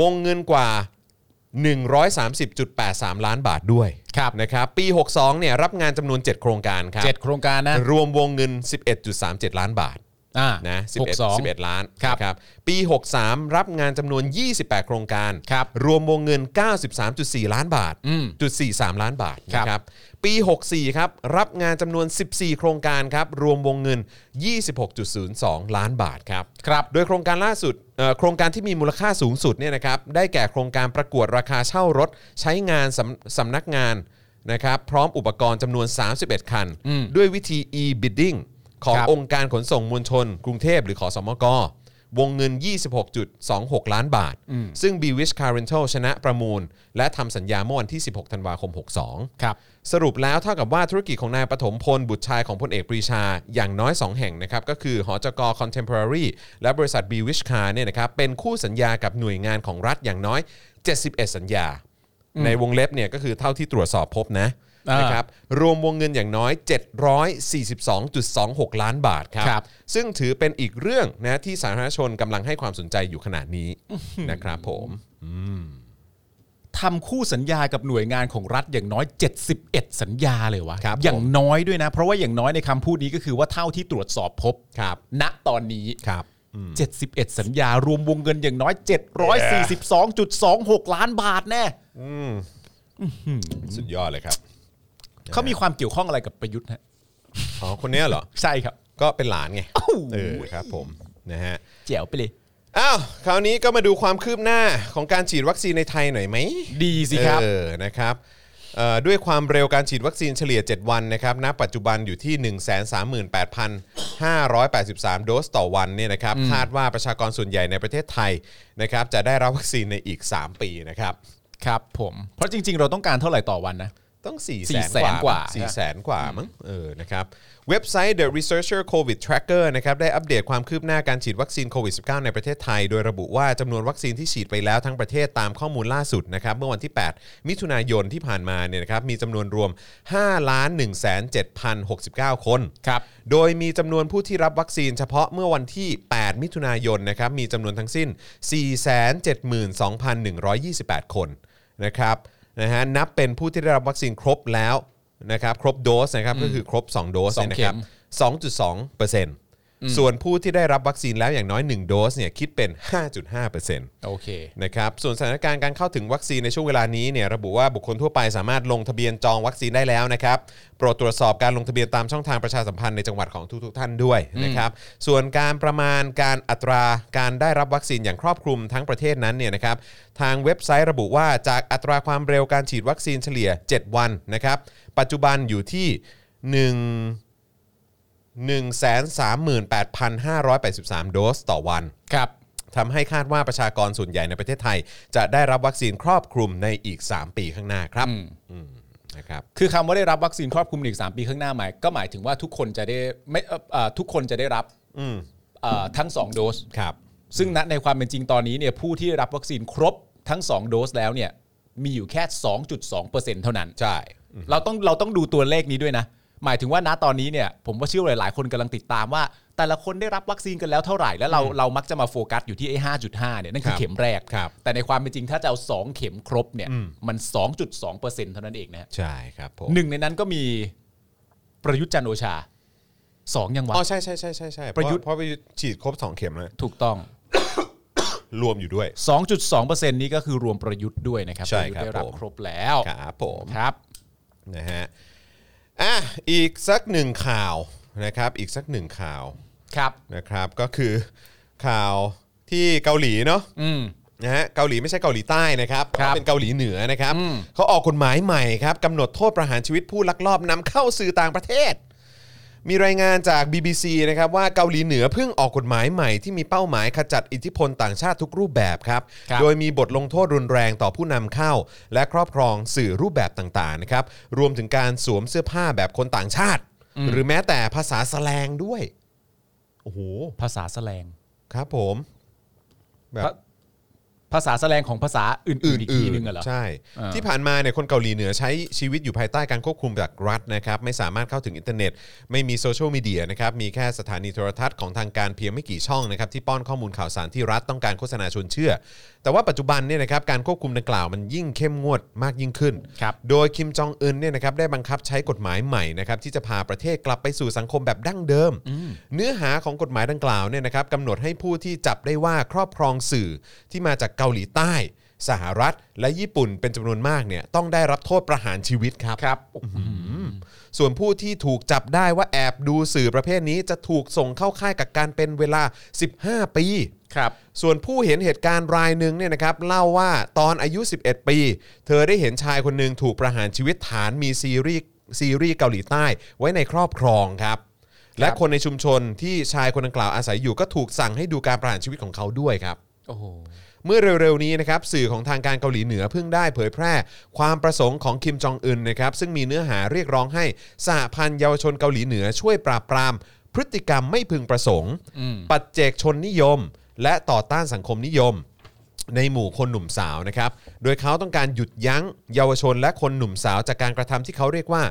วงเงินกว่า 130.83 ล้านบาทด้วย
ครับ
นะครับปี 62เนี่ยรับงานจำนวน 7 โครงการครับ
เจ็ดโครงการนะ
รวมวงเงิน 11.37 ล้านบาท
อ่า
นะ
หกสอง
11 11 ล้าน
ครับ
นะปี 63 รับงานจำนวน 28 โครงการ
ครับ
รวมวงเงิน 93.4 ล้านบาท
อืม
จุด43 ล้านบาท
ครับ
นะครับ ปี 64 ครับ รับงานจำนวน 14 โครงการครับ รวมวงเงิน 26.02 ล้านบาทครับ
ครับ
โดยโครงการล่าสุดเอ่อโครงการที่มีมูลค่าสูงสุดเนี่ยนะครับได้แก่โครงการประกวดราคาเช่ารถ ใช้งานสำสำนักงานนะครับพร้อมอุปกรณ์จำนวน 31 คัน ด้วยวิธี e-bidding ของ
ครับ
องค์การขนส่งมวลชน กรุงเทพหรือขอสมก วงเงิน 26.26 ล้านบาท ซึ่ง b w i s h Car Rental ชนะประมูล และทำสัญญาเมื่อวันที่ 16 ธันวาคม 62
ครับ
สรุปแล้วเท่ากับว่าธุรกิจของนายปฐมพล บุตรชายของพลเอกปรีชา อย่างน้อย 2 แห่งนะครับก็คือหอจก Contemporary และบริษัท B Wish Car เนี่ยนะครับเป็นคู่สัญญากับหน่วยงานของรัฐอย่างน้อย 71 สัญญา ในวงเล็บเนี่ยก็คือเท่าที่ตรวจสอบพบนะ
อ่าน
นะครับรวมวงเงินอย่างน้อย 742.26 ล้านบาทครับ
ครับ
ซึ่งถือเป็นอีกเรื่องนะที่สาธารณชนกำลังให้ความสนใจอยู่ขนาดนี้นะครับผม
ทำคู่สัญญากับหน่วยงานของรัฐอย่างน้อย 71 สัญญาเลยวะ
ครับ
อย่าง
ผม
น้อยด้วยนะ เพราะว่าอย่างน้อยในคำพูดนี้ก็คือว่าเท่าที่ตรวจสอบพบ
ครับ
ณตอนนี้
ครับ
71 สัญญารวมวงเงินอย่างน้อย 742.26 ล้านบาทแน่
สุดยอดเลยครับ
เขามีความเกี่ยวข้องอะไรกับประยุทธ์ฮะ
อ๋อคนเนี้ยเหรอ
ใช่ครับ
ก็เป็นหลานไง
อ้าว
เออครับผมนะฮะ
แจ๋วไปเลย
อ้าว คราวนี้ก็มาดูความคืบหน้าของการฉีดวัคซีนในไทยหน่อยไหม
ดีสิครับ
เออ นะครับเอ่อด้วยความเร็วการฉีดวัคซีนเฉลี่ย 7 วันนะครับ ณ ปัจจุบันอยู่ที่ 138,583 โดสต่อวันเนี่ยนะครับ คาดว่าประชากรส่วนใหญ่ในประเทศไทยนะครับ จะได้รับวัคซีนในอีก 3 ปีนะครับ
ครับผม เพราะจริง ๆ เราต้องการเท่าไหร่ต่อวันนะ
ต้อง4ี่
400,000
แสนก
ก
ว่า
ว่า
4ี่แสนกว่ามั้งเออนะครับเว็บไซต์ The Researcher COVID Tracker นะครับได้อัปเดตความคืบหน้าการฉีดวัคซีนโควิด -19 ในประเทศไทย โดยระบุว่าจำนวนวัคซีนที่ฉีดไปแล้วทั้งประเทศตามข้อมูลล่าสุดนะครับเมื่อวันที่ 8 มิถุนายนที่ผ่านมาเนี่ยนะครับมีจำนวนรวม 5 1 7 0 6 9 คน
ครับ
โดยมีจำนวนผู้ที่รับวัคซีนเฉพาะเมื่อวันที่ 8 มิถุนายนนะครับมีจำนวนทั้งสิ้น 472,128 คนนะครับนะฮะนับเป็นผู้ที่ได้รับวัคซีนครบแล้วนะครับครบโดสนะครับก็คือครบ 2 โดส
สอง
เนี่ยนะ
เข็
ครับ
ม
2.2เปอร์เซ็นต์ส่วนผู้ที่ได้รับวัคซีนแล้วอย่างน้อย 1 โดสเนี่ยคิดเป็น 5.5เปอร์เซ็นต์
โอเค
นะครับส่วนสถานการณ์การเข้าถึงวัคซีนในช่วงเวลานี้เนี่ยระบุว่าบุคคลทั่วไปสามารถลงทะเบียนจองวัคซีนได้แล้วนะครับ โปรดตรวจสอบการลงทะเบียนตามช่องทางประชาสัมพันธ์ในจังหวัดของทุกๆท่านด้วยนะครับส่วนการประมาณการอัตราการได้รับวัคซีนอย่างครอบคลุมทั้งประเทศนั้นเนี่ยนะครับทางเว็บไซต์ระบุว่าจากอัตราความเร็วการฉีดวัคซีนเฉลี่ย 7 วันนะครับปัจจุบันอยู่ที่ 1 138,583 โดสต่อวัน
ครับ
ทำให้คาดว่าประชากรส่วนใหญ่ในประเทศไทย จะได้รับวัคซีนครอบคลุมในอีก 3 ปีข้างหน้าครับอืมนะครับ
คือคำว่าได้รับวัคซีนครอบคลุมอีก 3 ปีข้างหน้าหมายก็หมายถึงว่าทุกคนจะได้ไม่เอ่อเอ่อทุกคนจะได้รับ
อืม
เอ่อทั้ง 2 โดส
ครับ
ซึ่งณในความเป็นจริงตอนนี้เนี่ยผู้ที่ได้รับวัคซีนครบทั้ง 2 โดสแล้วเนี่ยมีอยู่แค่ 2.2%เท่านั้น
ใช่
เราต้องเราต้องดูตัวเลขนี้ด้วยนะ หมายถึงว่าณตอนนี้เนี่ยผมว่าเชื่อว่าหลาย ๆ คนกำลังติดตามว่า แต่ละคนได้รับวัคซีนกันแล้วเท่าไหร่ แล้วเราเรามักจะมาโฟกัสอยู่ที่ไอ้ห้าจุดห้าเนี่ยนั่นคือเข็มแรก
ครับ
แต่ในความเป็นจริงถ้าจะเอาสองเข็มครบเนี่ยมัน 2.2%เท่านั้นเองนะฮะ
ใช่ครับผม
หนึ่งในนั้นก็มีประยุทธ์จันทร์โอชาสองยังวะ
อ๋อใช่ใช่ใช่ใช่ใช่
ประยุทธ์
เพราะประยุทธ์ฉีดครบ 2 เข็มแล้ว
ถูกต้อง
รวมอยู่ด้วย
2.2%นี้ก็คือรวมประยุทธ์ด้วยนะครับ
ใช่
ประยุท
ครับ
ธ์ได้รั
ผ
บ
ม
ครบแล้ว
ครับผม
ครับ
นะฮะอ่ะอีกสักหนึ่งข่าวนะครับอีกสักหนึ่งข่าว
ครับ
นะครับก็คือข่าวที่เกาหลีเนาะ
อืม
นะฮะเกาหลีไม่ใช่เกาหลีใต้นะครับ
ครับ
เขาเป็นเกาหลีเหนือนะครับเขาออกกฎหมายใหม่ครับกำหนดโทษประหารชีวิตผู้ลักลอบนำเข้าสื่อต่างประเทศ มีรายงานจาก BBC นะครับว่าเกาหลีเหนือเพิ่งออกกฎหมายใหม่ที่มีเป้าหมายขจัดอิทธิพลต่างชาติทุกรูปแบบครับ
ครับ
โดยมีบทลงโทษรุนแรงต่อผู้นำเข้า และครอบครองสื่อรูปแบบต่างๆนะครับรวมถึงการสวมเสื้อผ้าแบบคนต่างชาติ
อืม
หรือแม้แต่ภาษาสแสลงด้วยโอ้โห
ภาษาแสลง
ครับผมแบบ
พระ ภาษาแสลงของภาษาอื่
อื่
น
น
ๆอีก
ๆ
ทีนึงอะเหรอ
ใช่
อ่า
ที่ผ่านมาเนี่ยคนเกาหลีเหนือใช้ชีวิตอยู่ภายใต้การควบคุมจากรัฐนะครับ ไม่สามารถเข้าถึงอินเทอร์เน็ต ไม่มีโซเชียลมีเดียนะครับ มีแค่สถานีโทรทัศน์ของทางการเพียงไม่กี่ช่องนะครับ ที่ป้อนข้อมูลข่าวสารที่รัฐต้องการโฆษณาชวนเชื่อ แต่ว่าปัจจุบันเนี่ยนะครับการควบคุมดังกล่าวมันยิ่งเข้มงวดมากยิ่งขึ้น
ครับ
โดยคิมจองอึนเนี่ยนะครับได้บังคับใช้กฎหมายใหม่นะครับที่จะพาประเทศกลับไปสู่สังคมแบบดั้งเดิม เนื้อหาของกฎหมายดังกล่าวเนี่ยนะครับกำหนดให้ผู้ที่จับได้ว่าครอบครองสื่อที่มาจากเกาหลีใต้ สหรัฐ และญี่ปุ่นเป็นจำนวนมากเนี่ยต้องได้รับโทษประหารชีวิตครับ
ครับ
ส่วนผู้ที่ถูกจับได้ว่าแอบดูสื่อประเภทนี้จะถูกส่งเข้าค่ายกักกันเป็นเวลา 15 ปี
ครับ
ส่วนผู้เห็นเหตุการณ์รายหนึ่งเนี่ยนะครับเล่าว่าตอนอายุ 11 ปี เธอได้เห็นชายคนหนึ่งถูกประหารชีวิตฐานมีซีรีส์ซีรีส์เกาหลีใต้ไว้ในครอบครองครับ และคนในชุมชนที่ชายคนดังกล่าวอาศัยอยู่ก็ถูกสั่งให้ดูการประหารชีวิตของเขาด้วยครับ
โอ้โห
เมื่อเร็วๆนี้นะครับสื่อของทางการเกาหลีเหนือเพิ่งได้เผยแพร่ ความประสงค์ของคิมจองอึนนะครับซึ่งมีเนื้อหาเรียกร้องให้สหพันธ์เยาวชนเกาหลีเหนือช่วยปราบปราม พฤติกรรมไม่พึงประสงค์ ปัจเจกชนนิยม และต่อต้านสังคมนิยม ในหมู่คนหนุ่มสาวนะครับ โดยเขาต้องการหยุดยั้งเยาวชนและคนหนุ่มสาวจากการกระทำที่เขาเรียกว่า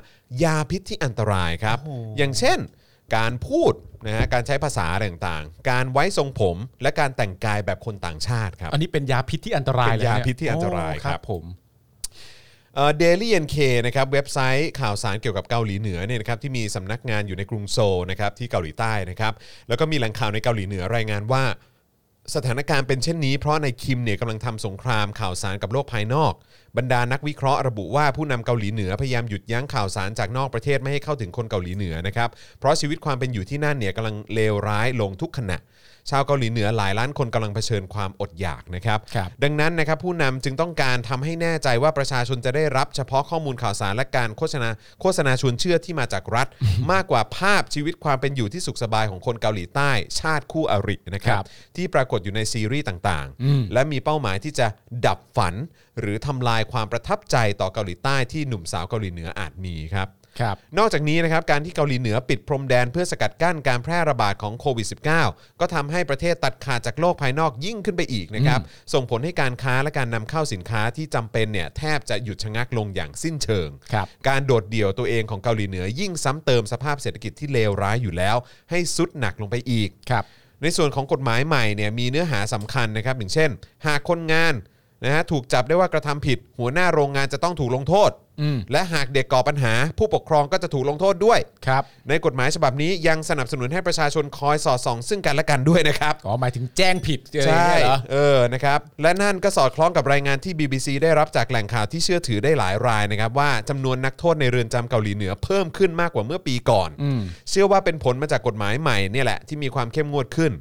ยาพิษที่อันตรายครับ อย่างเช่น การพูดนะฮะการใช้ภาษาอะไรต่างๆ การไว้ทรงผมและการแต่งกายแบบคนต่างชาติครับ
อันนี้เป็นยาพิษที่อันตราย
เป็น
เลย
ยา
เนี่
พิษที่อันตราย
โ
ครับ
ผม
เ เดลี่เอ็นเคนะครับเว็บไซต์ข่าวสารเกี่ยวกับเกาหลีเหนือเนี่ยนะครับที่มีสำนักงานอยู่ในกรุงโซลนะครับที่เกาหลีใต้นะครับแล้วก็มีแหล่งข่าวในเกาหลีเหนือรายงานว่า สถานการณ์เป็นเช่นนี้เพราะนายคิมเนี่ยกำลังทำสงครามข่าวสารกับโลกภายนอก บรรดานักวิเคราะห์ระบุว่าผู้นำเกาหลีเหนือพยายามหยุดยั้งข่าวสารจากนอกประเทศไม่ให้เข้าถึงคนเกาหลีเหนือนะครับเพราะชีวิตความเป็นอยู่ที่นั่นเนี่ยกำลังเลวร้ายลงทุกขณะ ชาวเกาหลีเหนือหลายล้านคนกำลังเผชิญความอดอยากนะครับ
ครับ
ดังนั้นนะครับผู้นำจึงต้องการทำให้แน่ใจว่าประชาชนจะได้รับเฉพาะข้อมูลข่าวสารและการโฆษณาโฆษณาชวนเชื่อที่มาจาก รัฐ มากกว่าภาพชีวิตความเป็นอยู่ที่สุขสบายของคนเกาหลีใต้ ชาติคู่อรินะครับ
ครับ
ที่ปรากฏอยู่ในซีรีส์ต่างๆ และมีเป้าหมายที่จะดับฝัน หรือทำลายความประทับใจต่อเกาหลีใต้ที่หนุ่มสาวเกาหลีเหนืออาจมีครับ
ครับ
นอกจากนี้นะครับการที่เกาหลีเหนือปิดพรมแดนเพื่อสกัดกั้นการแพร่ระบาดของโควิด -19 ก็ทำให้ประเทศตัดขาดจากโลกภายนอกยิ่งขึ้นไปอีกนะครับส่งผลให้การค้าและการนำเข้าสินค้าที่จำเป็นเนี่ยแทบจะหยุดชะงักลงอย่างสิ้นเชิง
ครับ
การโดดเดี่ยวตัวเองของเกาหลีเหนือยิ่งซ้ำเติมสภาพเศรษฐกิจที่เลวร้ายอยู่แล้ว ให้ซุดหนักลงไปอีก
ครับ
ในส่วนของกฎหมายใหม่เนี่ยมีเนื้อหาสำคัญนะครับอย่างเช่น หากคนงานนะฮะถูกจับได้ว่ากระทำผิด หัวหน้าโรงงานจะต้องถูกลงโทษ
อืม
และหากเด็กก่อปัญหา ผู้ปกครองก็จะถูกลงโทษด้วย
ครับ
ในกฎหมายฉบับนี้ยังสนับสนุนให้ประชาชนคอยสอดส่อง ซึ่งกันและกันด้วยนะครับ
อ๋อหมายถึงแจ้งผิดอะไรอย่างเงี้ยเหรอ
เออ นะครับ และนั่นก็สอดคล้องกับรายงานที่ BBC ได้รับจากแหล่งข่าวที่เชื่อถือได้หลายรายนะครับ ว่าจำนวนนักโทษในเรือนจำเกาหลีเหนือเพิ่มขึ้นมากกว่าเมื่อปีก่อน เชื่อว่าเป็นผลมาจากกฎหมายใหม่เนี่ยแหละที่มีความเข้มงวดขึ้น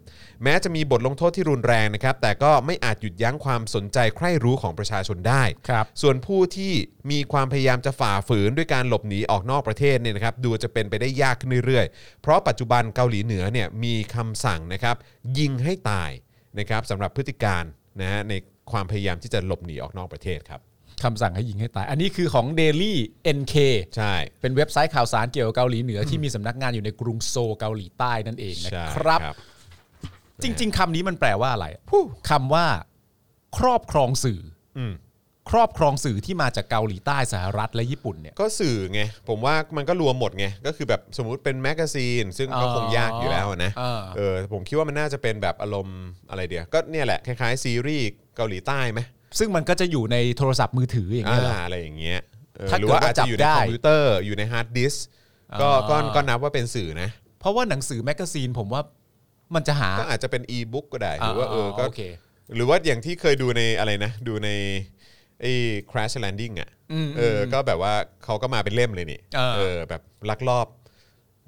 แม้จะมีบทลงโทษที่รุนแรงนะครับ แต่ก็ไม่อาจหยุดยั้งความสนใจใคร่รู้ของประชาชนได้
ครับ
ส่วนผู้ที่มีความพยายามจะฝ่าฝืนด้วยการหลบหนีออกนอกประเทศเนี่ยนะครับดูจะเป็นไปได้ยากขึ้นเรื่อยๆ เพราะปัจจุบันเกาหลีเหนือเนี่ยมีคำสั่งนะครับยิงให้ตายนะครับสำหรับพฤติการนะฮะในความพยายามที่จะหลบหนีออกนอกประเทศครับ
คำสั่งให้ยิงให้ตาย อันนี้คือของ Daily NK
ใช่
เป็นเว็บไซต์ข่าวสารเกี่ยวกับเกาหลีเหนือที่มีสำนักงานอยู่ในกรุงโซลเกาหลีใต้นั่นเองนะ
ใช่
ครับ จริง ๆคำนี้มันแปลว่าอะไรคำว่า ครอบครองสื่อ
อืม
ครอบครองสื่อที่มาจากเกาหลีใต้สหรัฐและญี่ปุ่นเนี่ย
ก็สื่อไง ผมว่ามันก็รวมหมดไง ก็คือแบบสมมุติเป็นแมกกาซีน ซึ่งก็
อ๋อ
คงยากอยู่แล้วนะ
เออ
เออผมคิดว่ามันน่าจะเป็นแบบอารมณ์อะไรเดียวก็เนี่ยแหละคล้ายๆซีรีส์เกาหลีใต้ไหม
ซึ่งมันก็จะอยู่ในโทรศัพท์มือถืออย่างเงี้ยเหรอ
อ่าอะไรอย่างเงี้ยเออ
ถ้า
หรือว่า
เกิ
อา
ดว่า
จจะอยู่ใน
จับได้
คอมพิวเตอร์อยู่ในฮาร์ดดิสก์ก็
อ่า
ก็ก็นับว่าเป็นสื่อนะ
เพราะว่าหนังสือแมกกาซีนผมว่ามันจะหา
ก็อาจจะเป็นอีบุ๊กก็ได้ หรือว่าเออก็
โอเค
หรือว่าอย่างที่เคยดูในอะไรนะ ดูในไอ้ crash landing อ่ะ
อืม
เอออก็แบบว่าเขาก็มาเป็นเล่มเลยนี่
เออ
เออแบบลักลอบ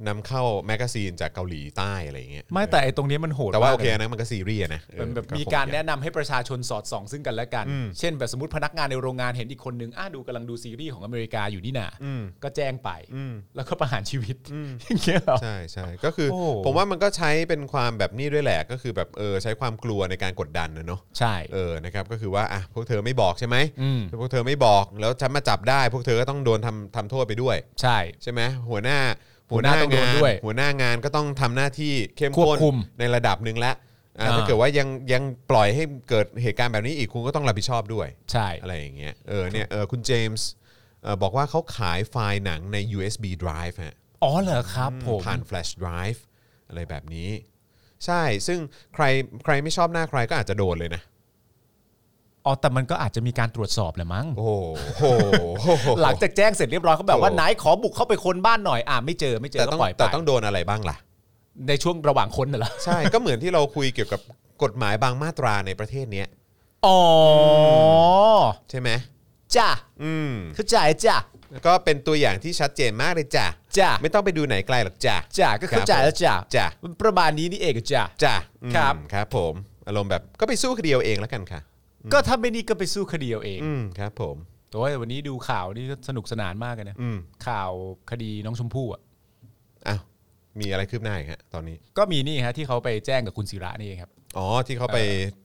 นำเข้าแมกกาซีนจากเกาหลีใต้อะไรอย่างเงี้ย
ไม่แต่ไอ้ตรงเนี้ยมันโหด
แต่ว่าม
ก
โอเค
ลยนะ
นะมันก็ซีรีส์อะนะเออ
มันแบบ
ก็คง
มีการ
ย
แนะนำให้ประชาชนสอดส่อง ซึ่งกันและกัน
อืม
เช่นแบบสมมติพนักงานในโรงงานเห็นอีกคนนึงอ้าดูกำลังดูซีรีส์ของอเมริกาอยู่นี่นา
อืม
ก็แจ้งไป
อืม
แล้วก็ประหารชีวิต
อืม
อย่างเงี้ยเหรอ
ใช่ใช่ก็คือ
โอ้
ผมว่ามันก็ใช้เป็นความแบบนี้ด้วยแหละก็คือแบบเออใช้ความกลัวในการกดดันนะเนาะ
ใช่
เออ นะครับ ก็คือว่า อ่ะ พวกเธอไม่บอกใช่ไหม
อืม
พวกเธอไม่บอก แล้วฉันมาจับได้ พวกเธอก็ต้องโดนทำทำโทษไปด้วย
ใช่
ใช่ไหม หัวหน้า
หัวหน้าต้องโดนด้วย
หัวหน้างานก็ต้องทำหน้าที่เข้ม
คว
ข้น
บคุม
ในระดับหนึ่งละอ่ะ
อ่า
ถ้าเกิดว่ายังยังปล่อยให้เกิดเหตุการณ์แบบนี้อีกคุณก็ต้องรับผิดชอบด้วย
ใช่
อะไรอย่างเงี้ย เออ เนี่ย เออ คุณเจมส์เอ่อบอกว่าเขาขายไฟล์หนังใน USB drive ฮะ
อ๋อเหรอครับผม
ผ่าน flash drive อะไรแบบนี้ ใช่ ซึ่งใครใครไม่ชอบหน้าใครก็อาจจะโดนเลยนะ
อ๋อแต่มันก็อาจจะมีการตรวจสอบแหละมั้ง
โอ้โห
หลังจากแจ้งเสร็จเรียบร้อยเขาแบบว่า
โอ้
ไหนขอบุกเข้าไปค้นบ้านหน่อยอ่าไม่เจอไม่เจอ
แต่
ก็
ต้อง
ปล่อยไป
แต่ต้องโดนอะไรบ้างล่ะ
ในช่วงระหว่างค้นน่ะเหรอ
ใช่ ก็เหมือนที่เราคุยเกี่ยวกับกฎหมายบางมาตราในประเทศเนี้ย
อ๋อ
ใช่ไหม
จ้ะ
อืม
เข้าใจจ้ะ
ก็เป็นตัวอย่างที่ชัดเจนมากเลยจ้ะ
จ้ะ
ไม่ต้องไปดูไหนไกลหรอกจ้ะ
จ้ะก็เข้าใจแล้วจ้ะ
จ้ะ
มันประมาณนี้นี่เองจ้ะ
จ้ะอืม
ครับ
ครับ ผมอารมณ์แบบก็ไปสู้คดีเอาเองแล้วกันค่ะ
ก็ถ้าไม่นี่ก็ไปสู้คดีเอาเอง
อืมครับ ผม
โอ้ยวันนี้ดูข่าวนี่ก็สนุกสนานมากเลยนะ
อืม
ข่าวคดีน้องชมพู่อ่ะ
อ้าวมีอะไรคืบหน้าอีกฮะตอนนี้
ก็มีนี่ฮะที่เขาไปแจ้งกับคุณศิระนี่เองครับ
อ๋อที่เขาไป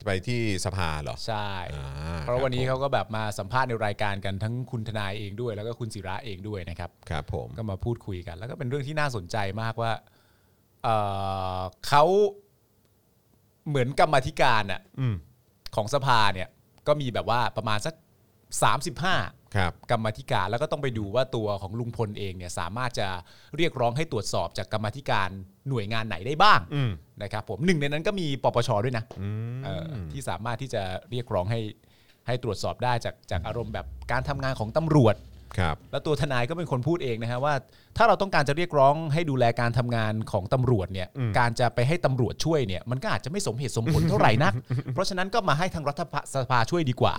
ไปที่สภาเหรอ
ใช่
อ่
เพราะวันนี้
คบ
เขาก็แบบมาสัมภาษณ์ในรายการกันทั้งคุณทนายเองด้วย แล้วก็คุณศิระเองด้วยนะครับ
ผมครับผม
ก็มาพูดคุยกัน แล้วก็เป็นเรื่องที่น่าสนใจมากว่าเอ่อเขาเหมือนกรรมาธิการอะ
อืม
ของสภาเนี่ยก็มีแบบว่าประมาณสัก 35
ครับ
กรรมาธิการแล้วก็ต้องไปดูว่าตัวของลุงพลเองเนี่ยสามารถจะเรียกร้องให้ตรวจสอบจากกรรมาธิการหน่วยงานไหนได้บ้าง
อืม
นะครับผมหนึ่งในนั้นก็มีปปชด้วยนะ
อืม
เอ่อที่สามารถที่จะเรียกร้องให้ ให้ตรวจสอบได้จากจากอารมณ์แบบการทำงานของตำรวจ
ครับ
แล้วตัวทนายก็เป็นคนพูดเองนะฮะว่า ถ้าเราต้องการจะเรียกร้องให้ดูแลการทำงานของตำรวจเนี่ยการจะไปให้ตำรวจช่วยเนี่ยมันก็อาจจะไม่สมเหตุสมผลเท่าไหร่ นัก เพราะฉะนั้นก็มาให้ทางรัฐสภาช่วยดีกว่า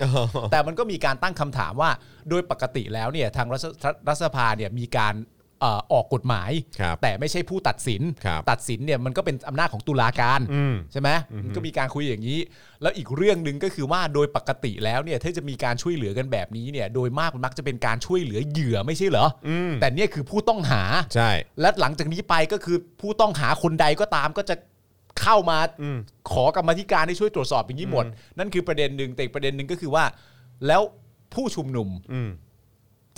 แต่มันก็มีการตั้งคำถามว่า โดยปกติแล้วเนี่ยทางรัฐรัฐสภาเนี่ยมีการเอ่อออกกฎหมาย
ครับ
แต่ไม่ใช่ผู้ตัดสิน
ครับ
ตัดสินเนี่ยมันก็เป็นอำนาจของตุลาการ
อืม
ใช่ไหมมันก็มีการคุยอย่างนี้ แล้วอีกเรื่องหนึ่งก็คือว่าโดยปกติแล้วเนี่ยถ้าจะมีการช่วยเหลือกันแบบนี้เนี่ยโดยมากมันมักจะเป็นการช่วยเหลือเหยื่อไม่ใช่เหรออ
อืม
แต่เนี่ยคือผู้ต้องหา
ใช่
และหลังจากนี้ไปก็คือผู้ต้องหาคนใดก็ตามก็จะเข้ามา
อืม
ขอกรรมาธิการให้ช่วยตรวจสอบอย่างนี้หมด นั่นคือประเด็นหนึ่งแต่อีกประเด็นหนึ่งก็คือว่า แล้วผู้ชุมนุม
อืม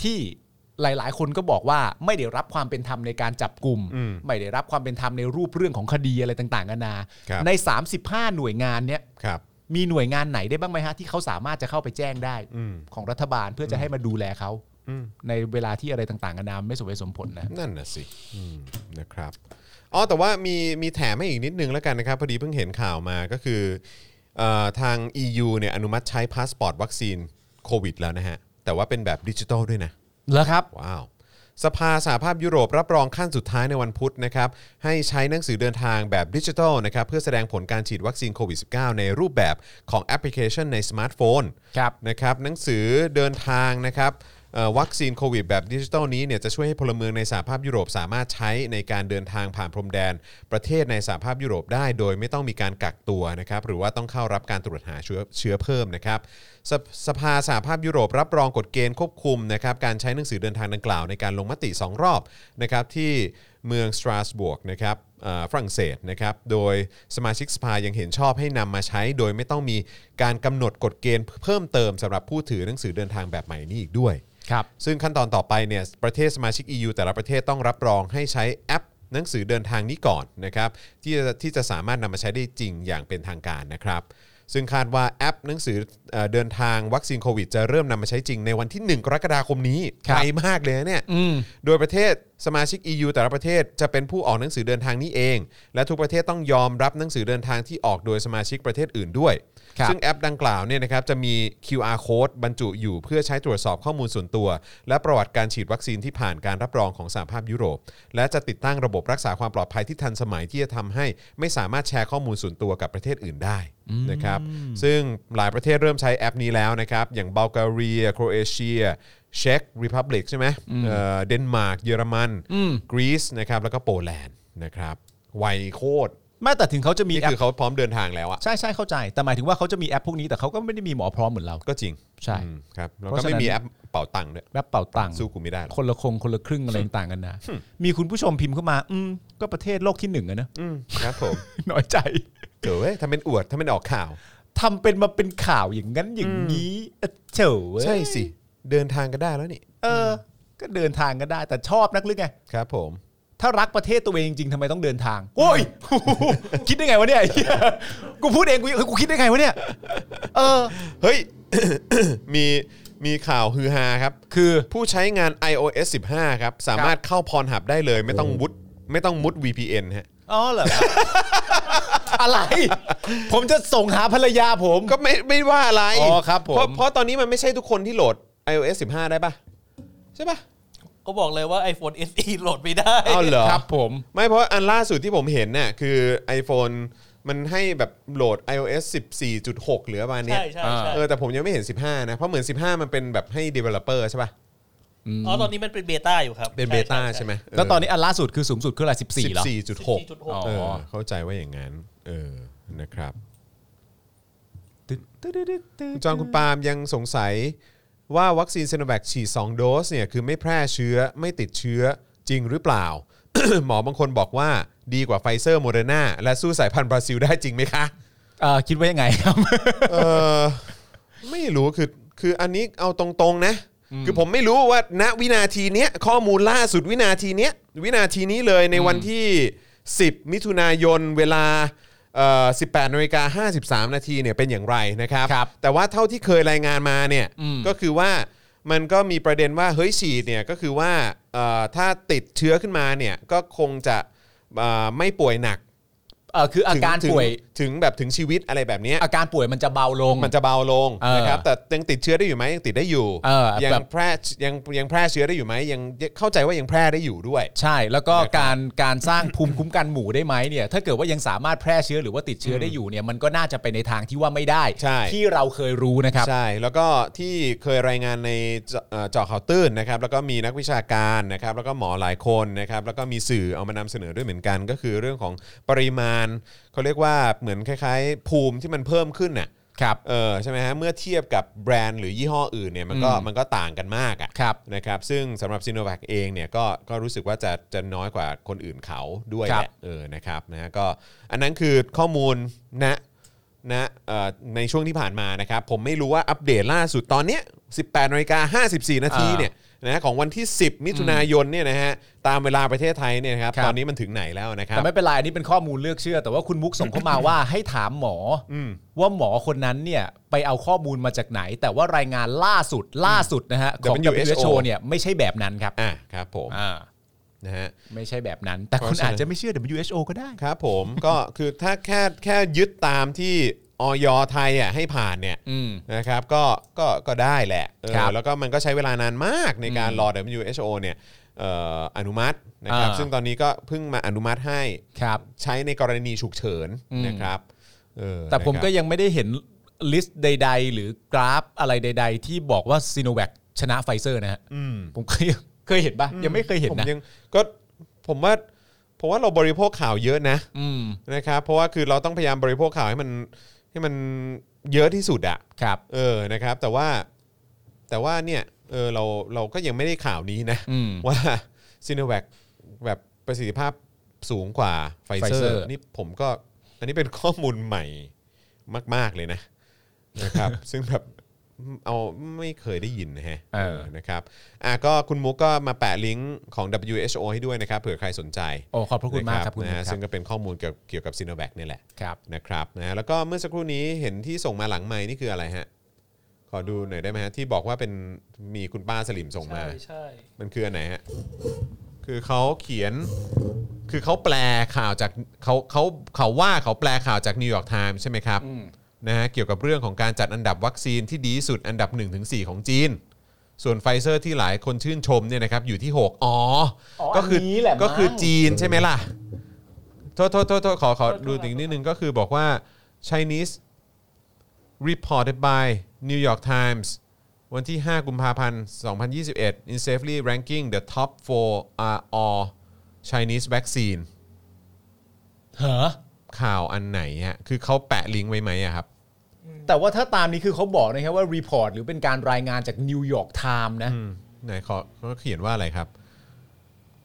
ที่หลาย ๆ คนก็บอกว่าไม่ได้รับความเป็นธรรมในการจับกลุ่ม
อืม
ไม่ได้รับความเป็นธรรมในรูปเรื่องของคดีอะไรต่างๆนานา
ครับ
ใน 35 หน่วยงานเนี้ย
ครับ
มีหน่วยงานไหนได้บ้างไหมฮะที่เขาสามารถจะเข้าไปแจ้งได้
อืม
ของรัฐบาลเพื่อจะให้มาดูแลเขา
อืม
ในเวลาที่อะไรต่างๆกันานาไม่สมเหตุสมผลนะ
นั่นน่ะสิอืมนะครับอ๋อแต่ว่ามีมีแถมให้อีกนิดนึงแล้วกันนะครับ พอดีเพิ่งเห็นข่าวมาก็คือเออทาง EU เนี่ยอนุมัติใช้พาสปอร์ตวัคซีนโควิดแล้วนะฮะ แต่ว่าเป็นแบบดิจิทัลด้วยนะ
แล้วครับ
ว้าว สภาสหภาพยุโรปรับรองขั้นสุดท้ายในวันพุธนะครับ ให้ใช้หนังสือเดินทางแบบดิจิทัลนะครับ เพื่อแสดงผลการฉีดวัคซีนโควิด -19 ในรูปแบบของแอปพลิเคชันในสมาร์ทโฟน
ครับ
นะครับหนังสือเดินทางนะครับเอ่อวัคซีนโควิดแบบดิจิทัลนี้เนี่ยจะช่วยให้พลเมืองในสหภาพยุโรปสามารถใช้ในการเดินทางผ่านพรมแดน ประเทศในสหภาพยุโรปได้ โดยไม่ต้องมีการกักตัวนะครับหรือว่าต้องเข้ารับการตรวจหาเชื้อเชื้อเพิ่มนะครับสภสภาสหภาพยุโรปรับรองกฎเกณฑ์ควบคุมนะครับการใช้หนังสือเดินทางดังกล่าวในการลงมติ 2 รอบนะครับที่เมืองสตราสบวกนะครับเอ่อฝรั่งเศสนะครับโดยสมาชิกสภายังเห็นชอบให้นำมาใช้ โดยไม่ต้องมีการกำหนดกฎเกณฑ์เพิ่มเติมสำหรับผู้ถือหนังสือเดินทางแบบใหม่นี้อีกด้วย
ครับ
ซึ่งขั้นตอนต่อไปเนี่ยประเทศสมาชิก EU แต่ละประเทศต้องรับรองให้ใช้แอปหนังสือเดินทางนี้ก่อนนะครับที่จะที่จะสามารถนำมาใช้ได้จริงอย่างเป็นทางการนะครับ ซึ่งคาดว่าแอปหนังสือเอ่อเดินทางวัคซีนโควิด จะเริ่มนำมาใช้จริงในวันที่ 1 กรกฎาคมนี้
ครั
ไก
บ
ลมากเลยนะเนี่ย
อืม
โดยประเทศสมาชิก EU แต่ละประเทศจะเป็นผู้ออกหนังสือเดินทางนี้เอง และทุกประเทศต้องยอมรับหนังสือเดินทางที่ออกโดยสมาชิกประเทศอื่นด้วย
ครับ
ซึ่งแอปดังกล่าวเนี่ยนะครับจะมี QR code บรรจุอยู่เพื่อใช้ตรวจสอบข้อมูลส่วนตัว และประวัติการฉีดวัคซีนที่ผ่านการรับรองของสหภาพยุโรป และจะติดตั้งระบบรักษาความปลอดภัยที่ทันสมัยที่จะทำให้ไม่สามารถแชร์ข้อมูลส่วนตัวกับประเทศอื่นได้นะครับซึ่งหลายประเทศเริ่มใช้แอปนี้แล้วนะครับอย่างบัลแกเรียโครเอเชีย เช็กริพับลิกใช่ไหมเอ่อเดนมาร์ก เยอรมัน กรีซนะครับ แล้วก็โปแลนด์นะครับไวโคตร
แม้แต่ถึงเขาจะมี
นี่
แอ
คื
ป
อเขาพร้อมเดินทางแล้วอะ
ใช่ใช่เข้าใจ แต่หมายถึงว่าเขาจะมีแอปพวกนี้แต่เขาก็ไม่ได้มีหมอพร้อมเหมือนเรา
ก็จริง
ใช่
อืมครับแล้ว
เพ
ก็
ราะฉะนั้
ไม่
น
มีแอปเป่าตังค์ด้วย
แอปเป่าตังค์
สู้กูไม่ได้หรอก
คนละคงคนละครึ่งอะไรต่างกันนะมีคุณผู้ชมพิมพ์เข้ามา อืมก็ประเทศโลกที่หนึ่งอะนะ
อืมครับผม
น้อยใจ
เจ๋อเว้ยทำเป็นอวดทำเป็นออกข่าว
ทำเป็นมาเป็นข่าวอย่างนั้นอย่างนี้เอ้อเฉย
ใช่สิ เดินทางก็ได้แล้วนี่
เออ ก็เดินทางก็ได้ แต่ชอบนักหรือไง
ครับผม
ถ้ารักประเทศตัวเองจริงๆทำไมต้องเดินทาง โอ้ย คิดได้ไงวะเนี่ยไอ้เหี้ยกูพูดเองกูเออกูคิดได้ไงวะเนี่ย เออ
เฮ้ย มีมีข่าวฮือฮาครับ
คือ
ผู้ใช้งาน iOS 15 ครับ สามารถเข้าพรหับได้เลย ไม่ต้องมุดไม่ต้องมุด VPN ฮะ
อ๋อเหรอ อะไร ผมจะส่งหาภรรยาผม
ก็ไม่ไม่ว่าอะไร
อ๋อครับผม
เพราะเพราะตอนนี้มันไม่ใช่ทุกคนที่โหลด iOS 15 ได้ปะใช่ปะ
ก็บอกเลยว่า iPhone SE โหลดไม่ได้
เอาเหรอ
ครับผม
ไม่เพราะอันล่าสุดที่ผมเห็นน่ะคือ iPhone มันให้แบบโหลด iOS 14.6 เหลือประมาณเนี้ย
ใช่ใช่ใช่
เออแต่ผมยังไม่เห็น 15 นะ เพราะเหมือน 15 มันเป็นแบบให้ developer ใช่ป่ะ
อ๋อตอนนี้มันเป็นเบต้าอยู่ครับ
เป็นเบต้าใช่ไหม
แล้วตอนนี้อันล่าสุดคือสูงสุดคืออะไรสิบสี่เหรอ
14.6
14.6
อ๋อ
เออเข้าใจว่าอย่างนั้น เออนะครับคุณจอห์นคุณปาล์มยังสงสัยว่าวัคซีนเซโนแวคฉีด2โดสเนี่ยคือไม่แพร่เชื้อไม่ติดเชื้อจริงหรือเปล่า หมอบางคนบอกว่าดีกว่าไฟเซอร์โมเดอร์นาและสู้สายพันธุ์บราซิลได้จริงไหมคะ
เออคิดว่ายังไง ครับ
เออไม่รู้คือคืออันนี้เอาตรงๆนะ คือผมไม่รู้ว่าณวินาทีเนี้ยข้อมูลล่าสุดวินาทีเนี้ยวินาทีนี้เลยในวันที่ 10 มิถุนายนเวลาเอ่อ18นาฬิกา53 นาทีเนี่ยเป็นอย่างไรนะครับ
ครับ
แต่ว่าเท่าที่เคยรายงานมาเนี่ย
อืม
ก็คือว่ามันก็มีประเด็นว่าเฮ้ยฉีดเนี่ยก็คือว่าเอ่อถ้าติดเชื้อขึ้นมาเนี่ยก็คงจะเอ่อไม่ป่วยหนัก
เออคืออาการ
ถึง
ป่วย
ถึงแบบถึงชีวิตอะไรแบบเนี้ย
อาการป่วยมันจะเบาลง
มันจะเบาลง
เออ
นะครับแต่ยังติดเชื้อได้อยู่ไหมยังติดได้อยู่
เออ
ยัง
แบบ
แพร่ยังยังแพร่เชื้อได้อยู่ไหมยังเข้าใจว่ายังแพร่ได้อยู่ด้วย
ใช่แล้วก็การการสร้างภูมิคุ้มกันหมู่ได้ไหมเนี่ยถ้าเกิดว่ายังสามารถแพร่เชื้อหรือว่าติดเชื้อได้อยู่เนี่ยมันก็น่าจะไปในทางที่ว่าไม่ได้
ใช่
ที่เราเคยรู้นะครับ
ใช่ แล้วก็ที่เคยรายงานในเจเอ่อเจาะข่าวตื้นนะครับ แล้วก็มีนักวิชาการนะครับ แล้วก็หมอหลายคนนะครับ แล้วก็มีสื่อเอามานำเสนอด้วยเหมือนกัน ก็คือเรื่องของปริมาณเขาเรียกว่าเหมือนคล้ายๆ ภูมิที่มันเพิ่มขึ้นน่ะ
ครับ
เออใช่ไหมฮะเมื่อเทียบกับแบรนด์หรือยี่ห้ออื่นเนี่ยมันก็
อืม
มันก็ต่างกันมากอ่ะ
ครับ
นะครับซึ่งสำหรับซีโนแวคเองเนี่ยก็ก็รู้สึกว่าจะจะน้อยกว่าคนอื่นเขาด้วยแห
ครั
ละ
บ
เออนะครับนะฮะก็อันนั้นคือข้อมูลนะนะเอ่อในช่วงที่ผ่านมานะครับผมไม่รู้ว่าอัปเดตล่าสุดตอนเนี้ย18นาฬิกา54 นาที
อ่า
เนี่ยนะของวันที่ 10 มิถุนายนเนี่ยนะฮะตามเวลาประเทศไทยเนี่ยนะครับ
ครับ
ตอนนี้มันถึงไหนแล้วนะครับ
แต่ไม่เป็นไรอันนี้เป็นข้อมูลเลือกเชื่อ แต่ว่าคุณมุกส่งเข้ามาว่า ให้ถามหมออ
ม
ว่าหมอคนนั้นเนี่ยไปเอาข้อมูลมาจากไหน แต่ว่ารายงานล่าสุดล่าสุดนะฮะของ
WHO
WHO เนี่ยไม่ใช่แบบนั้นครับ
อ่ะครับผม
อ่า
นะฮะ
ไม่ใช่แบบนั้น แต่
เพ
คุ
ราะ
ณ
ฉะนั้น
อาจจะไม่เชื่อ WHO ก็ได้
ครับผม ก็คือถ้าแค่แค่ยึดตามที่ออยไทยอ่ะให้ผ่านเนี่ย
อืม
นะครับก็ก็ก็ได้แหละเออ
ครับ
แล้วก็มันก็ใช้เวลานานมากในการรอ WHO เนี่ยเอ่ออนุมัตินะครับ
อ่า
ซึ่งตอนนี้ก็เพิ่งมาอนุมัติให้
ครับ
ใช้ในกรณีฉุกเฉิน
อืม
นะครับเออ
แต่ผมก็
นะครับ
ยังไม่ได้เห็นลิสต์ใด ๆ หรือกราฟอะไรใด ๆ ที่บอกว่าซีโนแวคชนะไฟเซอร์นะฮะ
อืม
ผมเคย เคยเห็นปะยังไม่เคยเห็น
ผม
นะ
ยังก็ผมว่าผมว่าเราบริโภคข่าวเยอะนะ
อืม
นะครับเพราะว่าคือเราต้องพยายามบริโภคข่าวให้มันให้มันเยอะที่สุดอะ
ครับ
เออนะครับ แต่ว่าแต่ว่าเนี่ยเออเราเราก็ยังไม่ได้ข่าวนี้นะ
อืม
ว่าซีโนแวคแบบประสิทธิภาพสูงกว่าไฟเซอ
Pfizer
ร์นี่ผมก็อันนี้เป็นข้อมูลใหม่มาก ๆ เลยนะนะครับ ซึ่งแบบเอาไม่เคยได้ยินนะฮะ
เออ
นะครับอ่ะก็คุณมุกก็มาแปะลิงก์ของ WHO ให้ด้วยนะครับเผื่อใครสนใจ
โอ้ขอบพระคุณมาก
นะครับ
คุณ
นะฮะ
ครั
ซึ่
บ
งก็เป็นข้อมูลเกี่ยวเกี่ยวกับซีโนแวคนี่ยแหละ
ครับ
นะครับนะแล้วก็เมื่อสักครู่นี้เห็นที่ส่งมาหลังไม้นี่คืออะไรฮะขอดูหน่อยได้ไหมฮะที่บอกว่าเป็นมีคุณป้าสลิมส่งมา
ใช่ใช่
มันคืออันไหนฮะ คือเขาเขียน คือเขาแปลข่าวจากเขาเขาเขาว่าเขาแปลข่าวจากนิวยอร์กไทม์ใช่ไหมครับ นะฮะ เกี่ยวกับเรื่องของการจัดอันดับวัคซีนที่ดีที่สุดอันดับ 1-4 ของจีน ส่วนไฟเซอร์ที่หลายคนชื่นชมเนี่ยนะครับอยู่ที่ 6 อ๋อ
อ๋อ
ก็คื
นนี้แหละมั้ง
ก็คือจีนใช่ไหมล่ะ โทษโทษโทษโทษขอขอดูอีกนิดนึงก็คือบอกว่า Chinese reported by New York Times วันที่ 5 กุมภาพันธ์ 2021 in safely ranking the top four are all Chinese vaccine
เหรอ
ข่าวอันไหนฮะคือเขาแปะลิงก์ไว้ไหมอะครับ
แต่ว่าถ้าตามนี้คือเขาบอกนะครับว่ารีพอร์ตหรือเป็นการรายงานจากนิวยอร์กไทม์นะ
อืมไหนขอเขาเขียนว่าอะไรครับ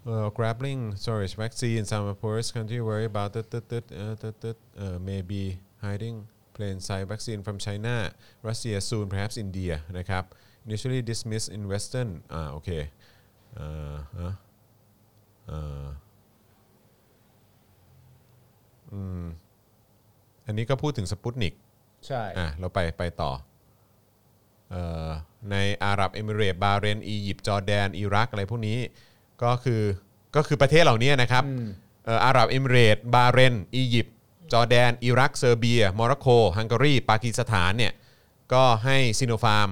เอ่อ grappling storage vaccine some poorest country worry about ตึ๊ดตึ๊ดตึ๊ดเอ่อตึ๊ดตึ๊ดเอ่อ maybe hiding plain sight vaccine from China Russia soon perhaps India นะครับ initially dismissed in Western อ่าโอเคเอ่อฮะเอ่ออืมอันนี้ก็พูดถึงสปุตนิก
ใช่
อ่ะเราไปไปต่อเอ่อในอาหรับเอมิเรตส์บาห์เรนอียิปต์จอร์แดนอิรักอะไรพวกนี้ก็คือก็คือประเทศเหล่านี้นะครับ
อืม
เอ่ออาหรับเอมิเรตส์บาห์เรนอียิปต์จอร์แดนอิรักเซอร์เบียโมร็อกโกฮังการีปากีสถานเนี่ยก็ให้ซิโนฟาร์ม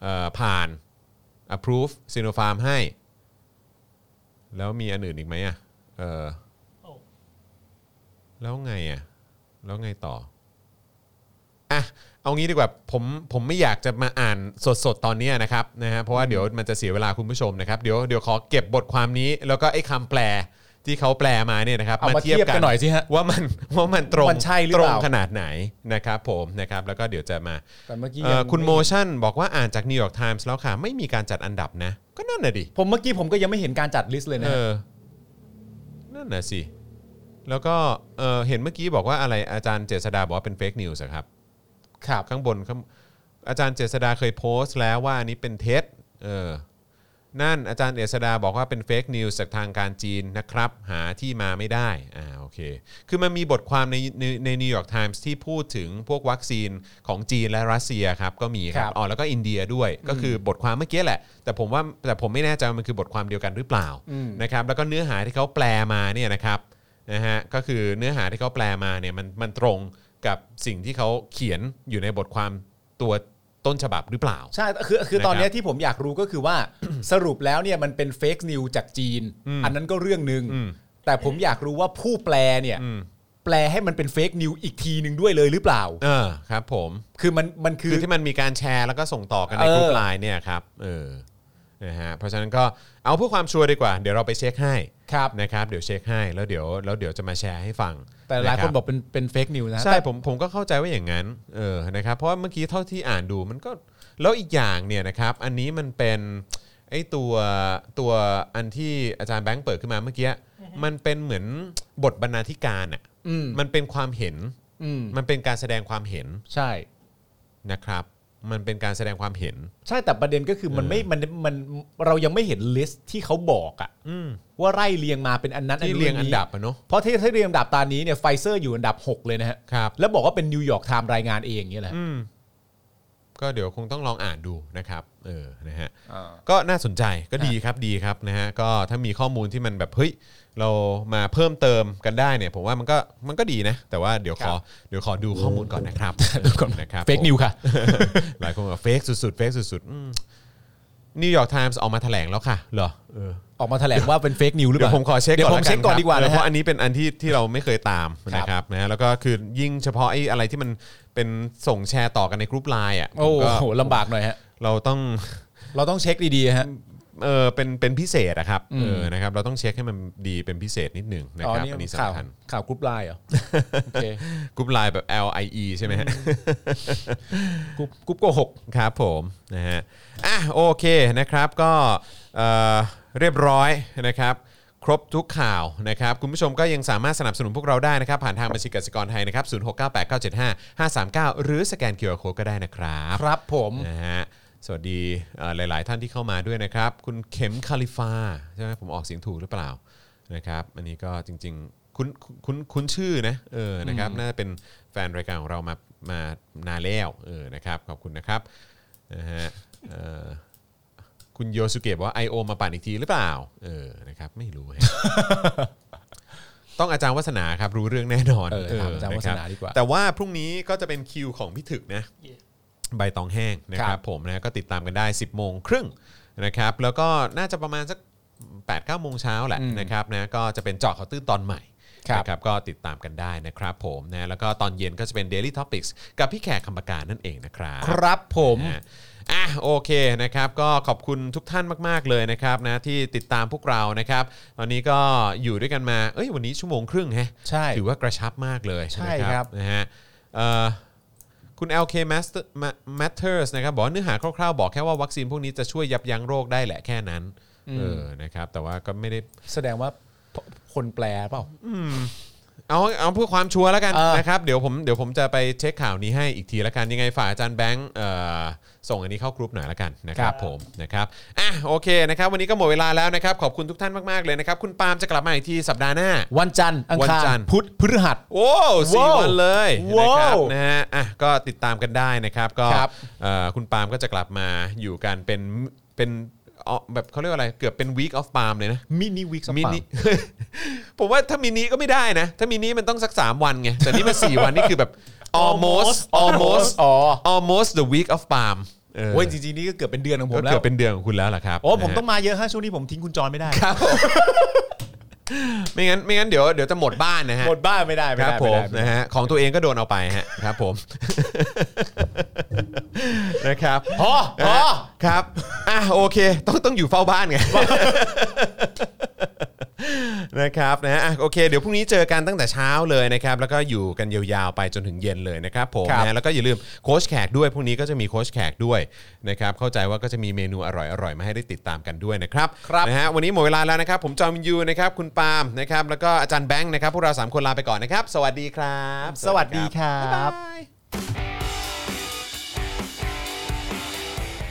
เอ่อผ่าน approve ซิโนฟาร์มให้ แล้วมีอันอื่นอีกไหมอ่ะเออ
โอ้
แล้วไงอ่ะแล้วไงต่อ อ่ะเอางี้ดีกว่าผมผมไม่อยากจะมาอ่านสดๆ ตอนเนี้ยนะครับนะฮะเพราะว่าเดี๋ยวมันจะเสียเวลาคุณผู้ชมนะครับเดี๋ยวเดี๋ยวขอเก็บบทความนี้ แล้วก็ไอ้คำแปลที่เขาแปลมาเนี่ยนะครับ
เอามาเทียบกันหน่อยสิฮะ
ว่ามัน ว่ามันตรง
มันใช่หรือ
ตร
เป
ง
ล่า
ขนาดไหนนะครับผมนะครับแล้วก็เดี๋ยวจะมา
แต่เมื่อกี้
เอ่อ
ยัง
คุณโมชั่นบอกว่าอ่านจากนิวยอร์กไทมส์แล้วค่ะ ไม่มีการจัดอันดับนะ ก็นั่นน่ะดิ
ผมเมื่อกี้ผมก็ยังไม่เห็นการจัดลิสต์เลยนะ
เออนั่นน่ะสิแล้วก็เอ่อเห็นเมื่อกี้บอกว่าอะไรอาจารย์เจษดาบอกว่าเป็นเฟกนิวส์ครับ
ครับ
ข้างบนข้างอาจารย์เจษดาเคยโพสต์แล้วว่าอันนี้เป็นเท็จเออนั่นอาจารย์เจษดาบอกว่าเป็นเฟกนิวส์จากทางการจีนนะครับ หาที่มาไม่ได้อ่าโอเค คือมันมีบทความในในในนิวยอร์กไทมส์ที่พูดถึงพวกวัคซีนของจีนและรัสเซียครับ ก็มีครับอ๋อแล้วก็อินเดียด้วยก็คือบทความเมื่อกี้แหละ แต่ผมว่าแต่ผมไม่แน่ใจว่ามันคือบทความเดียวกันหรือเปล่านะครับแล้วก็เนื้อหาที่เขาแปลมาเนี่ยนะครับ นะฮะก็คือเนื้อหาที่เขาแปลมาเนี่ยมันมันตรงกับสิ่งที่เขาเขียนอยู่ในบทความตัวต้นฉบับหรือเปล่า
ใช่ คือคือตอนเนี้
นะครั
ย
บ
ที่ผมอยากรู้ก็คือว่า สรุปแล้วเนี่ยมันเป็นเฟกนิวจากจีน
อืม
อันนั้นก็เรื่องหนึ่ง
อืม
แต่ผมอยากรู้ว่าผู้แปลเนี่ย
อืม
แปลให้มันเป็นเฟกนิวอีกทีหนึ่งด้วยเลยหรือเปล่า
เออครับผม
คือมันมันคื
คือ อที่มันมีการแชร์แล้วก็ส่งต่อกันใน
เออ
กลุ่มไลน์เนี่ยครับเออนะฮะเพราะฉะนั้นก็เอาเพื่อความชัวร์ดีกว่า เดี๋ยวเราไปเช็คให้
ครับ
นะครับเดี๋ยวเช็คให้แล้วเดี๋ยวแล้วเดี๋ยวจะมาแชร์ให้ฟัง
แต่หลาย
ะ
ค
รั
นบอกเป็นเป็นเฟกนิวนะ
ใช่
แต่
ผมผมก็เข้าใจว่าอย่างนั้นเออนะครับเพราะว่าเมื่อกี้เท่าที่อ่านดูมันก็แล้วอีกอย่างเนี่ยนะครับอันนี้มันเป็นไอ้ตัวตัวอันที่อาจารย์แบงค์เปิดขึ้นมาเมื่อกี้มันเป็นเหมือนบทบรรณาธิการอ่ะ
อืม
มันเป็นความเห็น
อืม
มันเป็นการแสดงความเห็น
ใช่
นะครับ มันเป็นการแสดงความเห็น
ใช่แต่ประเด็นก็คือมันไม่มันมันเรายังไม่เห็นลิสต์ที่เขาบอกอะ
อืม
ว่าไล่เรียงมาเป็นอันนั้น
ที่เรียงอันดับอะเนาะ
เพราะที่ถ้าเรียงอันดับตอนนี้เนี่ยไฟเซอร์อยู่อันดับ 6 เลยนะฮะ
ครับ
แล้วบอกว่าเป็นนิวยอร์กไทม์รายงานเองอย่างเงี้ยแหละ
อืมก็เดี๋ยวคงต้องลองอ่านดูนะครับเออนะฮะ ก็น่าสนใจก็ดีครับดีครับนะฮะก็ถ้ามีข้อมูลที่มันแบบเฮ้ยเรามาเพิ่มเติมกันได้เนี่ย ผมว่ามันก็มันก็ดีนะ แต่ว่าเดี๋ยวขอเดี๋ยวขอดูข้อมูลก่อน นะครับนะครับ
เฟกนิวค่ะ
หลายคนบอกเฟกสุดๆเฟกสุดๆนิวยอร์กไทมส์ออกมาแถลงแล้วค่ะเหรอเออ
ออกมาแถลงว่าเป็นเฟกนิวหรือเป
เดี๋ย
ล่า
วผมขอเช็ค
เดี๋ยว
ก่อน
ผมเช็คก่อน
แล้
ดีกว่า
ครั
นะ
บ
ฮะ
เพราะอันนี้เป็นอันที่ที่เราไม่เคยตาม
ครับ
นะครับนะฮะแล้วก็คือยิ่งเฉพาะไอ้อะไรที่มันเป็นส่งแชร์ต่อกันในกรุ๊ปไลน์อ่ะ
โอ้
ผมก็
โหลำบากหน่อยฮะ
เราต้อง
เราต้องเช็คดีๆฮะ
เออเป็นเป็นพิเศษอะครับเออนะครับเราต้องเช็คให้มันดีเป็นพิเศษนิดหนึ่งนะ
อ๋อ
ครับ
นี่
อันนี้
ข่าว
สำคัญ
ข่าวกรุ๊ปไล น์เหรอ โอเค
กรุ๊ปไลน์แบบ L I E ใช่ไหมฮะ
กรุ๊ปกรุ๊ปโกหก
ครับผมนะฮะอ่ะโอเคนะครับก็เอ่อเรียบร้อยนะครับ ครบทุกข่าวนะครับ คุณผู้ชมก็ยังสามารถสนับสนุนพวกเราได้นะครับ ผ่านทางบัญชีกสิกรไทยนะครับ0698975539 หรือสแกน QR Code ก็ได้นะครับ
ครับผม
นะฮะสวัสดีเอ่อหลาย ๆ ท่านที่เข้ามาด้วยนะครับ คุณเข็มคาลิฟาใช่ไหมผมออกเสียงถูกหรือเปล่านะครับอันนี้ก็จริง ๆ คุ้นคุ้นคุ้นชื่อนะเออนะครับน่าจะเป็นแฟนรายการของเรามามานานแล้วเออนะครับขอบคุณนะครับนะฮะเอ่อคุณโยสุเกะบอกว่า I.O. มาปั่นอีกทีหรือเปล่าเออนะครับไม่รู้ ฮะ ต้องอาจารย์วัฒนาครับรู้เรื่องแน่นอน
เออถามอาจารย์วัฒนา
ะคบ
ดีกว่า
แต่ว่าพรุ่งนี้ก็จะเป็นคิวของพี่ถึกนะ
เย่
ใบตองแห้งนะค
ครั
รับบ ผมนะก็ติดตามกันได้ 10บโมงครึ่งนะครับแล้วก็น่าจะประมาณสัก8ปดเก้าโมงเช้าแหละนะครับนะก็จะเป็นเจาะข่าวตื้นตอนใหม่
ครับ
นะครับก็ติดตามกันได้นะครับผมนะแล้วก็ตอนเย็นก็จะเป็น Daily Topics กับพี่แขกคำปากานั่นเองนะครับ
ครับผม
นะอ่ะโอเคนะครับก็ขอบคุณทุกท่านมาก ๆ เลยนะครับนะที่ติดตามพวกเรานะครับตอนนี้ก็อยู่ด้วยกันมาเอ้ยวันนี้ชั่วโมงครึ่งแฮะ
ใช่
ถือว่ากระชับมากเลย
ใช่
นะครับ นะฮะเอ่อคุณ LK Master Ma- Matters นะครับบอกว่าเนื้อหาคร่าวๆ บอกแค่ว่าวัคซีนพวกนี้จะช่วยยับยั้งโรคได้แหละแค่นั้นเออนะครับแต่ว่าก็ไม่ได้
แสดงว่าคนแปลเปล่า
เอาเอาเพื่อความชัวร์แล้วกัน
เออ
นะครับเดี๋ยวผมเดี๋ยวผมจะไปเช็คข่าวนี้ให้อีกทีละกันยังไงฝากอาจารย์แบงค์เอ่อส่งอันนี้เข้ากรุ๊ปหน่อยละกันนะครับผมนะครับอ่ะโอเคนะครับวันนี้ก็หมดเวลาแล้วนะครับขอบคุณทุกท่านมากๆเลยนะครับคุณปาล์มจะกลับมาอีกทีสัปดาห์หน้า
วันจันทร์ อัง
วัน
คาร
จันทร์
พุธพฤหัส
โอ้สี่
ว้าว
วันเลย
ว้า
นะ
ว
ครับนะฮะอ่ะก็ติดตามกันได้นะครับก็
ครับ
เอ่อคุณปาล์มก็จะกลับมาอยู่กันเป็นเป็นอ๋อแบบเขาเรียกว่าอะไรเกือบเป็น week of palm เลยนะ
มินิวิกส
มิ
ปา
นิ ผมว่าถ้ามินิก็ไม่ได้นะ ถ้ามินิมันต้องสัก 3 วันไง แต่นี่มัน 4 วันนี่คือแบบ almost almost
อ๋อ
almost the week of palm เออ
โอ้ยจริงๆนี่ก็เกือบเป็นเดือนของผ
ก็
มแล้
เกือ
ว
บเป็นเดือนของคุณแล้วล่ะครับ
โอ้ผม
นะฮะ
ต้องมาเยอะฮะช่วงนี้ผมทิ้งคุณจรไม่ได้
ไม่งั้นไม่งั้นเดี๋ยวเดี๋ยวจะหมดบ้านนะฮะ
หมดบ้านไม่ได้ไม่
ครั
ได้
บผม
ไได้
นะฮะของตัวเองก็โดนเอาไปฮะครับผม นะครับ
พอพอ
ครับ อ่ะโอเค ต้องต้องอยู่เฝ้าบ้านไง นะครับนะฮะอ่ะโอเค เดี๋ยวพรุ่งนี้เจอกันตั้งแต่เช้าเลยนะครับ แล้วก็อยู่กันยาวๆไปจนถึงเย็นเลยนะครับผม
ครับ
นะแล้วก็อย่าลืมโค้ชแขกด้วยพรุ่งนี้ก็จะมีโค้ชแขกด้วยนะครับเข้าใจว่าก็จะมีเมนูอร่อยๆมาให้ได้ติดตามกันด้วยนะครับ
ครับ
นะฮะวันนี้หมดเวลาแล้วนะครับ ผมจอมยูนะครับ คุณปาล์มนะครับ แล้วก็อาจารย์แบงค์นะครับ พวกเรา 3 คนลาไปก่อนนะครับ สวัสดีครับ
สวัสดีครับ
บ๊ายบาย